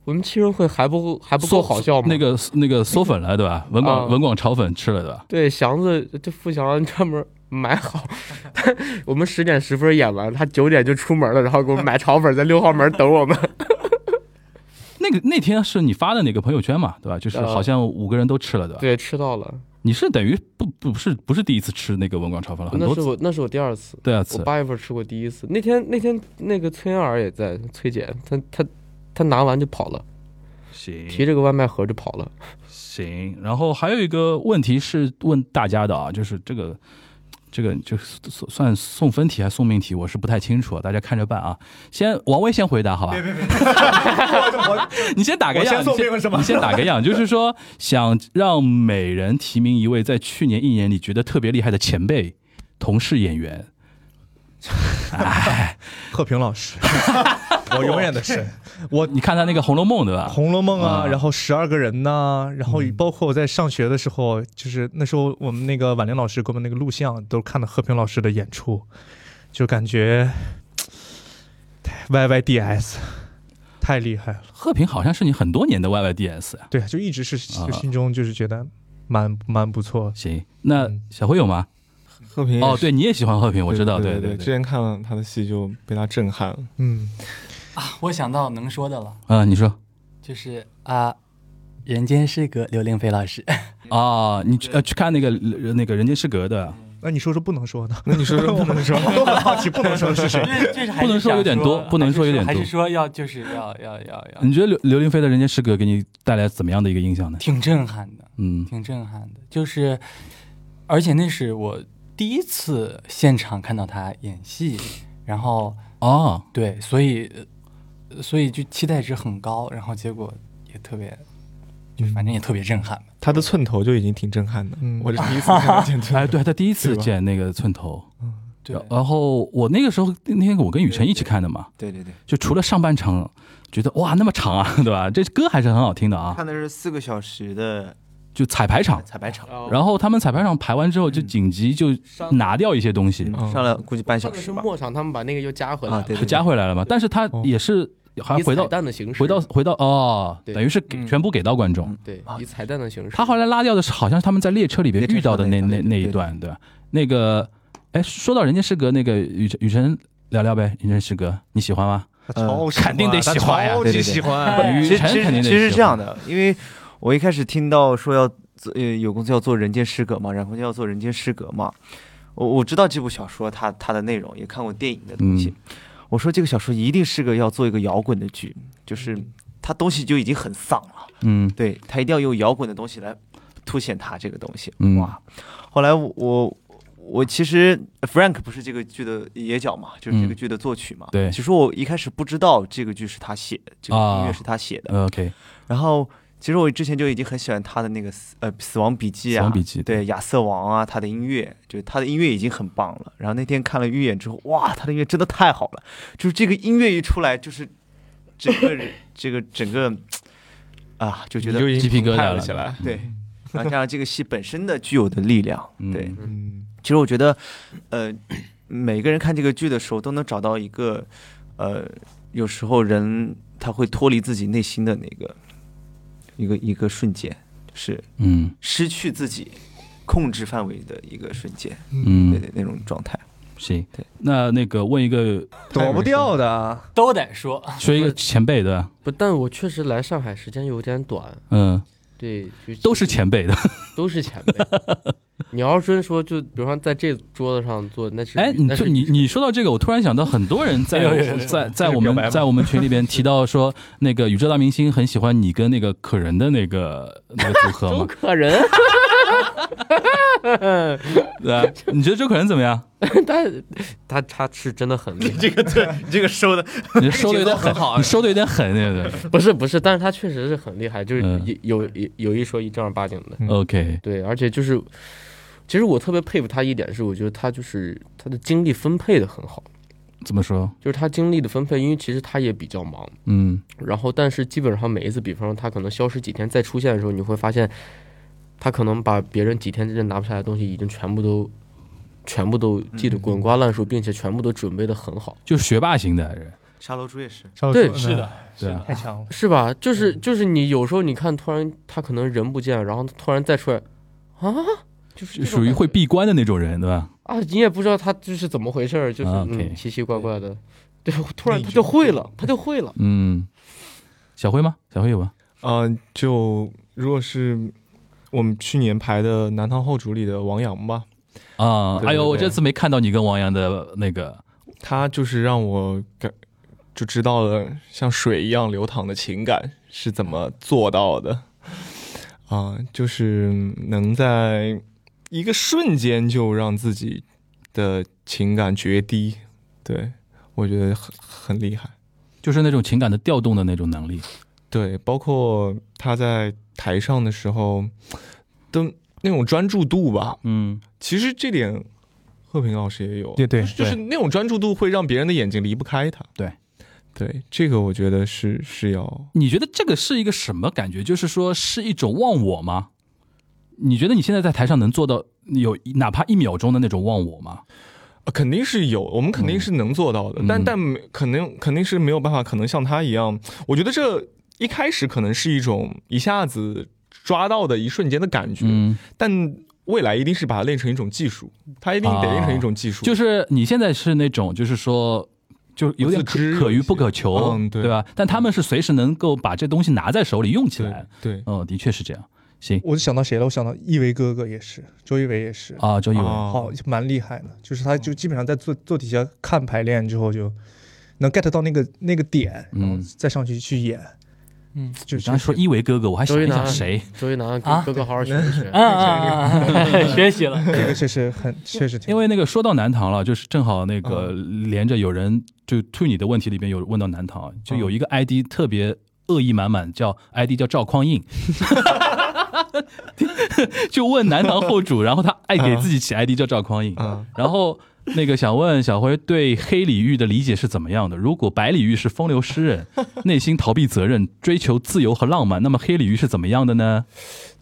[SPEAKER 4] 我们七人会还不 *laughs* 还不够
[SPEAKER 1] 缩
[SPEAKER 4] 好笑吗？
[SPEAKER 1] 那个那个缩粉了对吧？文广、
[SPEAKER 4] 啊
[SPEAKER 1] 文广炒粉吃了对吧？
[SPEAKER 4] 对，祥子这付祥专门买好，我们十点十分演完，他九点就出门了，然后给我们买炒粉，在六号门等我们。
[SPEAKER 1] 那个那天是你发的那个朋友圈嘛，对吧？就是
[SPEAKER 4] 呃
[SPEAKER 1] 好像五个人都吃了，对吧？
[SPEAKER 4] *laughs* 对，吃到了，
[SPEAKER 1] 你是等于不不是不是第一次吃那个文广炒粉了，很
[SPEAKER 4] 那
[SPEAKER 1] 多
[SPEAKER 4] 是
[SPEAKER 1] 次
[SPEAKER 4] 我那是我第二次，
[SPEAKER 1] 对啊，
[SPEAKER 4] 我
[SPEAKER 1] 次
[SPEAKER 4] 八月份吃过第一次。那天那天那个崔燕儿也在，崔姐，她她她拿完就跑了，提
[SPEAKER 1] 行
[SPEAKER 4] 着个外卖盒就跑了。
[SPEAKER 1] 行。然后还有一个问题是问大家的啊，就是这个这个就是算送分题还是送命题，我是不太清楚啊，大家看着办啊。先王威先回答好吧？
[SPEAKER 5] 别别， *laughs* 我我
[SPEAKER 1] *laughs* 你先打个
[SPEAKER 5] 我
[SPEAKER 1] 样，
[SPEAKER 5] 先送
[SPEAKER 1] 你
[SPEAKER 5] 别人是吗
[SPEAKER 1] 你先打个样，就是说想让每人提名一位在去年一年里觉得特别厉害的前辈、同事、演员。
[SPEAKER 3] *laughs* 贺平老师， *laughs* 我永远的神。我
[SPEAKER 1] 你看他那个《红楼梦》对
[SPEAKER 3] 《
[SPEAKER 1] 吧？
[SPEAKER 3] *laughs* 红楼梦》啊，嗯
[SPEAKER 1] 啊
[SPEAKER 3] 然后十二个人呐、然后包括我在上学的时候，就是那时候我们那个婉玲老师给我们那个录像，都看了贺平老师的演出，就感觉 Y Y D S 太厉害了。
[SPEAKER 1] 贺平好像是你很多年的 YYDS 啊。
[SPEAKER 3] 对，就一直是
[SPEAKER 1] 啊
[SPEAKER 3] 就心中就是觉得蛮蛮不错。
[SPEAKER 1] 行，那
[SPEAKER 3] 嗯
[SPEAKER 1] 小辉有吗？
[SPEAKER 5] 和平
[SPEAKER 1] 哦，对，你也喜欢贺平，我知道，
[SPEAKER 5] 对
[SPEAKER 1] 对
[SPEAKER 5] 之前看了他的戏就被他震撼了。
[SPEAKER 3] 嗯，
[SPEAKER 2] 我想到能说的了，
[SPEAKER 1] 啊，你说
[SPEAKER 2] 就是啊，人间失格，刘令飞老师，
[SPEAKER 1] 啊，你去呃去看那个呃那个《人间失格》的，
[SPEAKER 3] 那你说说不能说的，
[SPEAKER 5] 那你说说不能说，
[SPEAKER 3] *laughs* 我很好奇不能说是谁。
[SPEAKER 2] *laughs* 这是还是
[SPEAKER 1] 不能说有点多
[SPEAKER 2] 想
[SPEAKER 1] 不能说有点
[SPEAKER 2] 还是
[SPEAKER 1] 多嗯
[SPEAKER 2] 说要就是要要要要，
[SPEAKER 1] 你觉得刘刘玲飞的《人间失格》给你带来怎么样的一个影响呢？
[SPEAKER 2] 挺震撼的，
[SPEAKER 1] 嗯
[SPEAKER 2] 挺震撼的，就是，而且那是我第一次现场看到他演戏，然后
[SPEAKER 1] 哦，
[SPEAKER 2] 对，所以呃所以就期待值很高，然后结果也特别，就是反正也特别震撼吧。
[SPEAKER 5] 他的寸头就已经挺震撼的。
[SPEAKER 3] 嗯
[SPEAKER 5] 我这是第一次看他剪 *laughs* 寸头。
[SPEAKER 1] 哎，对他第一次
[SPEAKER 5] 嗯对吧
[SPEAKER 1] 见那个寸头，
[SPEAKER 2] 对，
[SPEAKER 1] 然后我那个时候那天我跟雨辰一起看的嘛，
[SPEAKER 6] 对对对，
[SPEAKER 1] 就除了上半场觉得哇那么长啊，对吧？这歌还是很好听的啊，
[SPEAKER 6] 看的是四个小时的
[SPEAKER 1] 就彩排场，
[SPEAKER 6] 彩排场，
[SPEAKER 4] 嗯
[SPEAKER 1] 然后他们彩排场排完之后就紧急就
[SPEAKER 4] 哦上
[SPEAKER 1] 拿掉一些东西，
[SPEAKER 5] 嗯
[SPEAKER 6] 上了估计半
[SPEAKER 4] 上
[SPEAKER 6] 小
[SPEAKER 4] 的
[SPEAKER 6] 时
[SPEAKER 4] 是
[SPEAKER 6] 吧。
[SPEAKER 4] 末场，他们把那个又加回来
[SPEAKER 6] 啊，
[SPEAKER 4] 了，
[SPEAKER 6] 对，
[SPEAKER 1] 就
[SPEAKER 6] 对
[SPEAKER 1] 加回来了嘛。但是他
[SPEAKER 3] 哦
[SPEAKER 1] 也是还
[SPEAKER 4] 以
[SPEAKER 1] 回
[SPEAKER 4] 彩
[SPEAKER 1] 到
[SPEAKER 4] 蛋的形式，
[SPEAKER 1] 回到回到哦，
[SPEAKER 4] 对
[SPEAKER 1] 等于是给全部给到观众
[SPEAKER 6] 嗯。
[SPEAKER 4] 对以彩蛋的形式。
[SPEAKER 1] 他后来拉掉的是好像是他们在列车里边遇到的那
[SPEAKER 6] 列车上
[SPEAKER 1] 那
[SPEAKER 6] 那
[SPEAKER 1] 那
[SPEAKER 6] 一段
[SPEAKER 1] 一段，对吧？那个，哎，说到人家师哥那个雨辰雨辰聊聊呗，人家师哥你喜欢吗？
[SPEAKER 3] 他
[SPEAKER 6] 呃
[SPEAKER 3] 超喜
[SPEAKER 1] 肯定得
[SPEAKER 3] 他
[SPEAKER 1] 喜欢呀
[SPEAKER 3] 超
[SPEAKER 6] 对对
[SPEAKER 3] 级
[SPEAKER 6] 对
[SPEAKER 3] 喜欢。
[SPEAKER 1] 雨
[SPEAKER 6] 其实
[SPEAKER 1] 辰
[SPEAKER 6] 其
[SPEAKER 1] 肯定得
[SPEAKER 6] 实其实是
[SPEAKER 1] 喜
[SPEAKER 6] 这样
[SPEAKER 1] 欢
[SPEAKER 6] 的，因为我一开始听到说要做呃有公司要做《人间失格》嘛，然后就要做《人间失格》嘛，我我知道这部小说它它的内容，也看过电影的东西，我说这个小说一定是个要做一个摇滚的剧，就是它东西就已经很丧了，
[SPEAKER 1] 嗯
[SPEAKER 6] 对，它一定要用摇滚的东西来凸显它这个东西。
[SPEAKER 1] 嗯
[SPEAKER 6] 哇！后来我我我其实 Frank 不是这个剧的野角嘛，就是这个
[SPEAKER 1] 嗯
[SPEAKER 6] 剧的作曲嘛。
[SPEAKER 1] 对啊
[SPEAKER 6] 其实我一开始不知道这个剧是他写的，这个音乐是他写的。
[SPEAKER 1] 呃，OK，
[SPEAKER 6] 然后其实我之前就已经很喜欢他的那个死呃《死亡笔记》啊，
[SPEAKER 1] 死亡笔记
[SPEAKER 6] 对《亚瑟王》啊，他的音乐，就是他的音乐已经很棒了。然后那天看了预演之后，哇，他的音乐真的太好了，就是这个音乐一出来，就是整个人这个整个啊，就觉得
[SPEAKER 5] 你就已
[SPEAKER 1] 鸡
[SPEAKER 5] 经
[SPEAKER 1] 皮疙瘩
[SPEAKER 5] 澎湃
[SPEAKER 1] 了
[SPEAKER 5] 了起来。
[SPEAKER 1] *laughs*
[SPEAKER 6] 对，然后加上这个戏本身的具有的力量，
[SPEAKER 1] 嗯
[SPEAKER 6] 对。
[SPEAKER 5] 嗯，
[SPEAKER 6] 其实我觉得，呃，每个人看这个剧的时候都能找到一个，呃，有时候人他会脱离自己内心的那个一个一个瞬间，就是
[SPEAKER 1] 嗯
[SPEAKER 6] 失去自己控制范围的一个瞬间，对
[SPEAKER 1] 嗯，
[SPEAKER 6] 对，那种状态。
[SPEAKER 1] 行
[SPEAKER 6] 对。
[SPEAKER 1] 那那个问一个，
[SPEAKER 5] 躲不掉的。
[SPEAKER 2] 都得说，
[SPEAKER 6] 啊
[SPEAKER 1] 说一个前辈的，
[SPEAKER 4] 不，但我确实来上海时间有点短，
[SPEAKER 1] 嗯，
[SPEAKER 4] 对，就
[SPEAKER 1] 都是前辈的。
[SPEAKER 4] 都是前辈。
[SPEAKER 1] *laughs*
[SPEAKER 4] 你要是真说，就比方在这桌子上坐，那是
[SPEAKER 1] 哎，你
[SPEAKER 4] 那
[SPEAKER 1] 就是你你说到这个，我突然想到，很多人
[SPEAKER 5] *laughs* 哎
[SPEAKER 1] 在
[SPEAKER 2] 有有有有
[SPEAKER 1] 在在
[SPEAKER 5] 这个
[SPEAKER 1] 我
[SPEAKER 5] 表白
[SPEAKER 1] 们
[SPEAKER 5] 吗 *laughs*
[SPEAKER 1] 在我们群里边提到说，那个宇宙大明星很喜欢你跟那个可人的那个那个组合
[SPEAKER 4] 周
[SPEAKER 5] *laughs*
[SPEAKER 1] 嘛，
[SPEAKER 4] 可人，
[SPEAKER 1] 对吧？你觉得周可人怎么
[SPEAKER 5] *laughs*
[SPEAKER 1] 样？
[SPEAKER 4] *laughs* 但他他是真的很厉害，
[SPEAKER 6] 这个对，你这个收的，
[SPEAKER 1] 你收的有点狠，
[SPEAKER 5] 啊
[SPEAKER 1] 你收的有点狠，对不对
[SPEAKER 4] 不是不是，但是他确实是很厉害，就是
[SPEAKER 1] 嗯
[SPEAKER 4] 有有有有一说一，正儿八经的。
[SPEAKER 3] 嗯
[SPEAKER 1] ？OK，
[SPEAKER 4] 对，而且就是，其实我特别佩服他一点是，我觉得他就是他的精力分配的很好，
[SPEAKER 1] 怎么说？
[SPEAKER 4] 就是他精力的分配，因为其实他也比较忙，
[SPEAKER 1] 嗯
[SPEAKER 4] 然后但是基本上每一次，比方说他可能消失几天再出现的时候，你会发现，他可能把别人几天之内拿不下来的东西，已经全部都。全部都记
[SPEAKER 1] 嗯
[SPEAKER 4] 得滚瓜烂熟，并且全部都准备的很好，
[SPEAKER 1] 就是学霸型的人，
[SPEAKER 6] 沙漏猪也 *laughs* 是，
[SPEAKER 3] 稍微
[SPEAKER 4] 对
[SPEAKER 3] 说
[SPEAKER 2] 是的，
[SPEAKER 1] 对啊，
[SPEAKER 3] 太强了。
[SPEAKER 4] 是吧？就是
[SPEAKER 1] 嗯
[SPEAKER 4] 就是你有时候你看，突然他可能人不见了，然后突然再出来，啊，就是
[SPEAKER 1] 就
[SPEAKER 4] 这种
[SPEAKER 1] 属于
[SPEAKER 4] 感
[SPEAKER 1] 会
[SPEAKER 4] 觉
[SPEAKER 1] 闭关的那种人，对吧？
[SPEAKER 4] 啊，你也不知道他这是怎么回事儿，就是、
[SPEAKER 1] 啊，OK
[SPEAKER 4] 嗯、奇奇怪怪的，对，突然他就会了，他就会了。
[SPEAKER 1] 嗯，小辉吗？小辉有吗？
[SPEAKER 5] 嗯、就如果是我们去年排的《南唐后主》里的王阳吧，
[SPEAKER 1] 啊
[SPEAKER 5] 对，对
[SPEAKER 1] 哎呦，我
[SPEAKER 5] 对
[SPEAKER 1] 这次没看到你跟王阳的那个，
[SPEAKER 5] 他就是让我感就知道了像水一样流淌的情感是怎么做到的啊、就是能在一个瞬间就让自己的情感决堤，对我觉得很很厉害。
[SPEAKER 1] 就是那种情感的调动的那种能力。
[SPEAKER 5] 对，包括他在台上的时候的那种专注度吧，
[SPEAKER 1] 嗯
[SPEAKER 5] 其实这点，贺平老师也有，
[SPEAKER 3] 对对
[SPEAKER 5] 就是就是那种专注度会让别人的眼睛离不开他。
[SPEAKER 1] 对，
[SPEAKER 5] 对，这个我觉得是是要，
[SPEAKER 1] 你觉得这个是一个什么感觉？就是说是一种忘我吗？你觉得你现在在台上能做到有哪怕一秒钟的那种忘我吗？
[SPEAKER 5] 呃肯定是有，我们肯定是能做到的，
[SPEAKER 1] 嗯
[SPEAKER 5] 但
[SPEAKER 1] 嗯
[SPEAKER 5] 但没可能肯定是没有办法，可能像他一样，我觉得这一开始可能是一种一下子抓到的一瞬间的感觉，
[SPEAKER 1] 嗯，
[SPEAKER 5] 但未来一定是把它练成一种技术，他一定得练成一种技术，
[SPEAKER 1] 就是你现在是那种，就是说，就有点可
[SPEAKER 5] 自知
[SPEAKER 1] 可遇不可求，
[SPEAKER 5] 嗯
[SPEAKER 1] 对
[SPEAKER 5] 对
[SPEAKER 1] 吧？但他们是随时能够把这东西拿在手里用起
[SPEAKER 5] 对
[SPEAKER 1] 来。
[SPEAKER 5] 对
[SPEAKER 1] 哦，的确是这样。行
[SPEAKER 3] 我就想到谁了？我想到一维哥哥也是，周一围也是，
[SPEAKER 1] 啊，周一伟，
[SPEAKER 5] 啊
[SPEAKER 3] 好，蛮厉害的。就是他就基本上在坐坐底下看排练之后，就能 get 到那个那个点，然后
[SPEAKER 1] 嗯
[SPEAKER 3] 再上去去演。
[SPEAKER 2] 嗯，
[SPEAKER 3] 就
[SPEAKER 1] 你刚才说一维哥哥，我还想一想谁？
[SPEAKER 4] 周一楠
[SPEAKER 2] 啊
[SPEAKER 4] 跟哥哥好好学
[SPEAKER 1] *laughs*
[SPEAKER 4] 一学，
[SPEAKER 2] 啊啊啊啊 *laughs* 学习了，
[SPEAKER 3] 这个确实很确实挺，
[SPEAKER 1] 因为那个说到南唐了，就是正好那个连着有人就推你的问题里边有问到南唐，啊就有一个 ID 特别恶意满满，叫 ID 叫赵匡胤， *laughs* 就问南唐后主，然后他爱给自己起 ID 叫赵匡胤，
[SPEAKER 5] 啊，
[SPEAKER 1] 然后那个想问小辉对黑李煜的理解是怎么样的？如果白李煜是风流诗人，内心逃避责任，追求自由和浪漫，那么黑李煜是怎么样的呢？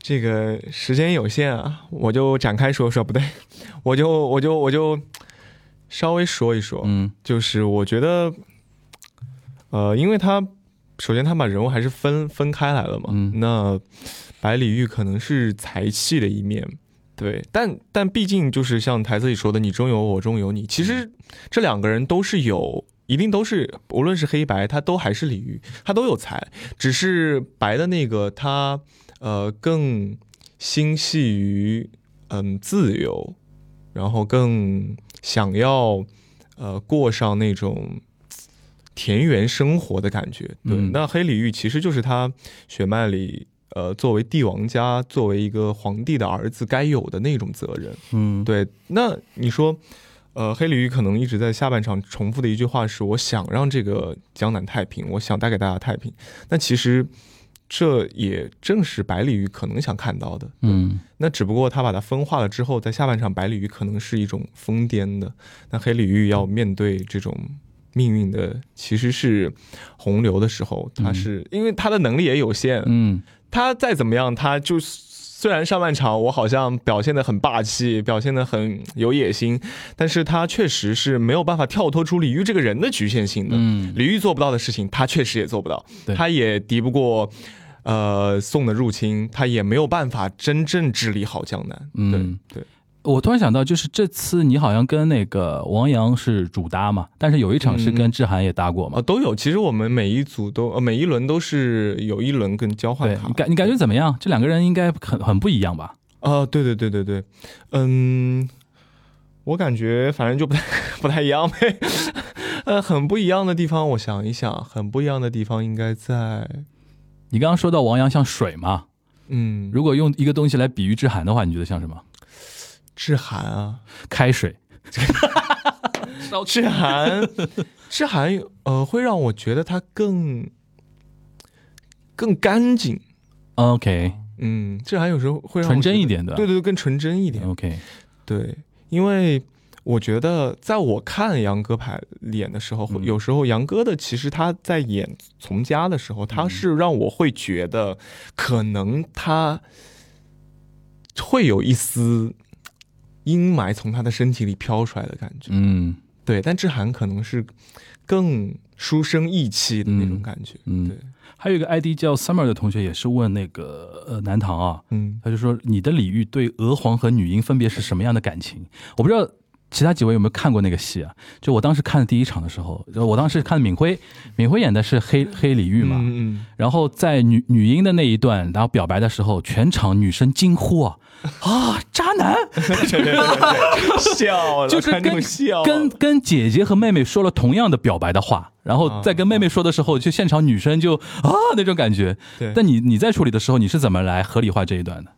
[SPEAKER 5] 这个时间有限啊，我就展开说说，不对， *laughs* 我就我就我就稍微说一说，
[SPEAKER 1] 嗯
[SPEAKER 5] 就是我觉得，呃，因为他首先他把人物还是分分开来了嘛，
[SPEAKER 1] 嗯
[SPEAKER 5] 那白李煜可能是才气的一面，对，但但毕竟就是像台词里说的，你中有我，我中有你，其
[SPEAKER 1] 嗯
[SPEAKER 5] 实这两个人都是有。一定都是，无论是黑白，他都还是李煜，他都有才，只是白的那个他，呃，更心系于嗯自由，然后更想要呃过上那种嘖田园生活的感觉。对，
[SPEAKER 1] 嗯
[SPEAKER 5] 那黑李煜其实就是他血脉里呃作为帝王家，作为一个皇帝的儿子该有的那种责任。
[SPEAKER 1] 嗯，
[SPEAKER 5] 对，那你说，呃，黑鲤鱼可能一直在下半场重复的一句话是：我想让这个江南太平，我想带给大家太平。那其实这也正是白鲤鱼可能想看到的。
[SPEAKER 1] 嗯
[SPEAKER 5] 那只不过他把它分化了之后，在下半场白鲤鱼可能是一种疯癫的，那黑鲤鱼要面对这种。命运的其实是洪流的时候，他
[SPEAKER 1] 嗯
[SPEAKER 5] 是、因为他的能力也有限，啊
[SPEAKER 1] 嗯
[SPEAKER 5] 他再怎么样，他就虽然上半场我好像表现得很霸气，表现得很有野心，但是他确实是没有办法跳脱出李煜这个人的局限性的。
[SPEAKER 1] 嗯
[SPEAKER 5] 李煜做不到的事情，他确实也做不到
[SPEAKER 1] 对，
[SPEAKER 5] 他也敌不过。呃宋的入侵，他也没有办法真正治理好江南。
[SPEAKER 1] 嗯
[SPEAKER 5] 对对，
[SPEAKER 1] 我突然想到，就是这次你好像跟那个王阳是主搭嘛，但是有一场是跟志涵也搭过
[SPEAKER 5] 啊，
[SPEAKER 1] 嘛。
[SPEAKER 5] 都有。其实我们每一组都，呃，每一轮都是有一轮跟交换
[SPEAKER 1] 对
[SPEAKER 5] 卡。
[SPEAKER 1] 你感你感觉怎么样？这两个人应该很很不一样吧？
[SPEAKER 5] 啊、对对对对对，嗯，我感觉反正就不太 *laughs* 不太一样呗。 *laughs* 呃，很不一样的地方，我想一想，很不一样的地方应该在，
[SPEAKER 1] 你刚刚说到王阳像水嘛，
[SPEAKER 5] 嗯，
[SPEAKER 1] 如果用一个东西来比喻志涵的话，你觉得像什么？
[SPEAKER 5] 志涵啊，
[SPEAKER 1] 开水。
[SPEAKER 5] 志涵，志涵，呃，会让我觉得他更更干净。
[SPEAKER 1] OK，
[SPEAKER 5] 嗯，志涵有时候会让我
[SPEAKER 1] 纯真
[SPEAKER 5] 觉
[SPEAKER 1] 一
[SPEAKER 5] 得，
[SPEAKER 1] 点的。
[SPEAKER 5] 对对对，更纯真一点。
[SPEAKER 1] OK，
[SPEAKER 5] 对，因为我觉得，在我看杨哥排演的时候，会
[SPEAKER 1] 嗯
[SPEAKER 5] 有时候杨哥的其实他在演从家的时候，
[SPEAKER 1] 嗯
[SPEAKER 5] 他是让我会觉得，可能他会有一丝阴霾从他的身体里飘出来的感觉。
[SPEAKER 1] 嗯
[SPEAKER 5] 对，但志涵可能是更书生意气的那种
[SPEAKER 1] 嗯
[SPEAKER 5] 感觉。对
[SPEAKER 1] 嗯，，还有一个 ID 叫 Summer 的同学也是问那个呃南唐啊，
[SPEAKER 5] 嗯，
[SPEAKER 1] 他就说你的李煜对娥皇和女英分别是什么样的感情？我不知道其他几位有没有看过那个戏啊？就我当时看的第一场的时候，就我当时看敏辉，敏辉演的是黑黑李煜嘛，
[SPEAKER 5] 嗯嗯，
[SPEAKER 1] 然后在女女英的那一段，然后表白的时候，全场女生惊呼啊啊，渣男！
[SPEAKER 5] 对对对对对，笑了，
[SPEAKER 1] 就是
[SPEAKER 5] 观众
[SPEAKER 1] 跟
[SPEAKER 5] 笑啊了
[SPEAKER 1] 跟跟姐姐和妹妹说了同样的表白的话，然
[SPEAKER 5] 哦
[SPEAKER 1] 后在跟妹妹说的时候，就现场女生就啊那种感觉。
[SPEAKER 5] 对
[SPEAKER 1] 但你你在处理的时候，你是怎么来合理化这一段的？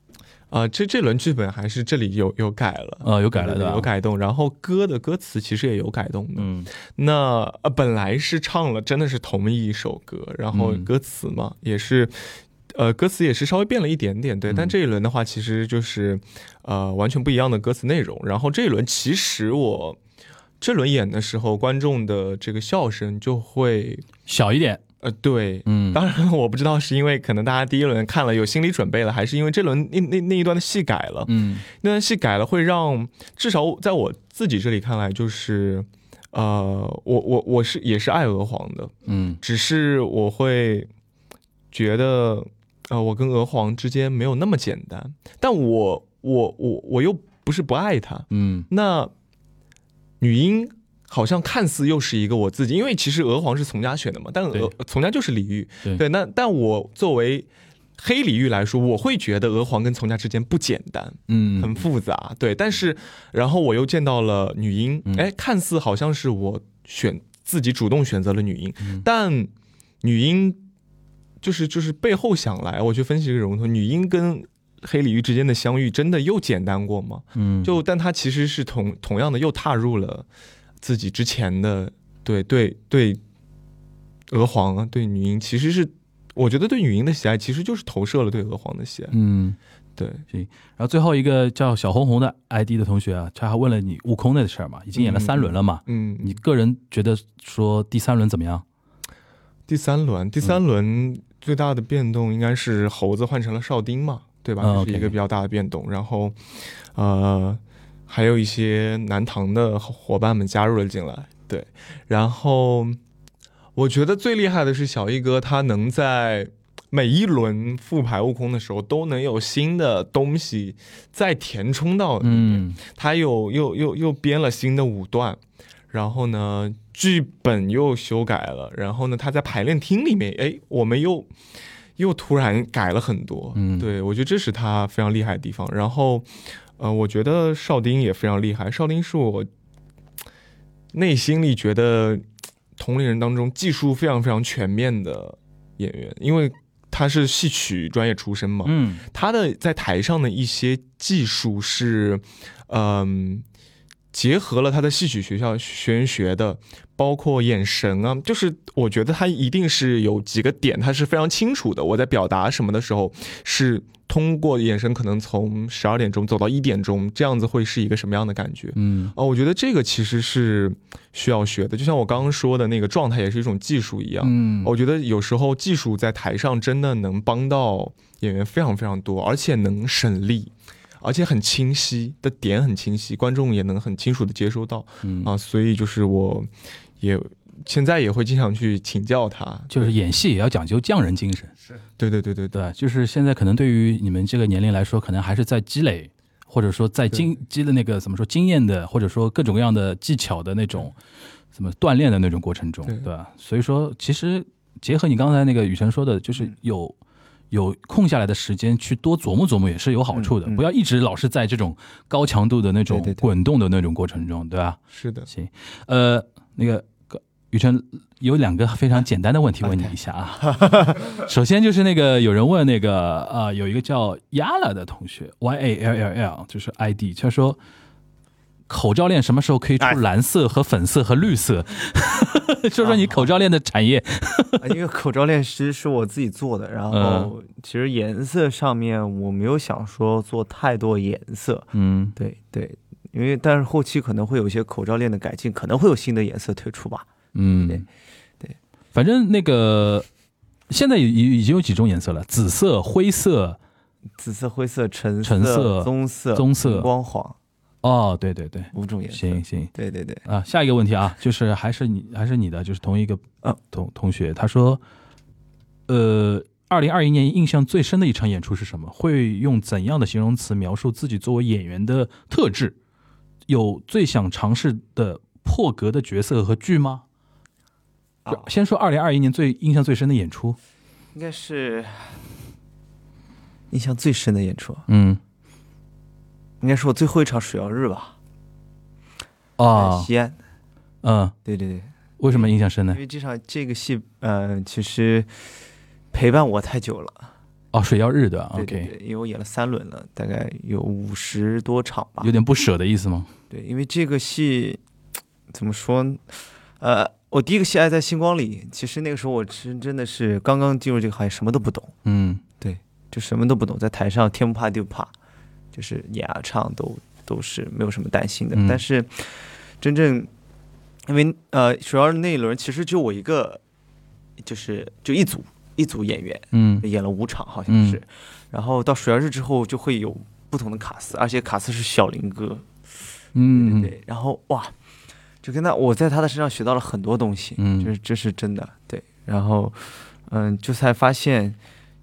[SPEAKER 5] 啊、这这轮剧本还是这里有有改了，
[SPEAKER 1] 呃有改了
[SPEAKER 5] 对对
[SPEAKER 1] 对吧
[SPEAKER 5] 有改动。然后歌的歌词其实也有改动的。
[SPEAKER 1] 嗯
[SPEAKER 5] 那呃，本来是唱了真的是同一首歌，然后
[SPEAKER 1] 嗯
[SPEAKER 5] 歌词嘛、也是。呃，歌词也是稍微变了一点点，对，但
[SPEAKER 1] 嗯
[SPEAKER 5] 这一轮的话，其实就是，呃，完全不一样的歌词内容。然后这一轮，其实我这轮演的时候，观众的这个笑声就会，
[SPEAKER 1] 小一点，
[SPEAKER 5] 呃，对， *laughs*
[SPEAKER 1] 嗯，
[SPEAKER 5] 当然我不知道是因为可能大家第一轮看了有心理准备了，还是因为这轮那那那一段的戏改了，
[SPEAKER 1] 嗯
[SPEAKER 5] 那段戏改了会让至少在我自己这里看来，就是呃，我我我是也是爱娥皇的，
[SPEAKER 1] 嗯
[SPEAKER 5] 只是我会觉得呃，我跟娥皇之间没有那么简单，但我我我我又不是不爱她，
[SPEAKER 1] 嗯
[SPEAKER 5] 那女英好像看似又是一个我自己，因为其实娥皇是从家选的嘛，但娥从家就是李煜，
[SPEAKER 1] 对
[SPEAKER 5] 那但我作为黑李煜来说，我会觉得娥皇跟从家之间不简单，
[SPEAKER 1] 嗯，
[SPEAKER 5] 很复杂，对，但是然后我又见到了女英
[SPEAKER 1] 嗯，
[SPEAKER 5] 哎、看似好像是我选自己主动选择了女英，
[SPEAKER 1] 嗯
[SPEAKER 5] 但女英就是就是背后想来，我去分析这个人物，女英跟黑李煜之间的相遇，真的又简单过吗？
[SPEAKER 1] 嗯
[SPEAKER 5] 就但他其实是同同样的又踏入了自己之前的对对对娥皇啊，对女英，其实是我觉得对女英的喜爱其实就是投射了对娥皇的喜爱。
[SPEAKER 1] 嗯。
[SPEAKER 5] 对，
[SPEAKER 1] 然后最后一个叫小红红的 ID 的同学啊，他还问了你悟空的事儿嘛，已经演了三轮了嘛，
[SPEAKER 5] 嗯，
[SPEAKER 1] 你个人觉得说第三轮怎么样？
[SPEAKER 5] 第三轮第三轮最大的变动应该是猴子换成了少丁嘛，对吧？
[SPEAKER 1] 嗯
[SPEAKER 5] 这是一
[SPEAKER 1] OK
[SPEAKER 5] 个比较大的变动。然后呃，还有一些南唐的伙伴们加入了进来，对，然后。我觉得最厉害的是小一哥，他能在每一轮复牌悟空的时候，都能有新的东西再填充到。，
[SPEAKER 1] 嗯
[SPEAKER 5] 他又又又又编了新的舞段，然后呢，剧本又修改了，然后呢，他在排练厅里面，哎，我们又又突然改了很多。
[SPEAKER 1] 嗯
[SPEAKER 5] 对我觉得这是他非常厉害的地方。然后，呃，我觉得少丁也非常厉害，少丁是我内心里觉得同龄人当中技术非常非常全面的演员，因为他是戏曲专业出身嘛，
[SPEAKER 1] 嗯
[SPEAKER 5] 他的在台上的一些技术是，嗯、结合了他的戏曲学校学院学的，包括眼神啊，就是我觉得他一定是有几个点，他是非常清楚的。我在表达什么的时候，是通过眼神，可能从十二点钟走到一点钟，这样子会是一个什么样的感觉？
[SPEAKER 1] 嗯
[SPEAKER 5] 哦，我觉得这个其实是需要学的，就像我刚刚说的那个状态也是一种技术一样。
[SPEAKER 1] 嗯
[SPEAKER 5] 我觉得有时候技术在台上真的能帮到演员非常非常多，而且能省力，而且很清晰的点很清晰，观众也能很清楚的接收到
[SPEAKER 1] 嗯
[SPEAKER 5] 啊，所以就是我也现在也会经常去请教他。
[SPEAKER 1] 就是演戏也要讲究匠人精神，
[SPEAKER 5] 对对对对对，
[SPEAKER 1] 对吧？就是现在可能对于你们这个年龄来说，可能还是在积累，或者说在经积的那个怎么说经验的，或者说各种各样的技巧的那种怎么锻炼的那种过程中，
[SPEAKER 5] 对
[SPEAKER 1] 对吧？所以说，其实结合你刚才那个雨辰说的，
[SPEAKER 6] 嗯
[SPEAKER 1] 就是有。有空下来的时间去多琢磨琢磨也是有好处的，
[SPEAKER 6] 嗯嗯
[SPEAKER 1] 不要一直老是在这种高强度的那种
[SPEAKER 6] 对对对
[SPEAKER 1] 滚动的那种过程中，对吧？
[SPEAKER 5] 是的，
[SPEAKER 1] 行，呃，那个雨辰有两个非常简单的问题问你一下啊。 *laughs* 首先就是那个有人问那个呃，有一个叫 Yala 的同学 Y A L L L，就是 ID，他说口罩链什么时候可以出
[SPEAKER 6] 哎
[SPEAKER 1] 蓝色和粉色和绿色？ *laughs* 说说你
[SPEAKER 6] 哦
[SPEAKER 1] 口罩链的产业。
[SPEAKER 6] 啊因为口罩链其实是我自己做的，然
[SPEAKER 1] 嗯
[SPEAKER 6] 后其实颜色上面我没有想说做太多颜色，
[SPEAKER 1] 嗯，
[SPEAKER 6] 对对，因为但是后期可能会有一些口罩链的改进，可能会有新的颜色推出吧。
[SPEAKER 1] 嗯，
[SPEAKER 6] 对对，
[SPEAKER 1] 反正那个现在已已已经有几种颜色了，紫色、灰色。
[SPEAKER 6] 紫色、灰色、橙
[SPEAKER 1] 橙色
[SPEAKER 6] 棕色、
[SPEAKER 1] 棕色
[SPEAKER 6] 荧光黄
[SPEAKER 1] 哦，对对对，
[SPEAKER 6] 五种颜色。
[SPEAKER 1] 行行。
[SPEAKER 6] 对对对，
[SPEAKER 1] 啊，下一个问题啊，就是还是你还是你的，就是同一个
[SPEAKER 6] 啊
[SPEAKER 1] 同同学，他说，呃，二零二一年印象最深的一场演出是什么？会用怎样的形容词描述自己作为演员的特质？有最想尝试的破格的角色和剧吗？
[SPEAKER 6] 啊
[SPEAKER 1] 就先说二零二一年最印象最深的演出，
[SPEAKER 6] 应该是印象最深的演出，
[SPEAKER 1] 嗯
[SPEAKER 6] 应该是我最后一场水曜日吧，在
[SPEAKER 1] 啊
[SPEAKER 6] 西安。
[SPEAKER 1] 嗯，
[SPEAKER 6] 对对对，
[SPEAKER 1] 为什么印象深呢
[SPEAKER 6] 因？为这场这个戏，呃，其实陪伴我太久了。
[SPEAKER 1] 哦，水曜日对吧
[SPEAKER 6] 对对
[SPEAKER 1] ？OK，
[SPEAKER 6] 对，因为我演了三轮了，大概有五十多场吧
[SPEAKER 1] 有。点不舍的意思吗？
[SPEAKER 6] 对，因为这个戏怎么说呢？呃，我第一个戏《爱在星光里》，其实那个时候我真真的是刚刚进入这个行业，什么都不懂。
[SPEAKER 1] 嗯
[SPEAKER 6] 就什么都不懂，在台上天不怕地不怕，就是演啊唱都都是没有什么担心的。
[SPEAKER 1] 嗯
[SPEAKER 6] 但是真正因为呃，主要是那一轮其实就我一个，就是就一组一组演员
[SPEAKER 1] 嗯
[SPEAKER 6] 演了五场好像
[SPEAKER 1] 嗯
[SPEAKER 6] 是，然后到水曜日之后就会有不同的卡司，而且卡司是小林哥，
[SPEAKER 1] 嗯
[SPEAKER 6] 对，然后哇，就跟他，我在他的身上学到了很多东西，
[SPEAKER 1] 嗯
[SPEAKER 6] 就是这是真的，对。然后，嗯，就才发现，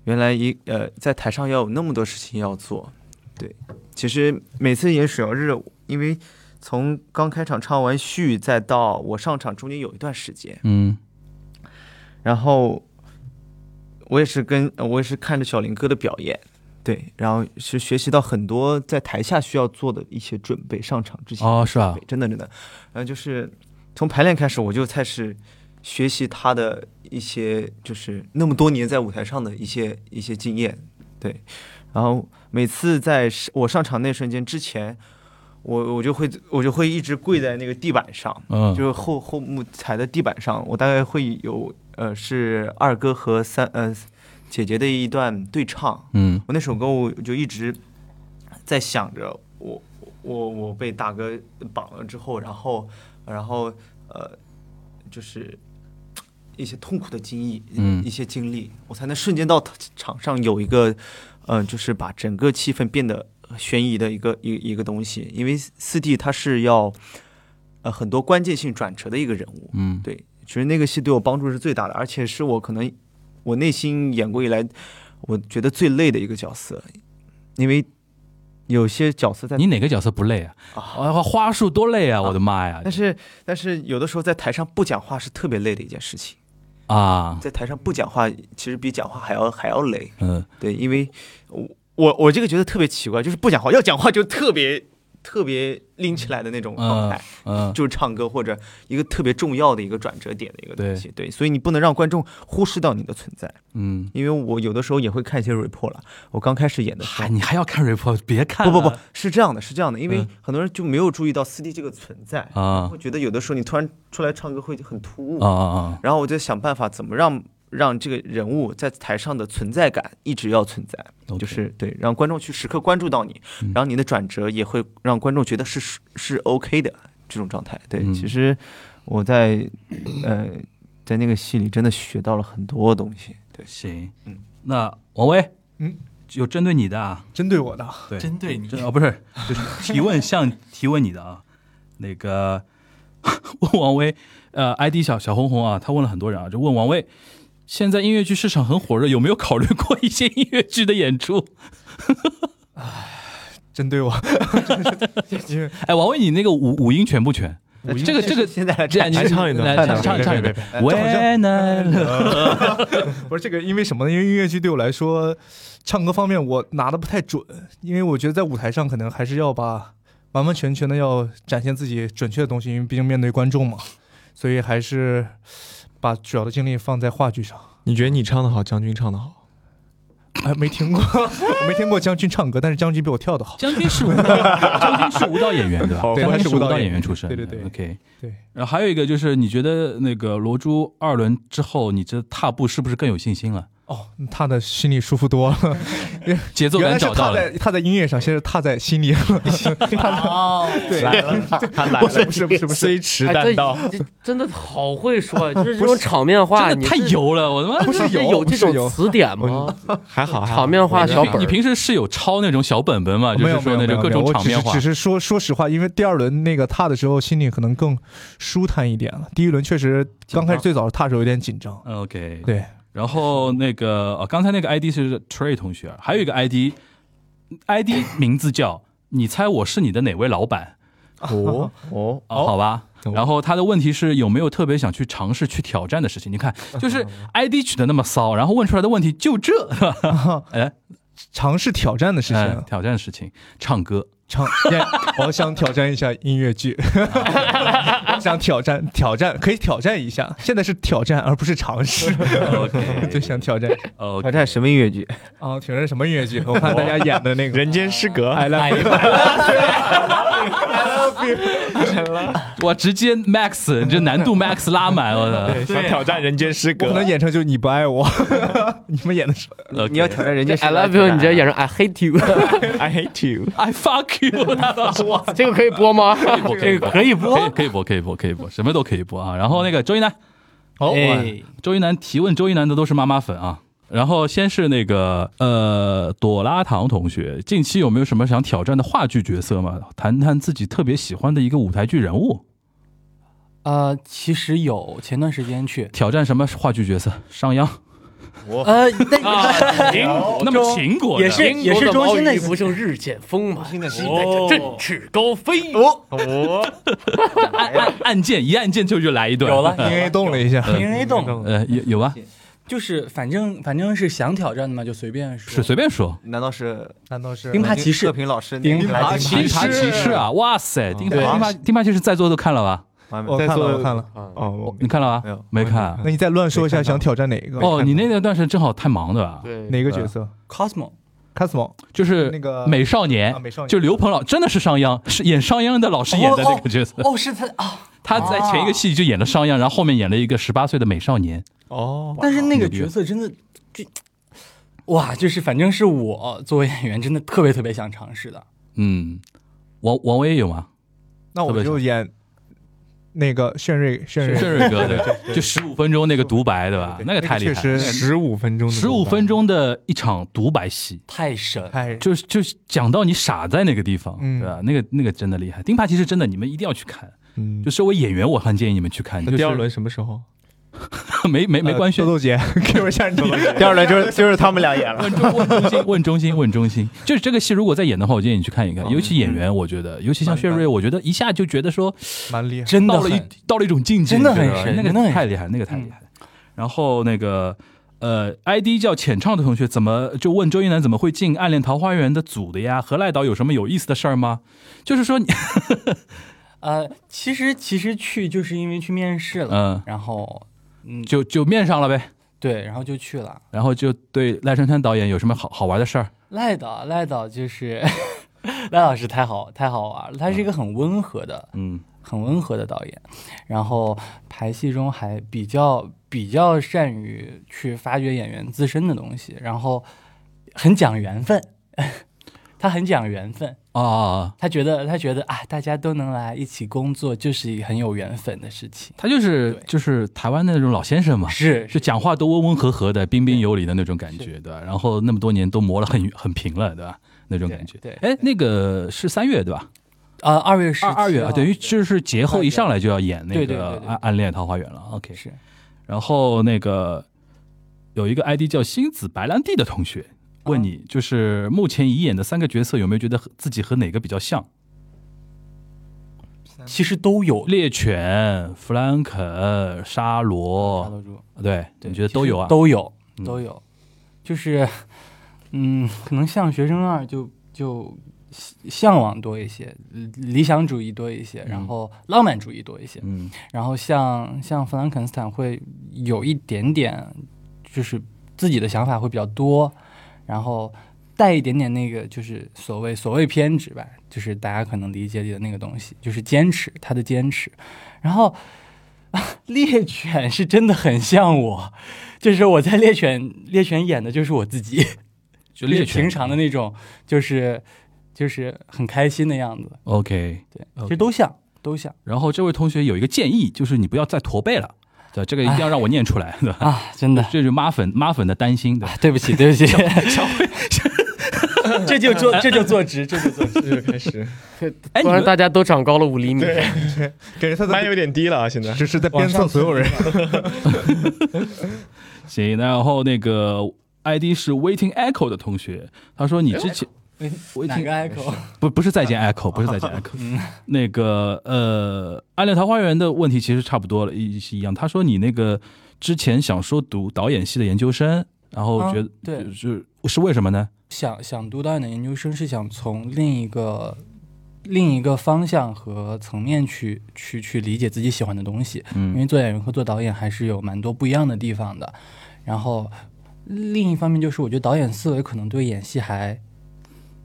[SPEAKER 6] 原来一呃，在台上要有那么多事情要做，对。其实每次演水曜日，因为从刚开场唱完序，再到我上场，中间有一段时间，
[SPEAKER 1] 嗯
[SPEAKER 6] 然后我也是跟呃我也是看着小林哥的表演。对，然后是学习到很多在台下需要做的一些准备，上场之前
[SPEAKER 1] 哦是吧？
[SPEAKER 6] 真的真的。然后就是从排练开始，我就开始学习他的一些，就是那么多年在舞台上的一些一些经验，对。然后每次在是我上场那瞬间之前，我我就会我就会一直跪在那个地板上，
[SPEAKER 1] 嗯
[SPEAKER 6] 就是后后幕踩在地板上，我大概会有呃是二哥和三呃姐姐的一段对唱，
[SPEAKER 1] 嗯
[SPEAKER 6] 我那首歌我就一直在想着我我我被大哥绑了之后，然后然后呃，就是一些痛苦的经历，
[SPEAKER 1] 嗯
[SPEAKER 6] 一些经历，我才能瞬间到场上有一个呃，就是把整个气氛变得悬疑的一个一一个东西，因为四弟他是要呃很多关键性转折的一个人物，
[SPEAKER 1] 嗯
[SPEAKER 6] 对，其实那个戏对我帮助是最大的，而且是我可能我内心演过以来，我觉得最累的一个角色，因为有些角色在
[SPEAKER 1] 你哪个角色不累啊？
[SPEAKER 6] 啊，
[SPEAKER 1] 啊，花束多累啊！我的妈呀！
[SPEAKER 6] 但是但是有的时候在台上不讲话是特别累的一件事情，
[SPEAKER 1] 啊，
[SPEAKER 6] 在台上不讲话其实比讲话还要还要累，
[SPEAKER 1] 嗯
[SPEAKER 6] 对，因为我我我这个觉得特别奇怪，就是不讲话，要讲话就特别特别拎起来的那种状态。
[SPEAKER 1] 嗯，
[SPEAKER 6] 就是唱歌或者一个特别重要的一个转折点的一个东
[SPEAKER 1] 对
[SPEAKER 6] 西，对，所以你不能让观众忽视到你的存在。
[SPEAKER 1] 嗯，
[SPEAKER 6] 因为我有的时候也会看一些 report 了。我刚开始演的时
[SPEAKER 1] 嗨，
[SPEAKER 6] 候，
[SPEAKER 1] 你还要看 report？别看
[SPEAKER 6] 不
[SPEAKER 1] 了
[SPEAKER 6] 不不是这样的，是这样的，因为
[SPEAKER 1] 啊嗯
[SPEAKER 6] 很多人就没有注意到四 D 这个存在，
[SPEAKER 1] 啊
[SPEAKER 6] 会觉得有的时候你突然出来唱歌会很突兀
[SPEAKER 1] 啊。啊
[SPEAKER 6] 然后我就想办法怎么让让这个人物在台上的存在感一直要存在，
[SPEAKER 1] 啊！
[SPEAKER 6] 就是对，让观众去时刻关注到你
[SPEAKER 1] 嗯，
[SPEAKER 6] 然后你的转折也会让观众觉得是是是 OK 的这种状态。对，
[SPEAKER 1] 嗯
[SPEAKER 6] 其实我在呃在那个戏里真的学到了很多东西。
[SPEAKER 1] 行
[SPEAKER 6] 嗯，
[SPEAKER 1] 那王威，
[SPEAKER 3] 嗯，
[SPEAKER 1] 有针对你的啊？
[SPEAKER 3] 针对我的啊，
[SPEAKER 1] 对，
[SPEAKER 2] 针对你
[SPEAKER 1] 这哦，不是，就是提问向提问你的啊。那个 *laughs* 问王威，呃，ID 小小红红啊，他问了很多人啊，就问王威，现在音乐剧市场很火热，有没有考虑过一些音乐剧的演出？
[SPEAKER 3] 针 *laughs* 对我，就是
[SPEAKER 1] 哎，王威，你那个五五音全不全？这个这个
[SPEAKER 6] *laughs* 现在来
[SPEAKER 1] 这样
[SPEAKER 6] 看
[SPEAKER 1] 你
[SPEAKER 5] 来唱一段
[SPEAKER 1] 来唱唱唱一段。When I love-
[SPEAKER 3] 不是这个，因为什么呢？因为音乐剧对我来说，唱歌方面我拿的不太准，因为我觉得在舞台上可能还是要把完完全全的要展现自己准确的东西，因为毕竟面对观众嘛，所以还是把主要的精力放在话剧上。
[SPEAKER 5] 你觉得你唱的好，将军唱的 *laughs* 好？
[SPEAKER 3] 哎，没听过， *laughs* 我没听过将军唱歌，但是将军比我跳的好。
[SPEAKER 1] 将军是舞
[SPEAKER 3] *laughs*
[SPEAKER 1] 蹈，将军是舞蹈演员对吧？
[SPEAKER 3] 对
[SPEAKER 1] 将军
[SPEAKER 3] 他是
[SPEAKER 1] 是
[SPEAKER 3] 舞蹈演员
[SPEAKER 1] 演员出身的。
[SPEAKER 3] 对对对
[SPEAKER 1] ，OK。
[SPEAKER 3] 对，
[SPEAKER 1] 然后还有一个就是，你觉得那个罗珠二轮之后，你这踏步是不是更有信心了？
[SPEAKER 3] 哦，踏的心里舒服多了，
[SPEAKER 1] 节奏
[SPEAKER 3] 原
[SPEAKER 1] 感
[SPEAKER 3] 来是
[SPEAKER 1] 找
[SPEAKER 3] 踏
[SPEAKER 1] 到了
[SPEAKER 3] 在。踏在音乐上，现在是踏在心里了。
[SPEAKER 6] 哦，
[SPEAKER 3] *laughs* 对，
[SPEAKER 6] 他来了，
[SPEAKER 3] 不是不是不是，
[SPEAKER 5] 虽迟
[SPEAKER 4] 哎
[SPEAKER 5] 但
[SPEAKER 4] 这
[SPEAKER 5] 到，
[SPEAKER 4] 这真的好会说，就是这种场面话，
[SPEAKER 1] 真
[SPEAKER 4] 你
[SPEAKER 1] 的太
[SPEAKER 4] 是
[SPEAKER 1] 油了，我他妈
[SPEAKER 4] 不是
[SPEAKER 3] 油
[SPEAKER 4] 有这
[SPEAKER 3] 不是油
[SPEAKER 4] 种词典 *laughs* 吗？
[SPEAKER 5] 还
[SPEAKER 1] 哎
[SPEAKER 5] 好还好
[SPEAKER 4] 场。面话
[SPEAKER 1] 你
[SPEAKER 4] 小
[SPEAKER 1] 平
[SPEAKER 4] 本
[SPEAKER 1] 你
[SPEAKER 4] 儿，
[SPEAKER 1] 平时是有抄那种小本本吗？啊就
[SPEAKER 3] 哦没
[SPEAKER 1] 是
[SPEAKER 3] 有
[SPEAKER 1] 说那种各种场面
[SPEAKER 3] 我
[SPEAKER 1] 话
[SPEAKER 3] 只是只。是说说实话，因为第二轮那个踏的时候，心里可能更舒坦一点了。第一轮确实刚开始最早踏的时候有点紧张，
[SPEAKER 1] 嗯 OK，
[SPEAKER 3] 对，
[SPEAKER 1] 然后那个呃，刚才那个 ID 是 Trey 同学，还有一个 ID，ID 名字叫 *laughs* “你猜我是你的哪位老板
[SPEAKER 5] 哦哦”，
[SPEAKER 1] 啊好吧
[SPEAKER 5] 哦。
[SPEAKER 1] 然后他的问题是有没有特别想去尝试、去挑战的事情？你看，就是 ID 取的那么骚，然后问出来的问题就这，哎，
[SPEAKER 3] 尝试挑战的事
[SPEAKER 1] 哎
[SPEAKER 3] 情，
[SPEAKER 1] 挑战事情，唱歌，
[SPEAKER 3] *laughs* 尝，演我想挑战一下音
[SPEAKER 1] *laughs*
[SPEAKER 3] 乐剧，我想挑战挑战，可以挑战一下。现在是挑战，而不是
[SPEAKER 1] *laughs*
[SPEAKER 3] 尝试， *laughs* 就想挑战。
[SPEAKER 1] 呃
[SPEAKER 6] 挑，战什么音乐剧？
[SPEAKER 3] 哦，挑战什么音乐剧？我看大家演的
[SPEAKER 1] *laughs*
[SPEAKER 3] 那个
[SPEAKER 5] 人间失格，
[SPEAKER 3] I love you，
[SPEAKER 1] 我直接 max，你这难度 max 拉满，我的。
[SPEAKER 5] 想挑战人间失
[SPEAKER 3] 我可
[SPEAKER 5] 格
[SPEAKER 3] 能。演成就你不爱
[SPEAKER 1] *laughs*
[SPEAKER 3] 我，你们演的是
[SPEAKER 1] OK
[SPEAKER 6] 你要挑战啊人家
[SPEAKER 4] I love you，你直接演
[SPEAKER 6] 上。
[SPEAKER 4] 成 I hate you，
[SPEAKER 5] I hate you。
[SPEAKER 1] I fuck you，他的哇，
[SPEAKER 4] 这个可以播吗？
[SPEAKER 1] 可以播，可以播，可以播，可以播，可以播，什么都可以播啊。然后那个周一楠，
[SPEAKER 3] 哦，
[SPEAKER 2] 哎，
[SPEAKER 1] 周一楠提问周一楠的都是妈妈粉啊。然后先是那个呃朵拉糖同学，近期有没有什么想挑战的话剧角色吗？谈谈自己特别喜欢的一个舞台剧人物，
[SPEAKER 2] 呃，其实有前段时间去，
[SPEAKER 1] 挑战什么话剧角色？商鞅，
[SPEAKER 2] 呃， *laughs* 那
[SPEAKER 1] 那么秦国
[SPEAKER 2] 也是也是中心的
[SPEAKER 4] 英国的贸易不胜日渐丰满，现在是
[SPEAKER 2] 哦
[SPEAKER 4] 振翅高飞。
[SPEAKER 6] 哦
[SPEAKER 1] 按哎按按键一按键就就来一段，
[SPEAKER 2] 有了
[SPEAKER 3] 因 *laughs* 为动了一下，
[SPEAKER 2] 平 A 动，
[SPEAKER 1] 呃有有吧？
[SPEAKER 2] 就是反正反正是想挑战的嘛，就随便说，
[SPEAKER 1] 是随便说。
[SPEAKER 6] 难道是
[SPEAKER 3] 难道是
[SPEAKER 2] 钉耙骑
[SPEAKER 6] 测
[SPEAKER 2] 士？
[SPEAKER 6] 评老师？
[SPEAKER 2] 钉耙
[SPEAKER 6] 来
[SPEAKER 2] 骑
[SPEAKER 6] 钉
[SPEAKER 2] 士
[SPEAKER 1] 钉耙骑士啊，哇塞，钉耙
[SPEAKER 2] 对
[SPEAKER 1] 钉耙钉耙骑士在座都看了吧？
[SPEAKER 6] 完美
[SPEAKER 5] 我
[SPEAKER 3] 看
[SPEAKER 5] 看
[SPEAKER 3] 了
[SPEAKER 5] 了
[SPEAKER 3] 我看了。
[SPEAKER 6] 嗯
[SPEAKER 5] 哦，我
[SPEAKER 1] 你看了
[SPEAKER 6] 没
[SPEAKER 1] 吧
[SPEAKER 6] 有？
[SPEAKER 1] 没看。啊
[SPEAKER 3] 那你再乱说一下，想挑战哪一个？
[SPEAKER 1] 哦，你那段是正好太忙对吧？
[SPEAKER 4] 对，
[SPEAKER 3] 哪个角色
[SPEAKER 2] Cosmo，
[SPEAKER 3] ？Cosmo
[SPEAKER 1] 就是
[SPEAKER 3] 那个
[SPEAKER 1] 美少年，
[SPEAKER 3] 啊美少年
[SPEAKER 1] 哎就刘鹏老真的是商鞅，是演商鞅的老师演的那个角色。
[SPEAKER 2] 哦，是他啊，
[SPEAKER 1] 他在前一个戏就演了商鞅，然后后面演了一个十八岁的美少年。
[SPEAKER 5] 哦，
[SPEAKER 2] 但是那个
[SPEAKER 1] 牛逼
[SPEAKER 2] 角色真的就哇，就是反正是我作为演员，真的特别特别想尝试的。
[SPEAKER 1] 嗯，王王威有吗？
[SPEAKER 3] 那我就演那个炫瑞，炫瑞，
[SPEAKER 1] 盛
[SPEAKER 3] *laughs*
[SPEAKER 1] 瑞哥对，就十五分钟那个独白对吧？
[SPEAKER 3] 对
[SPEAKER 1] 那个太厉害
[SPEAKER 3] 确
[SPEAKER 1] 了，
[SPEAKER 3] 实
[SPEAKER 5] 十五分钟，
[SPEAKER 1] 十五分，钟的一场独白戏，
[SPEAKER 2] 太神！
[SPEAKER 3] 太
[SPEAKER 1] 就是就是讲到你傻在那个地方，
[SPEAKER 3] 嗯
[SPEAKER 1] 对吧？那个那个真的厉害，钉耙骑士真的你们一定要去看。
[SPEAKER 5] 嗯
[SPEAKER 1] 就，身为演员，我很呃建议你们去看。就是 *laughs*
[SPEAKER 5] 第二轮什么时候？
[SPEAKER 1] 没没没官宣
[SPEAKER 3] 豆，豆
[SPEAKER 1] *laughs*
[SPEAKER 3] 呃姐，Q 一下你，
[SPEAKER 6] 第二轮就是就是他们俩演了。
[SPEAKER 1] 问中问中心，问中心，问中心，就是这个戏，如果再演的话，我建议你去看一
[SPEAKER 2] 哦
[SPEAKER 1] 看。尤其
[SPEAKER 2] 嗯
[SPEAKER 1] 演员，我觉得，尤其像薛瑞，我觉得一下就觉得说，
[SPEAKER 3] *laughs* 蛮厉害。
[SPEAKER 2] 真
[SPEAKER 1] 到
[SPEAKER 2] 的
[SPEAKER 1] 了一
[SPEAKER 2] 很
[SPEAKER 1] 到了一种境界，
[SPEAKER 2] 真的很
[SPEAKER 1] 你知道吧
[SPEAKER 2] 神
[SPEAKER 1] 那个
[SPEAKER 2] 真的很嗯
[SPEAKER 1] 太厉害，那个太厉害。然后那个呃，ID 叫浅唱的同学，怎么就问周一楠怎么会进《暗恋桃花源》的组的呀？何赖导有什么有意思的事儿吗？就是说你，
[SPEAKER 2] 呃，其实其实去就是因为去面试了，
[SPEAKER 1] 嗯，
[SPEAKER 2] 然后嗯，
[SPEAKER 1] 就就面上了呗。
[SPEAKER 2] 对，然后就去了。
[SPEAKER 1] 然后就对赖声川导演有什么好好玩的事儿？
[SPEAKER 2] 赖导，赖导就是 *laughs* 赖老师太好太好玩了，他是一个很温和的、
[SPEAKER 1] 嗯，
[SPEAKER 2] 很温和的导演，然后排戏中还比较比较善于去发掘演员自身的东西，然后很讲缘分， *laughs* 他很讲缘分。
[SPEAKER 1] 啊，
[SPEAKER 2] 他觉得，他觉得啊，大家都能来一起工作，就是一很有缘分的事情。
[SPEAKER 1] 他就是
[SPEAKER 2] 对
[SPEAKER 1] 就是台湾的那种老先生嘛，
[SPEAKER 2] 是
[SPEAKER 1] 就讲话都温温和和的、彬彬有礼的那种感觉，对吧？然后那么多年都磨了很很平了，对吧？那种感觉。
[SPEAKER 2] 对对
[SPEAKER 1] 哎，那个是三月对吧？
[SPEAKER 2] 啊，二月十
[SPEAKER 1] 二二月啊，
[SPEAKER 2] 啊，
[SPEAKER 1] 等于就是节后一上来就要演那
[SPEAKER 2] 对对对
[SPEAKER 1] 个
[SPEAKER 2] 对
[SPEAKER 1] 暗暗恋桃花源了。OK，
[SPEAKER 2] 是
[SPEAKER 1] 然后那个有一个 ID 叫星子白兰地的同学问你，就是目前已演的三个角色，有没有觉得和自己和哪个比较像？
[SPEAKER 2] 其实都有
[SPEAKER 1] 猎犬、弗兰肯、沙
[SPEAKER 2] 大
[SPEAKER 1] 罗，
[SPEAKER 2] 楼主
[SPEAKER 1] 对，你觉得都有啊？
[SPEAKER 2] 都有
[SPEAKER 1] 嗯
[SPEAKER 2] 都有，就是嗯，可能像学生二就就向向往多一些，理理想主义多一些，然
[SPEAKER 1] 嗯
[SPEAKER 2] 后浪漫主义多一些，
[SPEAKER 1] 嗯
[SPEAKER 2] 然后像像弗兰肯斯坦会有一点点，就是自己的想法会比较多，然后带一点点那个就是所谓所谓偏执吧，就是大家可能理解里的那个东西，就是坚持他的坚持。然后、 *laughs* 猎犬是真的很像我，就是我在猎犬猎犬演的就是我自己，
[SPEAKER 1] 就猎
[SPEAKER 2] 是
[SPEAKER 1] 犬
[SPEAKER 2] 平常的那种，就是就是很开心的样子，
[SPEAKER 1] OK。
[SPEAKER 2] 对，
[SPEAKER 1] OK
[SPEAKER 2] 其实都像都像
[SPEAKER 1] 然后这位同学有一个建议，就是你不要再驼背了，对，这个一定要让我念出来，对吧？
[SPEAKER 2] 啊，真的。
[SPEAKER 1] 这就是妈粉妈粉的担心，对吧？
[SPEAKER 2] 对不起，对不起， *laughs* 这就坐这就坐直，这就坐直。
[SPEAKER 5] 这就开 *laughs* 始，
[SPEAKER 1] 哎，你
[SPEAKER 4] 突然
[SPEAKER 1] 们
[SPEAKER 4] 大家都长高了五厘米， *laughs*
[SPEAKER 3] 感觉他
[SPEAKER 5] 班
[SPEAKER 3] 在
[SPEAKER 5] 有点低了啊，现在
[SPEAKER 3] 只是在鞭策所有人。
[SPEAKER 2] 哎
[SPEAKER 1] 行，然后那个 ID 是 Waiting Echo 的同学，他说你之前
[SPEAKER 2] 我哎哪个嗯 echo？
[SPEAKER 1] 不不是再见 Echo，不是再见 Echo，那个呃，《暗恋桃花源》的问题其实差不多了，一是一样。他说你那个之前想说读导演系的研究生，然后
[SPEAKER 2] 啊
[SPEAKER 1] 觉得、
[SPEAKER 2] 对
[SPEAKER 1] 就是是为什么呢？
[SPEAKER 2] 想想读导演的研究生是想从另一个另一个方向和层面去去去理解自己喜欢的东西，因
[SPEAKER 1] 嗯
[SPEAKER 2] 为做演员和做导演还是有蛮多不一样的地方的。然后另一方面就是，我觉得导演思维可能对演戏还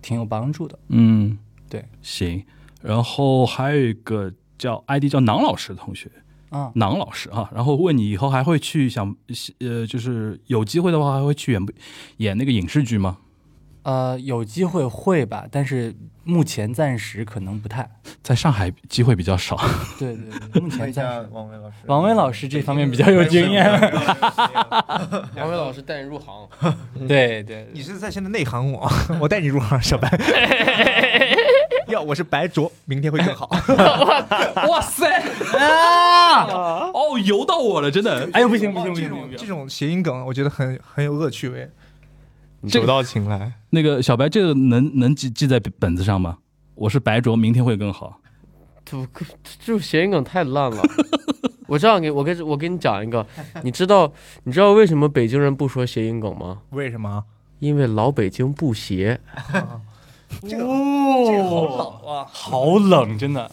[SPEAKER 2] 挺有帮助的。
[SPEAKER 1] 嗯，
[SPEAKER 2] 对，
[SPEAKER 1] 行。然后还有一个叫 ID 叫囊老师的同学，
[SPEAKER 2] 啊，
[SPEAKER 1] 囊老师啊，然后问你以后还会去想呃，就是有机会的话还会去演不演那个影视剧吗？
[SPEAKER 2] 呃，有机会会吧，但是目前暂时可能不太。
[SPEAKER 1] 在上海机会比较
[SPEAKER 2] *laughs*
[SPEAKER 1] 少，
[SPEAKER 2] 对对对，目
[SPEAKER 6] 看一
[SPEAKER 2] 前暂
[SPEAKER 6] 下
[SPEAKER 2] 时。
[SPEAKER 6] 王威老师，
[SPEAKER 2] 王威老师这方面比较有经验。
[SPEAKER 7] 两位老师带人入行，
[SPEAKER 2] *laughs* 对
[SPEAKER 3] *laughs*
[SPEAKER 2] 对，
[SPEAKER 6] 你是在现在内行，
[SPEAKER 3] 喊我， *laughs* 我带你入行，小白。 *laughs* 要我是白灼，明天会更好。
[SPEAKER 1] 哇塞！啊！哦，游到我了，真的。
[SPEAKER 2] *laughs* 哎呦不行不行不
[SPEAKER 3] 这
[SPEAKER 2] 行不
[SPEAKER 3] 种
[SPEAKER 2] 行，
[SPEAKER 3] 这种谐音梗，我觉得很很有恶趣味。
[SPEAKER 5] 手到擒来。
[SPEAKER 1] 那个小白，这个能能记记在本子上吗？我是白灼，明天会更好。
[SPEAKER 4] 这这这谐音梗太烂 *laughs* 了。我这样给我跟我跟你讲一个，你知道你知道为什么北京人不说谐音梗吗？
[SPEAKER 3] 为什么？
[SPEAKER 4] 因为老北京不谐。
[SPEAKER 2] 哦，好冷，真的，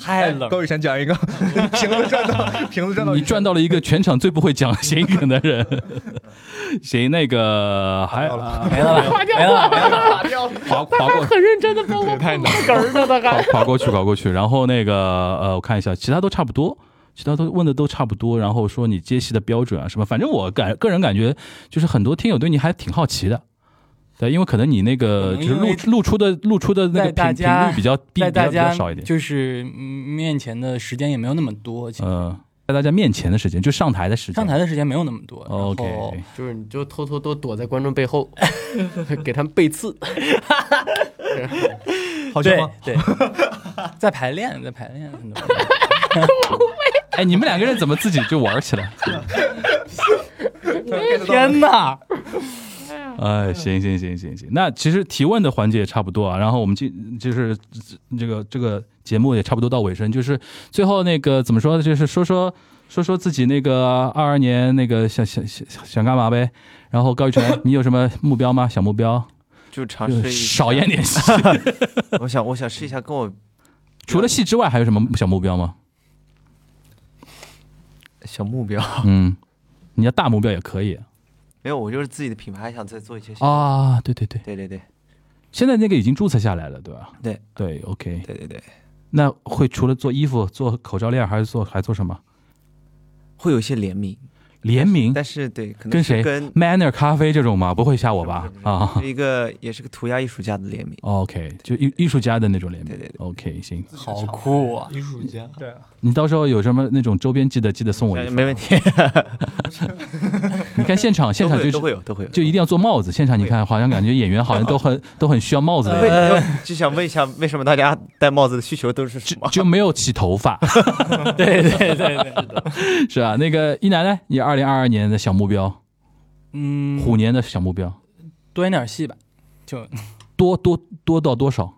[SPEAKER 2] 太冷。
[SPEAKER 3] 高宇山
[SPEAKER 1] *laughs*
[SPEAKER 3] 讲一个， *laughs* 瓶子转到瓶子转到
[SPEAKER 1] 你赚到了一个全场最不会讲 *laughs* 谐音梗的人。行，那个还
[SPEAKER 2] 没了吧，没了吧，没了吧。
[SPEAKER 4] *laughs*
[SPEAKER 2] *laughs*
[SPEAKER 1] 划划过
[SPEAKER 4] 很认真的帮我
[SPEAKER 5] 太难
[SPEAKER 4] 梗儿呢，他
[SPEAKER 1] 划
[SPEAKER 4] 还。
[SPEAKER 1] 划过去，划过去。然后那个呃，我看一下，其他都差不多，其他都问的都差不多。然后说你接戏的标准啊什么，反正我感个人感觉就是很多听友对你还挺好奇的。对，因为可能你那个
[SPEAKER 2] 可
[SPEAKER 1] 就
[SPEAKER 2] 能
[SPEAKER 1] 是
[SPEAKER 2] 因为
[SPEAKER 1] 露露出的露出的那个
[SPEAKER 2] 在大
[SPEAKER 1] 频频
[SPEAKER 2] 家
[SPEAKER 1] 率比较低，
[SPEAKER 2] 在
[SPEAKER 1] 比较
[SPEAKER 2] 大
[SPEAKER 1] 比较
[SPEAKER 2] 家
[SPEAKER 1] 少一点。
[SPEAKER 2] 就是面前的时间也没有那么多，其实
[SPEAKER 1] 嗯，在大家面前的时间，就上台的时间。
[SPEAKER 2] 上台的时间没有那么多。然后
[SPEAKER 1] ，OK，
[SPEAKER 4] 就是你就偷偷都躲在观众背 *laughs* 后，给他们背刺。
[SPEAKER 3] 好笑
[SPEAKER 2] 对
[SPEAKER 3] 吗？
[SPEAKER 2] 对， *laughs* 在排练，在排练，很多
[SPEAKER 1] *laughs* 哎，你们两个人怎么自己就玩起来？
[SPEAKER 6] *laughs*
[SPEAKER 2] 天哪！
[SPEAKER 1] *laughs* 哎，行行行行行，那其实提问的环节也差不多啊。然后我们今就是这个这个节目也差不多到尾声，就是最后那个怎么说呢？就是说说说说自己那个二二年那个想想想想干嘛呗。然后高宇辰，你有什么目标吗？小目标？
[SPEAKER 6] 就 *laughs* 尝
[SPEAKER 1] 就
[SPEAKER 6] 试
[SPEAKER 1] 是
[SPEAKER 6] 一下
[SPEAKER 1] 少演。点戏。 *laughs*
[SPEAKER 6] 我想，我想试一下跟我
[SPEAKER 1] 除了戏之外，还有什么小目标吗？
[SPEAKER 6] 小目标，
[SPEAKER 1] 嗯，你要大目标也可以
[SPEAKER 6] 没有，我就是自己的品牌，想再做一些事。
[SPEAKER 1] 啊。对对对，
[SPEAKER 6] 对对对
[SPEAKER 1] 现在那个已经注册下来了，对吧？
[SPEAKER 6] 对
[SPEAKER 1] 对，OK。
[SPEAKER 6] 对对对，
[SPEAKER 1] 那会除了做衣服、做口罩链，还是做还做什么？
[SPEAKER 6] 会有一些联名，
[SPEAKER 1] 联名
[SPEAKER 6] 但是对，可能
[SPEAKER 1] 嗯跟
[SPEAKER 6] 是
[SPEAKER 1] 谁啊
[SPEAKER 6] 跟
[SPEAKER 1] ？Manner 咖啡这种吗？不会吓我吧？啊
[SPEAKER 6] 是一个也是个涂鸦艺术家的联名。
[SPEAKER 1] ，OK，就艺艺术家的那种联名
[SPEAKER 6] 对对。对
[SPEAKER 1] OK，行，
[SPEAKER 2] 好酷啊！
[SPEAKER 5] 艺术家，
[SPEAKER 3] 对，
[SPEAKER 1] 啊你到时候有什么那种周边，记得记得送我一
[SPEAKER 6] 哎
[SPEAKER 1] 份。
[SPEAKER 6] 没问题，
[SPEAKER 1] 你看现
[SPEAKER 6] *laughs*
[SPEAKER 1] 场，现场就
[SPEAKER 6] 都
[SPEAKER 1] 是
[SPEAKER 6] 会有都会有，
[SPEAKER 1] 就一定要做帽子。现场你看，好像感觉演员好像都很都很需要帽子
[SPEAKER 6] *laughs*
[SPEAKER 1] 的样子，
[SPEAKER 6] 为就想问一下，为什么大家戴帽子的需求都是什么？
[SPEAKER 1] 就没有起头
[SPEAKER 6] *laughs*
[SPEAKER 1] 发，
[SPEAKER 2] 对对对对，
[SPEAKER 1] 是吧？那个一楠呢？你二零二二年的小目标，
[SPEAKER 2] 嗯，
[SPEAKER 1] 虎年的小目标，
[SPEAKER 2] 多演点戏吧，就
[SPEAKER 1] 多多多到多少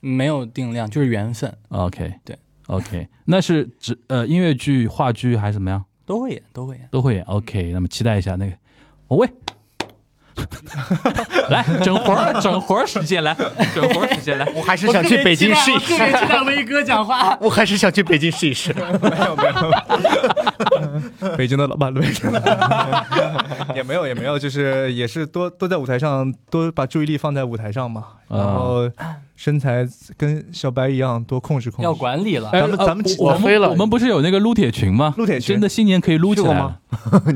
[SPEAKER 2] 没有定量，就是缘分，
[SPEAKER 1] ？OK，
[SPEAKER 2] 对
[SPEAKER 1] ，OK，那是指呃音乐剧、话剧还是怎么样？
[SPEAKER 2] 都会演，都会演。
[SPEAKER 1] 都会演。OK，那么期待一下那个，哦喂， *laughs* 来整活儿，整活儿时间来，整活儿时间来。
[SPEAKER 6] 我还是想去北京试一试，
[SPEAKER 2] 期待威哥讲话。
[SPEAKER 6] *laughs* 我还是想去北京试一试，
[SPEAKER 3] 北京的老板，北京的 *laughs* 也没有也没有，就是也是多多在舞台上多把注意力放在舞台上嘛，
[SPEAKER 1] 啊
[SPEAKER 3] 然后身材跟小白一样多控制控制。
[SPEAKER 2] 要管理了，
[SPEAKER 3] 咱们咱们
[SPEAKER 1] 我
[SPEAKER 4] 我飞了
[SPEAKER 1] 们我们不是有那个撸铁群吗？
[SPEAKER 3] 撸铁群
[SPEAKER 1] 真的新年可以撸起来了。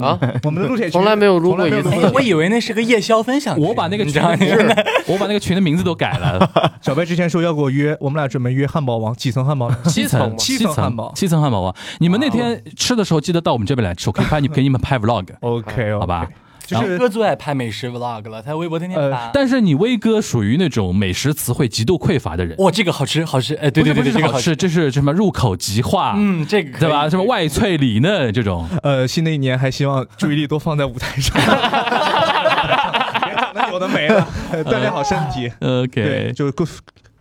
[SPEAKER 4] 啊，
[SPEAKER 3] *laughs* 我们的撸铁群
[SPEAKER 4] 从来没有撸
[SPEAKER 3] 从来
[SPEAKER 4] 过
[SPEAKER 3] 没有
[SPEAKER 4] 一次
[SPEAKER 3] 撸过
[SPEAKER 2] 哎我以为那是个夜宵分享群。
[SPEAKER 1] 我把那个
[SPEAKER 2] 你
[SPEAKER 1] 群
[SPEAKER 2] 知道
[SPEAKER 1] 的名字， *laughs* 我把那个群的名字都改 *laughs* 了，
[SPEAKER 3] 小白之前说要给我约，我们俩准备约汉堡王，几层汉堡？
[SPEAKER 1] 七层
[SPEAKER 3] 七
[SPEAKER 1] 层
[SPEAKER 3] 层汉堡
[SPEAKER 1] 七层汉堡王。啊你们那天吃的时候记得到我们这边来吃，我可以拍你给你们拍 vlog，
[SPEAKER 3] *laughs* OK，
[SPEAKER 1] 好吧？
[SPEAKER 3] 就
[SPEAKER 2] 威
[SPEAKER 3] 是
[SPEAKER 2] 哥最爱拍美食 vlog 了，他微博天天
[SPEAKER 3] 呃
[SPEAKER 2] 发。
[SPEAKER 1] 但是你威哥属于那种美食词汇极度匮乏的人，
[SPEAKER 2] 哇，这个好吃，好吃，哎，对
[SPEAKER 1] 不
[SPEAKER 2] 对
[SPEAKER 1] 是不
[SPEAKER 2] 对对，
[SPEAKER 1] 是
[SPEAKER 2] 这个
[SPEAKER 1] 好吃，，这是什么入口即化，
[SPEAKER 2] 嗯，这个可以
[SPEAKER 1] 对吧？什么外脆里嫩这种。
[SPEAKER 3] 呃，新的一年还希望注意力多放在舞台
[SPEAKER 4] *laughs*
[SPEAKER 3] 上，别整那有的没 *laughs* 的，呃锻炼好身体。对，
[SPEAKER 1] OK，
[SPEAKER 3] 就各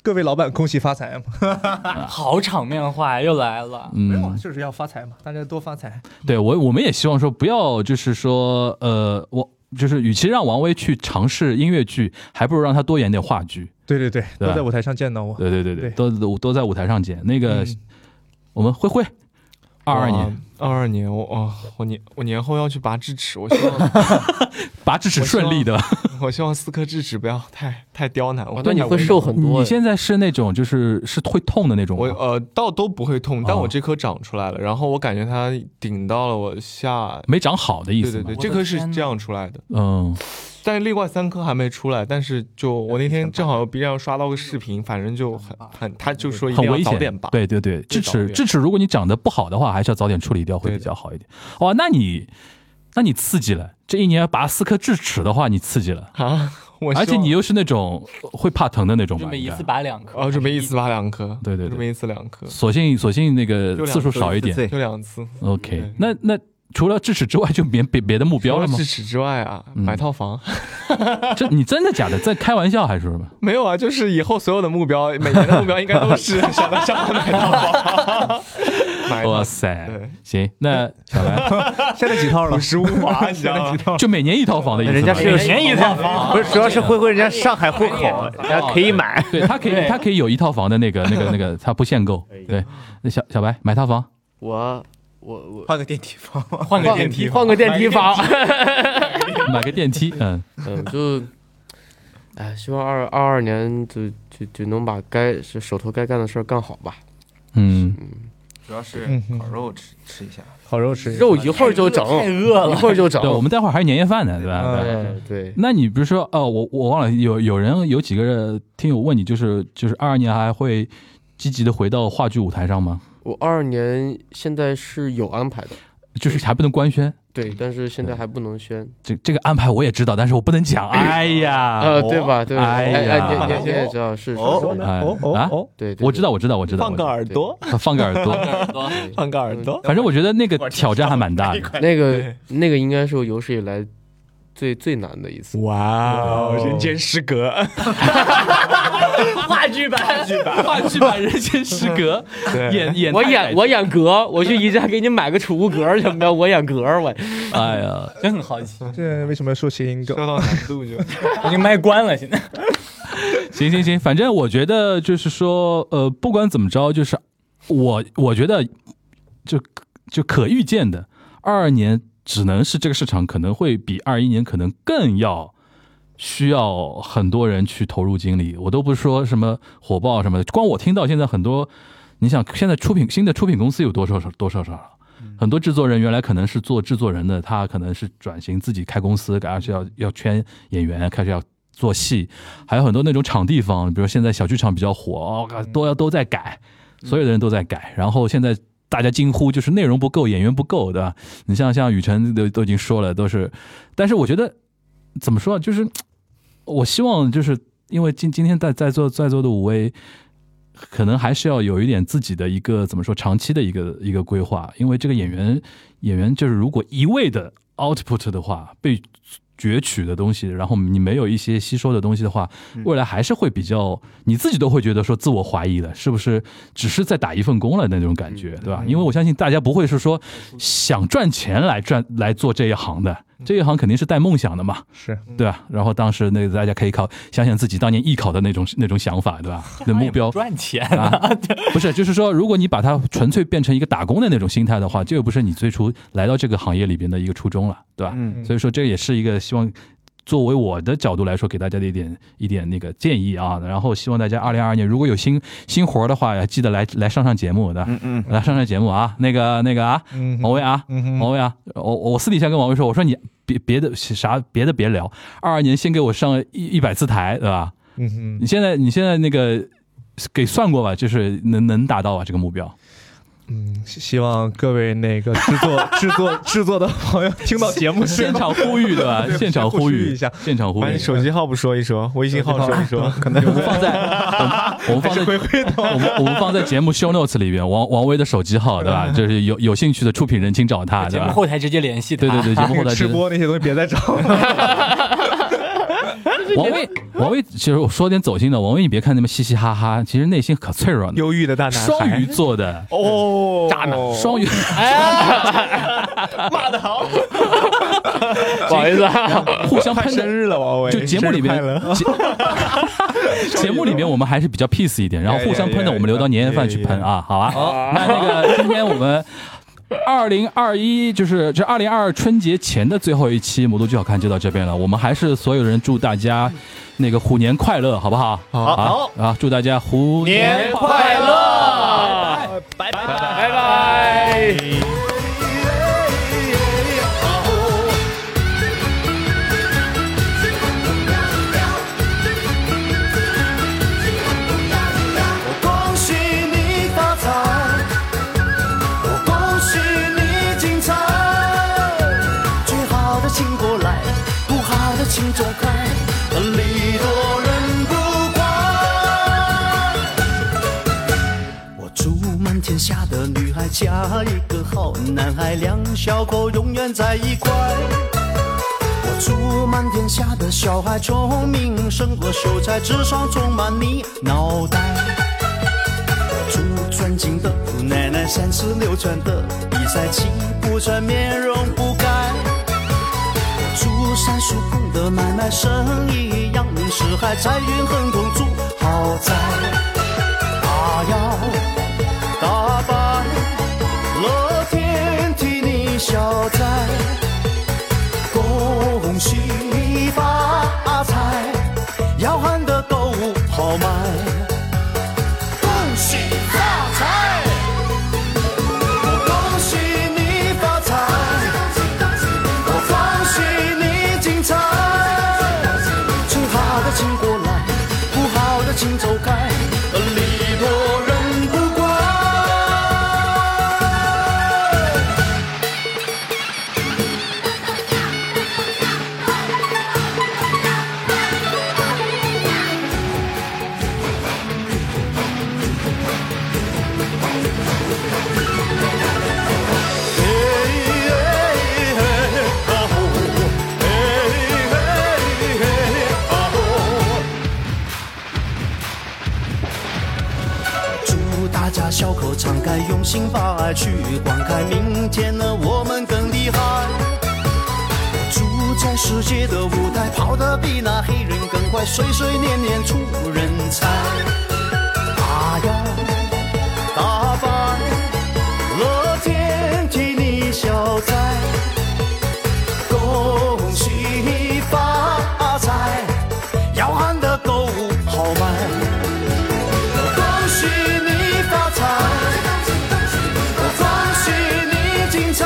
[SPEAKER 3] 各位老板恭喜发财嘛，
[SPEAKER 2] 好场面化又来了，
[SPEAKER 3] 没有啊，
[SPEAKER 1] 嗯，
[SPEAKER 3] *laughs* 就是要发财嘛，大家多发财。
[SPEAKER 1] 对我我们也希望说不要就是说呃我。就是，与其让王威去尝试音乐剧，还不如让他多演点话剧。
[SPEAKER 3] 对对对，
[SPEAKER 1] 对吧
[SPEAKER 3] 都在舞台上见到我。
[SPEAKER 1] 对对对对，
[SPEAKER 3] 对
[SPEAKER 1] 都都都在舞台上见。那个，我们慧慧，二二年
[SPEAKER 5] 二二年，我哦，我年我年后要去拔智齿，我希望 *laughs*
[SPEAKER 1] 拔智齿顺利的。
[SPEAKER 5] 我希望四颗智齿不要太太刁难我。
[SPEAKER 4] 那你会瘦很多
[SPEAKER 1] 哦你
[SPEAKER 4] 哎。
[SPEAKER 1] 现在是那种就是是会痛的那种
[SPEAKER 5] 我
[SPEAKER 1] 吗？
[SPEAKER 5] 呃倒都不会痛，但
[SPEAKER 1] 哦
[SPEAKER 5] 我这颗长出来了，然后我感觉它顶到了我下，
[SPEAKER 1] 没长好的意
[SPEAKER 5] 对
[SPEAKER 1] 思
[SPEAKER 5] 对
[SPEAKER 1] 吗？
[SPEAKER 5] 对，
[SPEAKER 2] 我
[SPEAKER 5] 这
[SPEAKER 2] 的
[SPEAKER 5] 颗是
[SPEAKER 2] 天
[SPEAKER 5] 这样出来的，
[SPEAKER 1] 嗯，
[SPEAKER 5] 但是另外三颗还没出来，但是就我那天正好 B 站刷到个视频，反正就很很，他就说一
[SPEAKER 1] 很
[SPEAKER 5] 定要
[SPEAKER 1] 危
[SPEAKER 5] 早
[SPEAKER 1] 险。
[SPEAKER 5] 点拔，
[SPEAKER 1] 对对对，智
[SPEAKER 5] 早
[SPEAKER 1] 齿
[SPEAKER 5] 点
[SPEAKER 1] 智齿，如果你长得不好的话，还是要早点处理掉会
[SPEAKER 5] 对
[SPEAKER 1] 比
[SPEAKER 5] 的
[SPEAKER 1] 较好一点。哇，那你那你刺激了，这一年拔四颗智齿的话，你刺激了，
[SPEAKER 5] 啊，我
[SPEAKER 1] 而且你
[SPEAKER 5] 又
[SPEAKER 1] 又是那种会怕疼的那种吧？
[SPEAKER 2] 准备一
[SPEAKER 1] 应该
[SPEAKER 2] 次拔两颗，
[SPEAKER 5] 哦准备一次拔两颗，
[SPEAKER 1] 对对对
[SPEAKER 5] 准备一次两 *laughs* 颗，
[SPEAKER 1] 索性索性那个
[SPEAKER 5] 就两
[SPEAKER 1] 次数
[SPEAKER 5] 次
[SPEAKER 1] 少一
[SPEAKER 6] 对
[SPEAKER 1] 点。
[SPEAKER 5] 就两次。
[SPEAKER 1] OK，
[SPEAKER 5] 对
[SPEAKER 1] 那那除了智齿之外，就别别别的目标
[SPEAKER 5] *laughs* 除
[SPEAKER 1] 了
[SPEAKER 5] 了
[SPEAKER 1] 吗
[SPEAKER 5] 智？齿之外啊，
[SPEAKER 1] 嗯
[SPEAKER 5] 买套 *laughs* 房
[SPEAKER 1] 这你真的假的？在开玩笑还是什么？
[SPEAKER 5] 没有啊？就是以后所有的目标，每年的目标应该都是想到想到买套 *laughs* 房，买
[SPEAKER 1] 哇
[SPEAKER 5] 套
[SPEAKER 1] 塞
[SPEAKER 5] 对！
[SPEAKER 1] 行，
[SPEAKER 5] *laughs*
[SPEAKER 1] 那小白
[SPEAKER 3] 现在几套了
[SPEAKER 5] 五？十五
[SPEAKER 3] 啊 *laughs*
[SPEAKER 5] 华，你知道吗？
[SPEAKER 1] 就每年一套房的意思吗。
[SPEAKER 6] 人家是有
[SPEAKER 2] 便宜套房
[SPEAKER 6] 不 *laughs* 是，主要是灰灰人家上海户口，人家可以买。
[SPEAKER 1] 对他可以，他可以有一套房的那个、那个、那个，他不限购。
[SPEAKER 5] 啊
[SPEAKER 1] 对，那小小白买套房，
[SPEAKER 4] 我我我
[SPEAKER 6] 换个电梯房，
[SPEAKER 2] 换个电梯
[SPEAKER 4] 换个电梯房。
[SPEAKER 2] *laughs*
[SPEAKER 1] *laughs* 买个电梯，嗯，
[SPEAKER 4] *laughs* 嗯，就，哎，希望二二二年就就就能把该是手头该干的事儿干好吧。
[SPEAKER 1] 嗯，
[SPEAKER 6] 主要是
[SPEAKER 3] 嗯嗯
[SPEAKER 6] 烤肉吃吃一下。
[SPEAKER 3] 烤肉吃
[SPEAKER 4] 肉一会儿就整，
[SPEAKER 2] 太饿
[SPEAKER 4] 一
[SPEAKER 2] 了，
[SPEAKER 4] 会儿就整
[SPEAKER 1] 对，。我们待会儿还是年夜饭呢，对吧？
[SPEAKER 3] 嗯
[SPEAKER 4] 对哎对，
[SPEAKER 1] 那你比如说，哦，我我忘了，有有人有几个听友问你，就是就是二二年还会积极的回到话剧舞台上吗？
[SPEAKER 4] 我二二年现在是有安排的，
[SPEAKER 1] 就是还不能官宣，
[SPEAKER 4] 对，但是现在还不能宣，
[SPEAKER 1] 这这个安排我也知道，但是我不能讲。哎呀，
[SPEAKER 4] 呃，对吧？对吧？
[SPEAKER 1] 哎
[SPEAKER 4] 哎
[SPEAKER 1] 呀
[SPEAKER 4] 哎，你你你也知道是，是
[SPEAKER 6] 哦
[SPEAKER 4] 是
[SPEAKER 1] 哎
[SPEAKER 3] 哦哦
[SPEAKER 1] 啊
[SPEAKER 3] 哦，
[SPEAKER 4] 对，对
[SPEAKER 1] 我知道，，我知道，我知
[SPEAKER 5] 对
[SPEAKER 1] 道，
[SPEAKER 5] 放个
[SPEAKER 1] 我
[SPEAKER 5] 耳朵，
[SPEAKER 1] 知道放个耳朵。
[SPEAKER 4] 对
[SPEAKER 5] *laughs* 放个耳朵。
[SPEAKER 1] 反正我觉得那个挑战还蛮 *laughs* 大的。
[SPEAKER 4] 那个那个应该是我有史以来最最难的一次。
[SPEAKER 5] 哇哦，人间失格！
[SPEAKER 3] *laughs*
[SPEAKER 2] 话剧版，
[SPEAKER 1] 话剧版《人间失 *laughs* 格》
[SPEAKER 5] *laughs*
[SPEAKER 1] 演演
[SPEAKER 4] 我
[SPEAKER 1] 太
[SPEAKER 4] 演我演格，我去宜家给你买个储物格儿什么的，我演格儿，我
[SPEAKER 1] 哎 *laughs* 呀，
[SPEAKER 2] 真很好奇。
[SPEAKER 3] 这为什么要说谐音梗
[SPEAKER 5] 说？到难度就
[SPEAKER 2] 已经麦关了，现在
[SPEAKER 1] 行行行，反正我觉得就是说，呃，不管怎么着，就是我我觉得就就可预见的，二二年只能是这个市场可能会比二一年可能更要。需要很多人去投入精力，我都不是说什么火爆什么的，光我听到现在很多，你想现在出品新的出品公司有多少少多少少了，很多制作人原来可能是做制作人的，他可能是转型自己开公司，而且要要圈演员，开始要做戏，还有很多那种场地方，比如现在小剧场比较火，哦，都要都在改，所有的人都在改。然后现在大家惊呼，就是内容不够，演员不够，对吧？你像像雨辰都都已经说了，都是，但是我觉得怎么说啊，就是我希望就是因为今今天在在座在座的五位，可能还是要有一点自己的一个怎么说长期的一个一个规划，因为这个演员演员就是如果一味的 output 的话，被攫取的东西，然后你没有一些吸收的东西的话，未来还是会比较你自己都会觉得说自我怀疑的，是不是只是在打一份工了那种感觉，对吧？因为我相信大家不会是说想赚钱来赚来做这一行的，这一行肯定是带梦想的嘛，
[SPEAKER 3] 是
[SPEAKER 1] 对吧？然后当时那个大家可以考想想自己当年艺考的那种那种想法，对吧？那目标
[SPEAKER 2] 赚钱
[SPEAKER 1] 啊，不是，就是说，如果你把它纯粹变成一个打工的那种心态的话，这又不是你最初来到这个行业里边的一个初衷了，对吧？
[SPEAKER 5] 嗯
[SPEAKER 1] 所以说，这也是一个希望作为我的角度来说，给大家的一点一点那个建议啊。然后希望大家二零二二年如果有新新活儿的话，记得来来上上节目的，
[SPEAKER 6] 嗯嗯，
[SPEAKER 1] 来上上节目啊。那个那个啊，
[SPEAKER 5] 嗯
[SPEAKER 1] 王威啊，王威啊，我我私底下跟王威说，我说你别别的啥别的别聊，二二年先给我上一一百次台，对吧？
[SPEAKER 5] 嗯哼，
[SPEAKER 1] 你现在你现在那个给算过吧，就是能能达到吧这个目标？
[SPEAKER 3] 嗯，
[SPEAKER 5] 希望各位那个制作 *laughs* 制作制作的朋友听 *laughs* 到节目是
[SPEAKER 1] 现场呼吁对吧？
[SPEAKER 5] 对
[SPEAKER 1] 现场呼
[SPEAKER 5] 先呼吁
[SPEAKER 1] 吁
[SPEAKER 5] 一下
[SPEAKER 1] 现场呼
[SPEAKER 5] 把
[SPEAKER 1] 吁
[SPEAKER 5] 你。手机号不说一说，微信号说一说， *laughs* 可能
[SPEAKER 1] 我们放在我们我们放在
[SPEAKER 5] 灰灰的。
[SPEAKER 1] 我们我们放在节目 show notes 里边，王王威的手机号对
[SPEAKER 5] *laughs*
[SPEAKER 1] 吧？就是有有兴趣的出品人请找他对
[SPEAKER 2] 节目
[SPEAKER 1] 吧？
[SPEAKER 2] 后台直接联系他。
[SPEAKER 1] 对对对，节目后
[SPEAKER 5] *laughs*
[SPEAKER 1] 台
[SPEAKER 5] 吃
[SPEAKER 1] 知道
[SPEAKER 5] 播那些东西别再找了，
[SPEAKER 1] 王威，王威，其实我说点走心的，王威，你别看那么嘻嘻哈哈，其实内心可脆弱呢。
[SPEAKER 5] *laughs* 忧郁的大男孩。
[SPEAKER 1] 双鱼座的，啊
[SPEAKER 5] 哦，渣男
[SPEAKER 1] 双鱼，
[SPEAKER 5] 哎
[SPEAKER 1] *laughs*
[SPEAKER 6] 不好意思啊，
[SPEAKER 1] 互相
[SPEAKER 5] 快
[SPEAKER 1] 喷
[SPEAKER 5] 生
[SPEAKER 1] 的。
[SPEAKER 5] 日了，王伟，
[SPEAKER 1] 就节目里边
[SPEAKER 5] 生日快乐， *laughs*
[SPEAKER 1] 节节目里边我们还是比较 peace 一点，然后互
[SPEAKER 5] 哎
[SPEAKER 1] 相喷的，我们留到年夜饭去喷啊，好吧？那那个今天我们。二零二一就是这二零二二春节前的最后一期《魔都剧好看》就到这边了。我们还是所有人祝大家那个虎年快乐，好不好？好啊啊！祝大家虎年快乐！
[SPEAKER 6] 拜拜。
[SPEAKER 8] 我恭喜你发财，我恭喜你精彩。最好的请过来，不好的请走开，礼多人不怪。我祝满天下的女孩嫁一个好男孩，两小口永远在一块。我祝满天下的小孩聪明胜过秀才，智商充满你脑袋。我祝尊敬的姑奶奶三十六转的比赛气不喘，面容不改。我祝三叔公的买卖生意扬名四海，财运亨通，住豪宅。大摇大摆，乐天替你消灾，恭喜发财，要喊的都豪迈，恭喜发财，我恭喜你发财，我恭喜你精彩，最好的请过来，不好的请走开，礼多人不怪。嘿嘿嘿，啊吼！嘿嘿嘿，啊吼！祝大家笑口常开，用心把爱去灌溉，明天的我们更厉害。住在世界的舞台，跑得比那黑人更快，岁岁年年出人才。大摇大摆。乐天替你消灾，恭喜发财，要喊得够豪迈。恭喜你发财，我恭喜你精彩。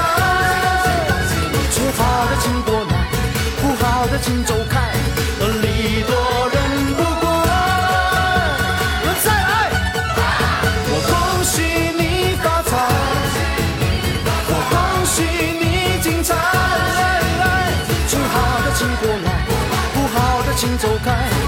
[SPEAKER 8] 最好的请过来，不好的请走开，礼多人不怪。请过来，不好的请走开。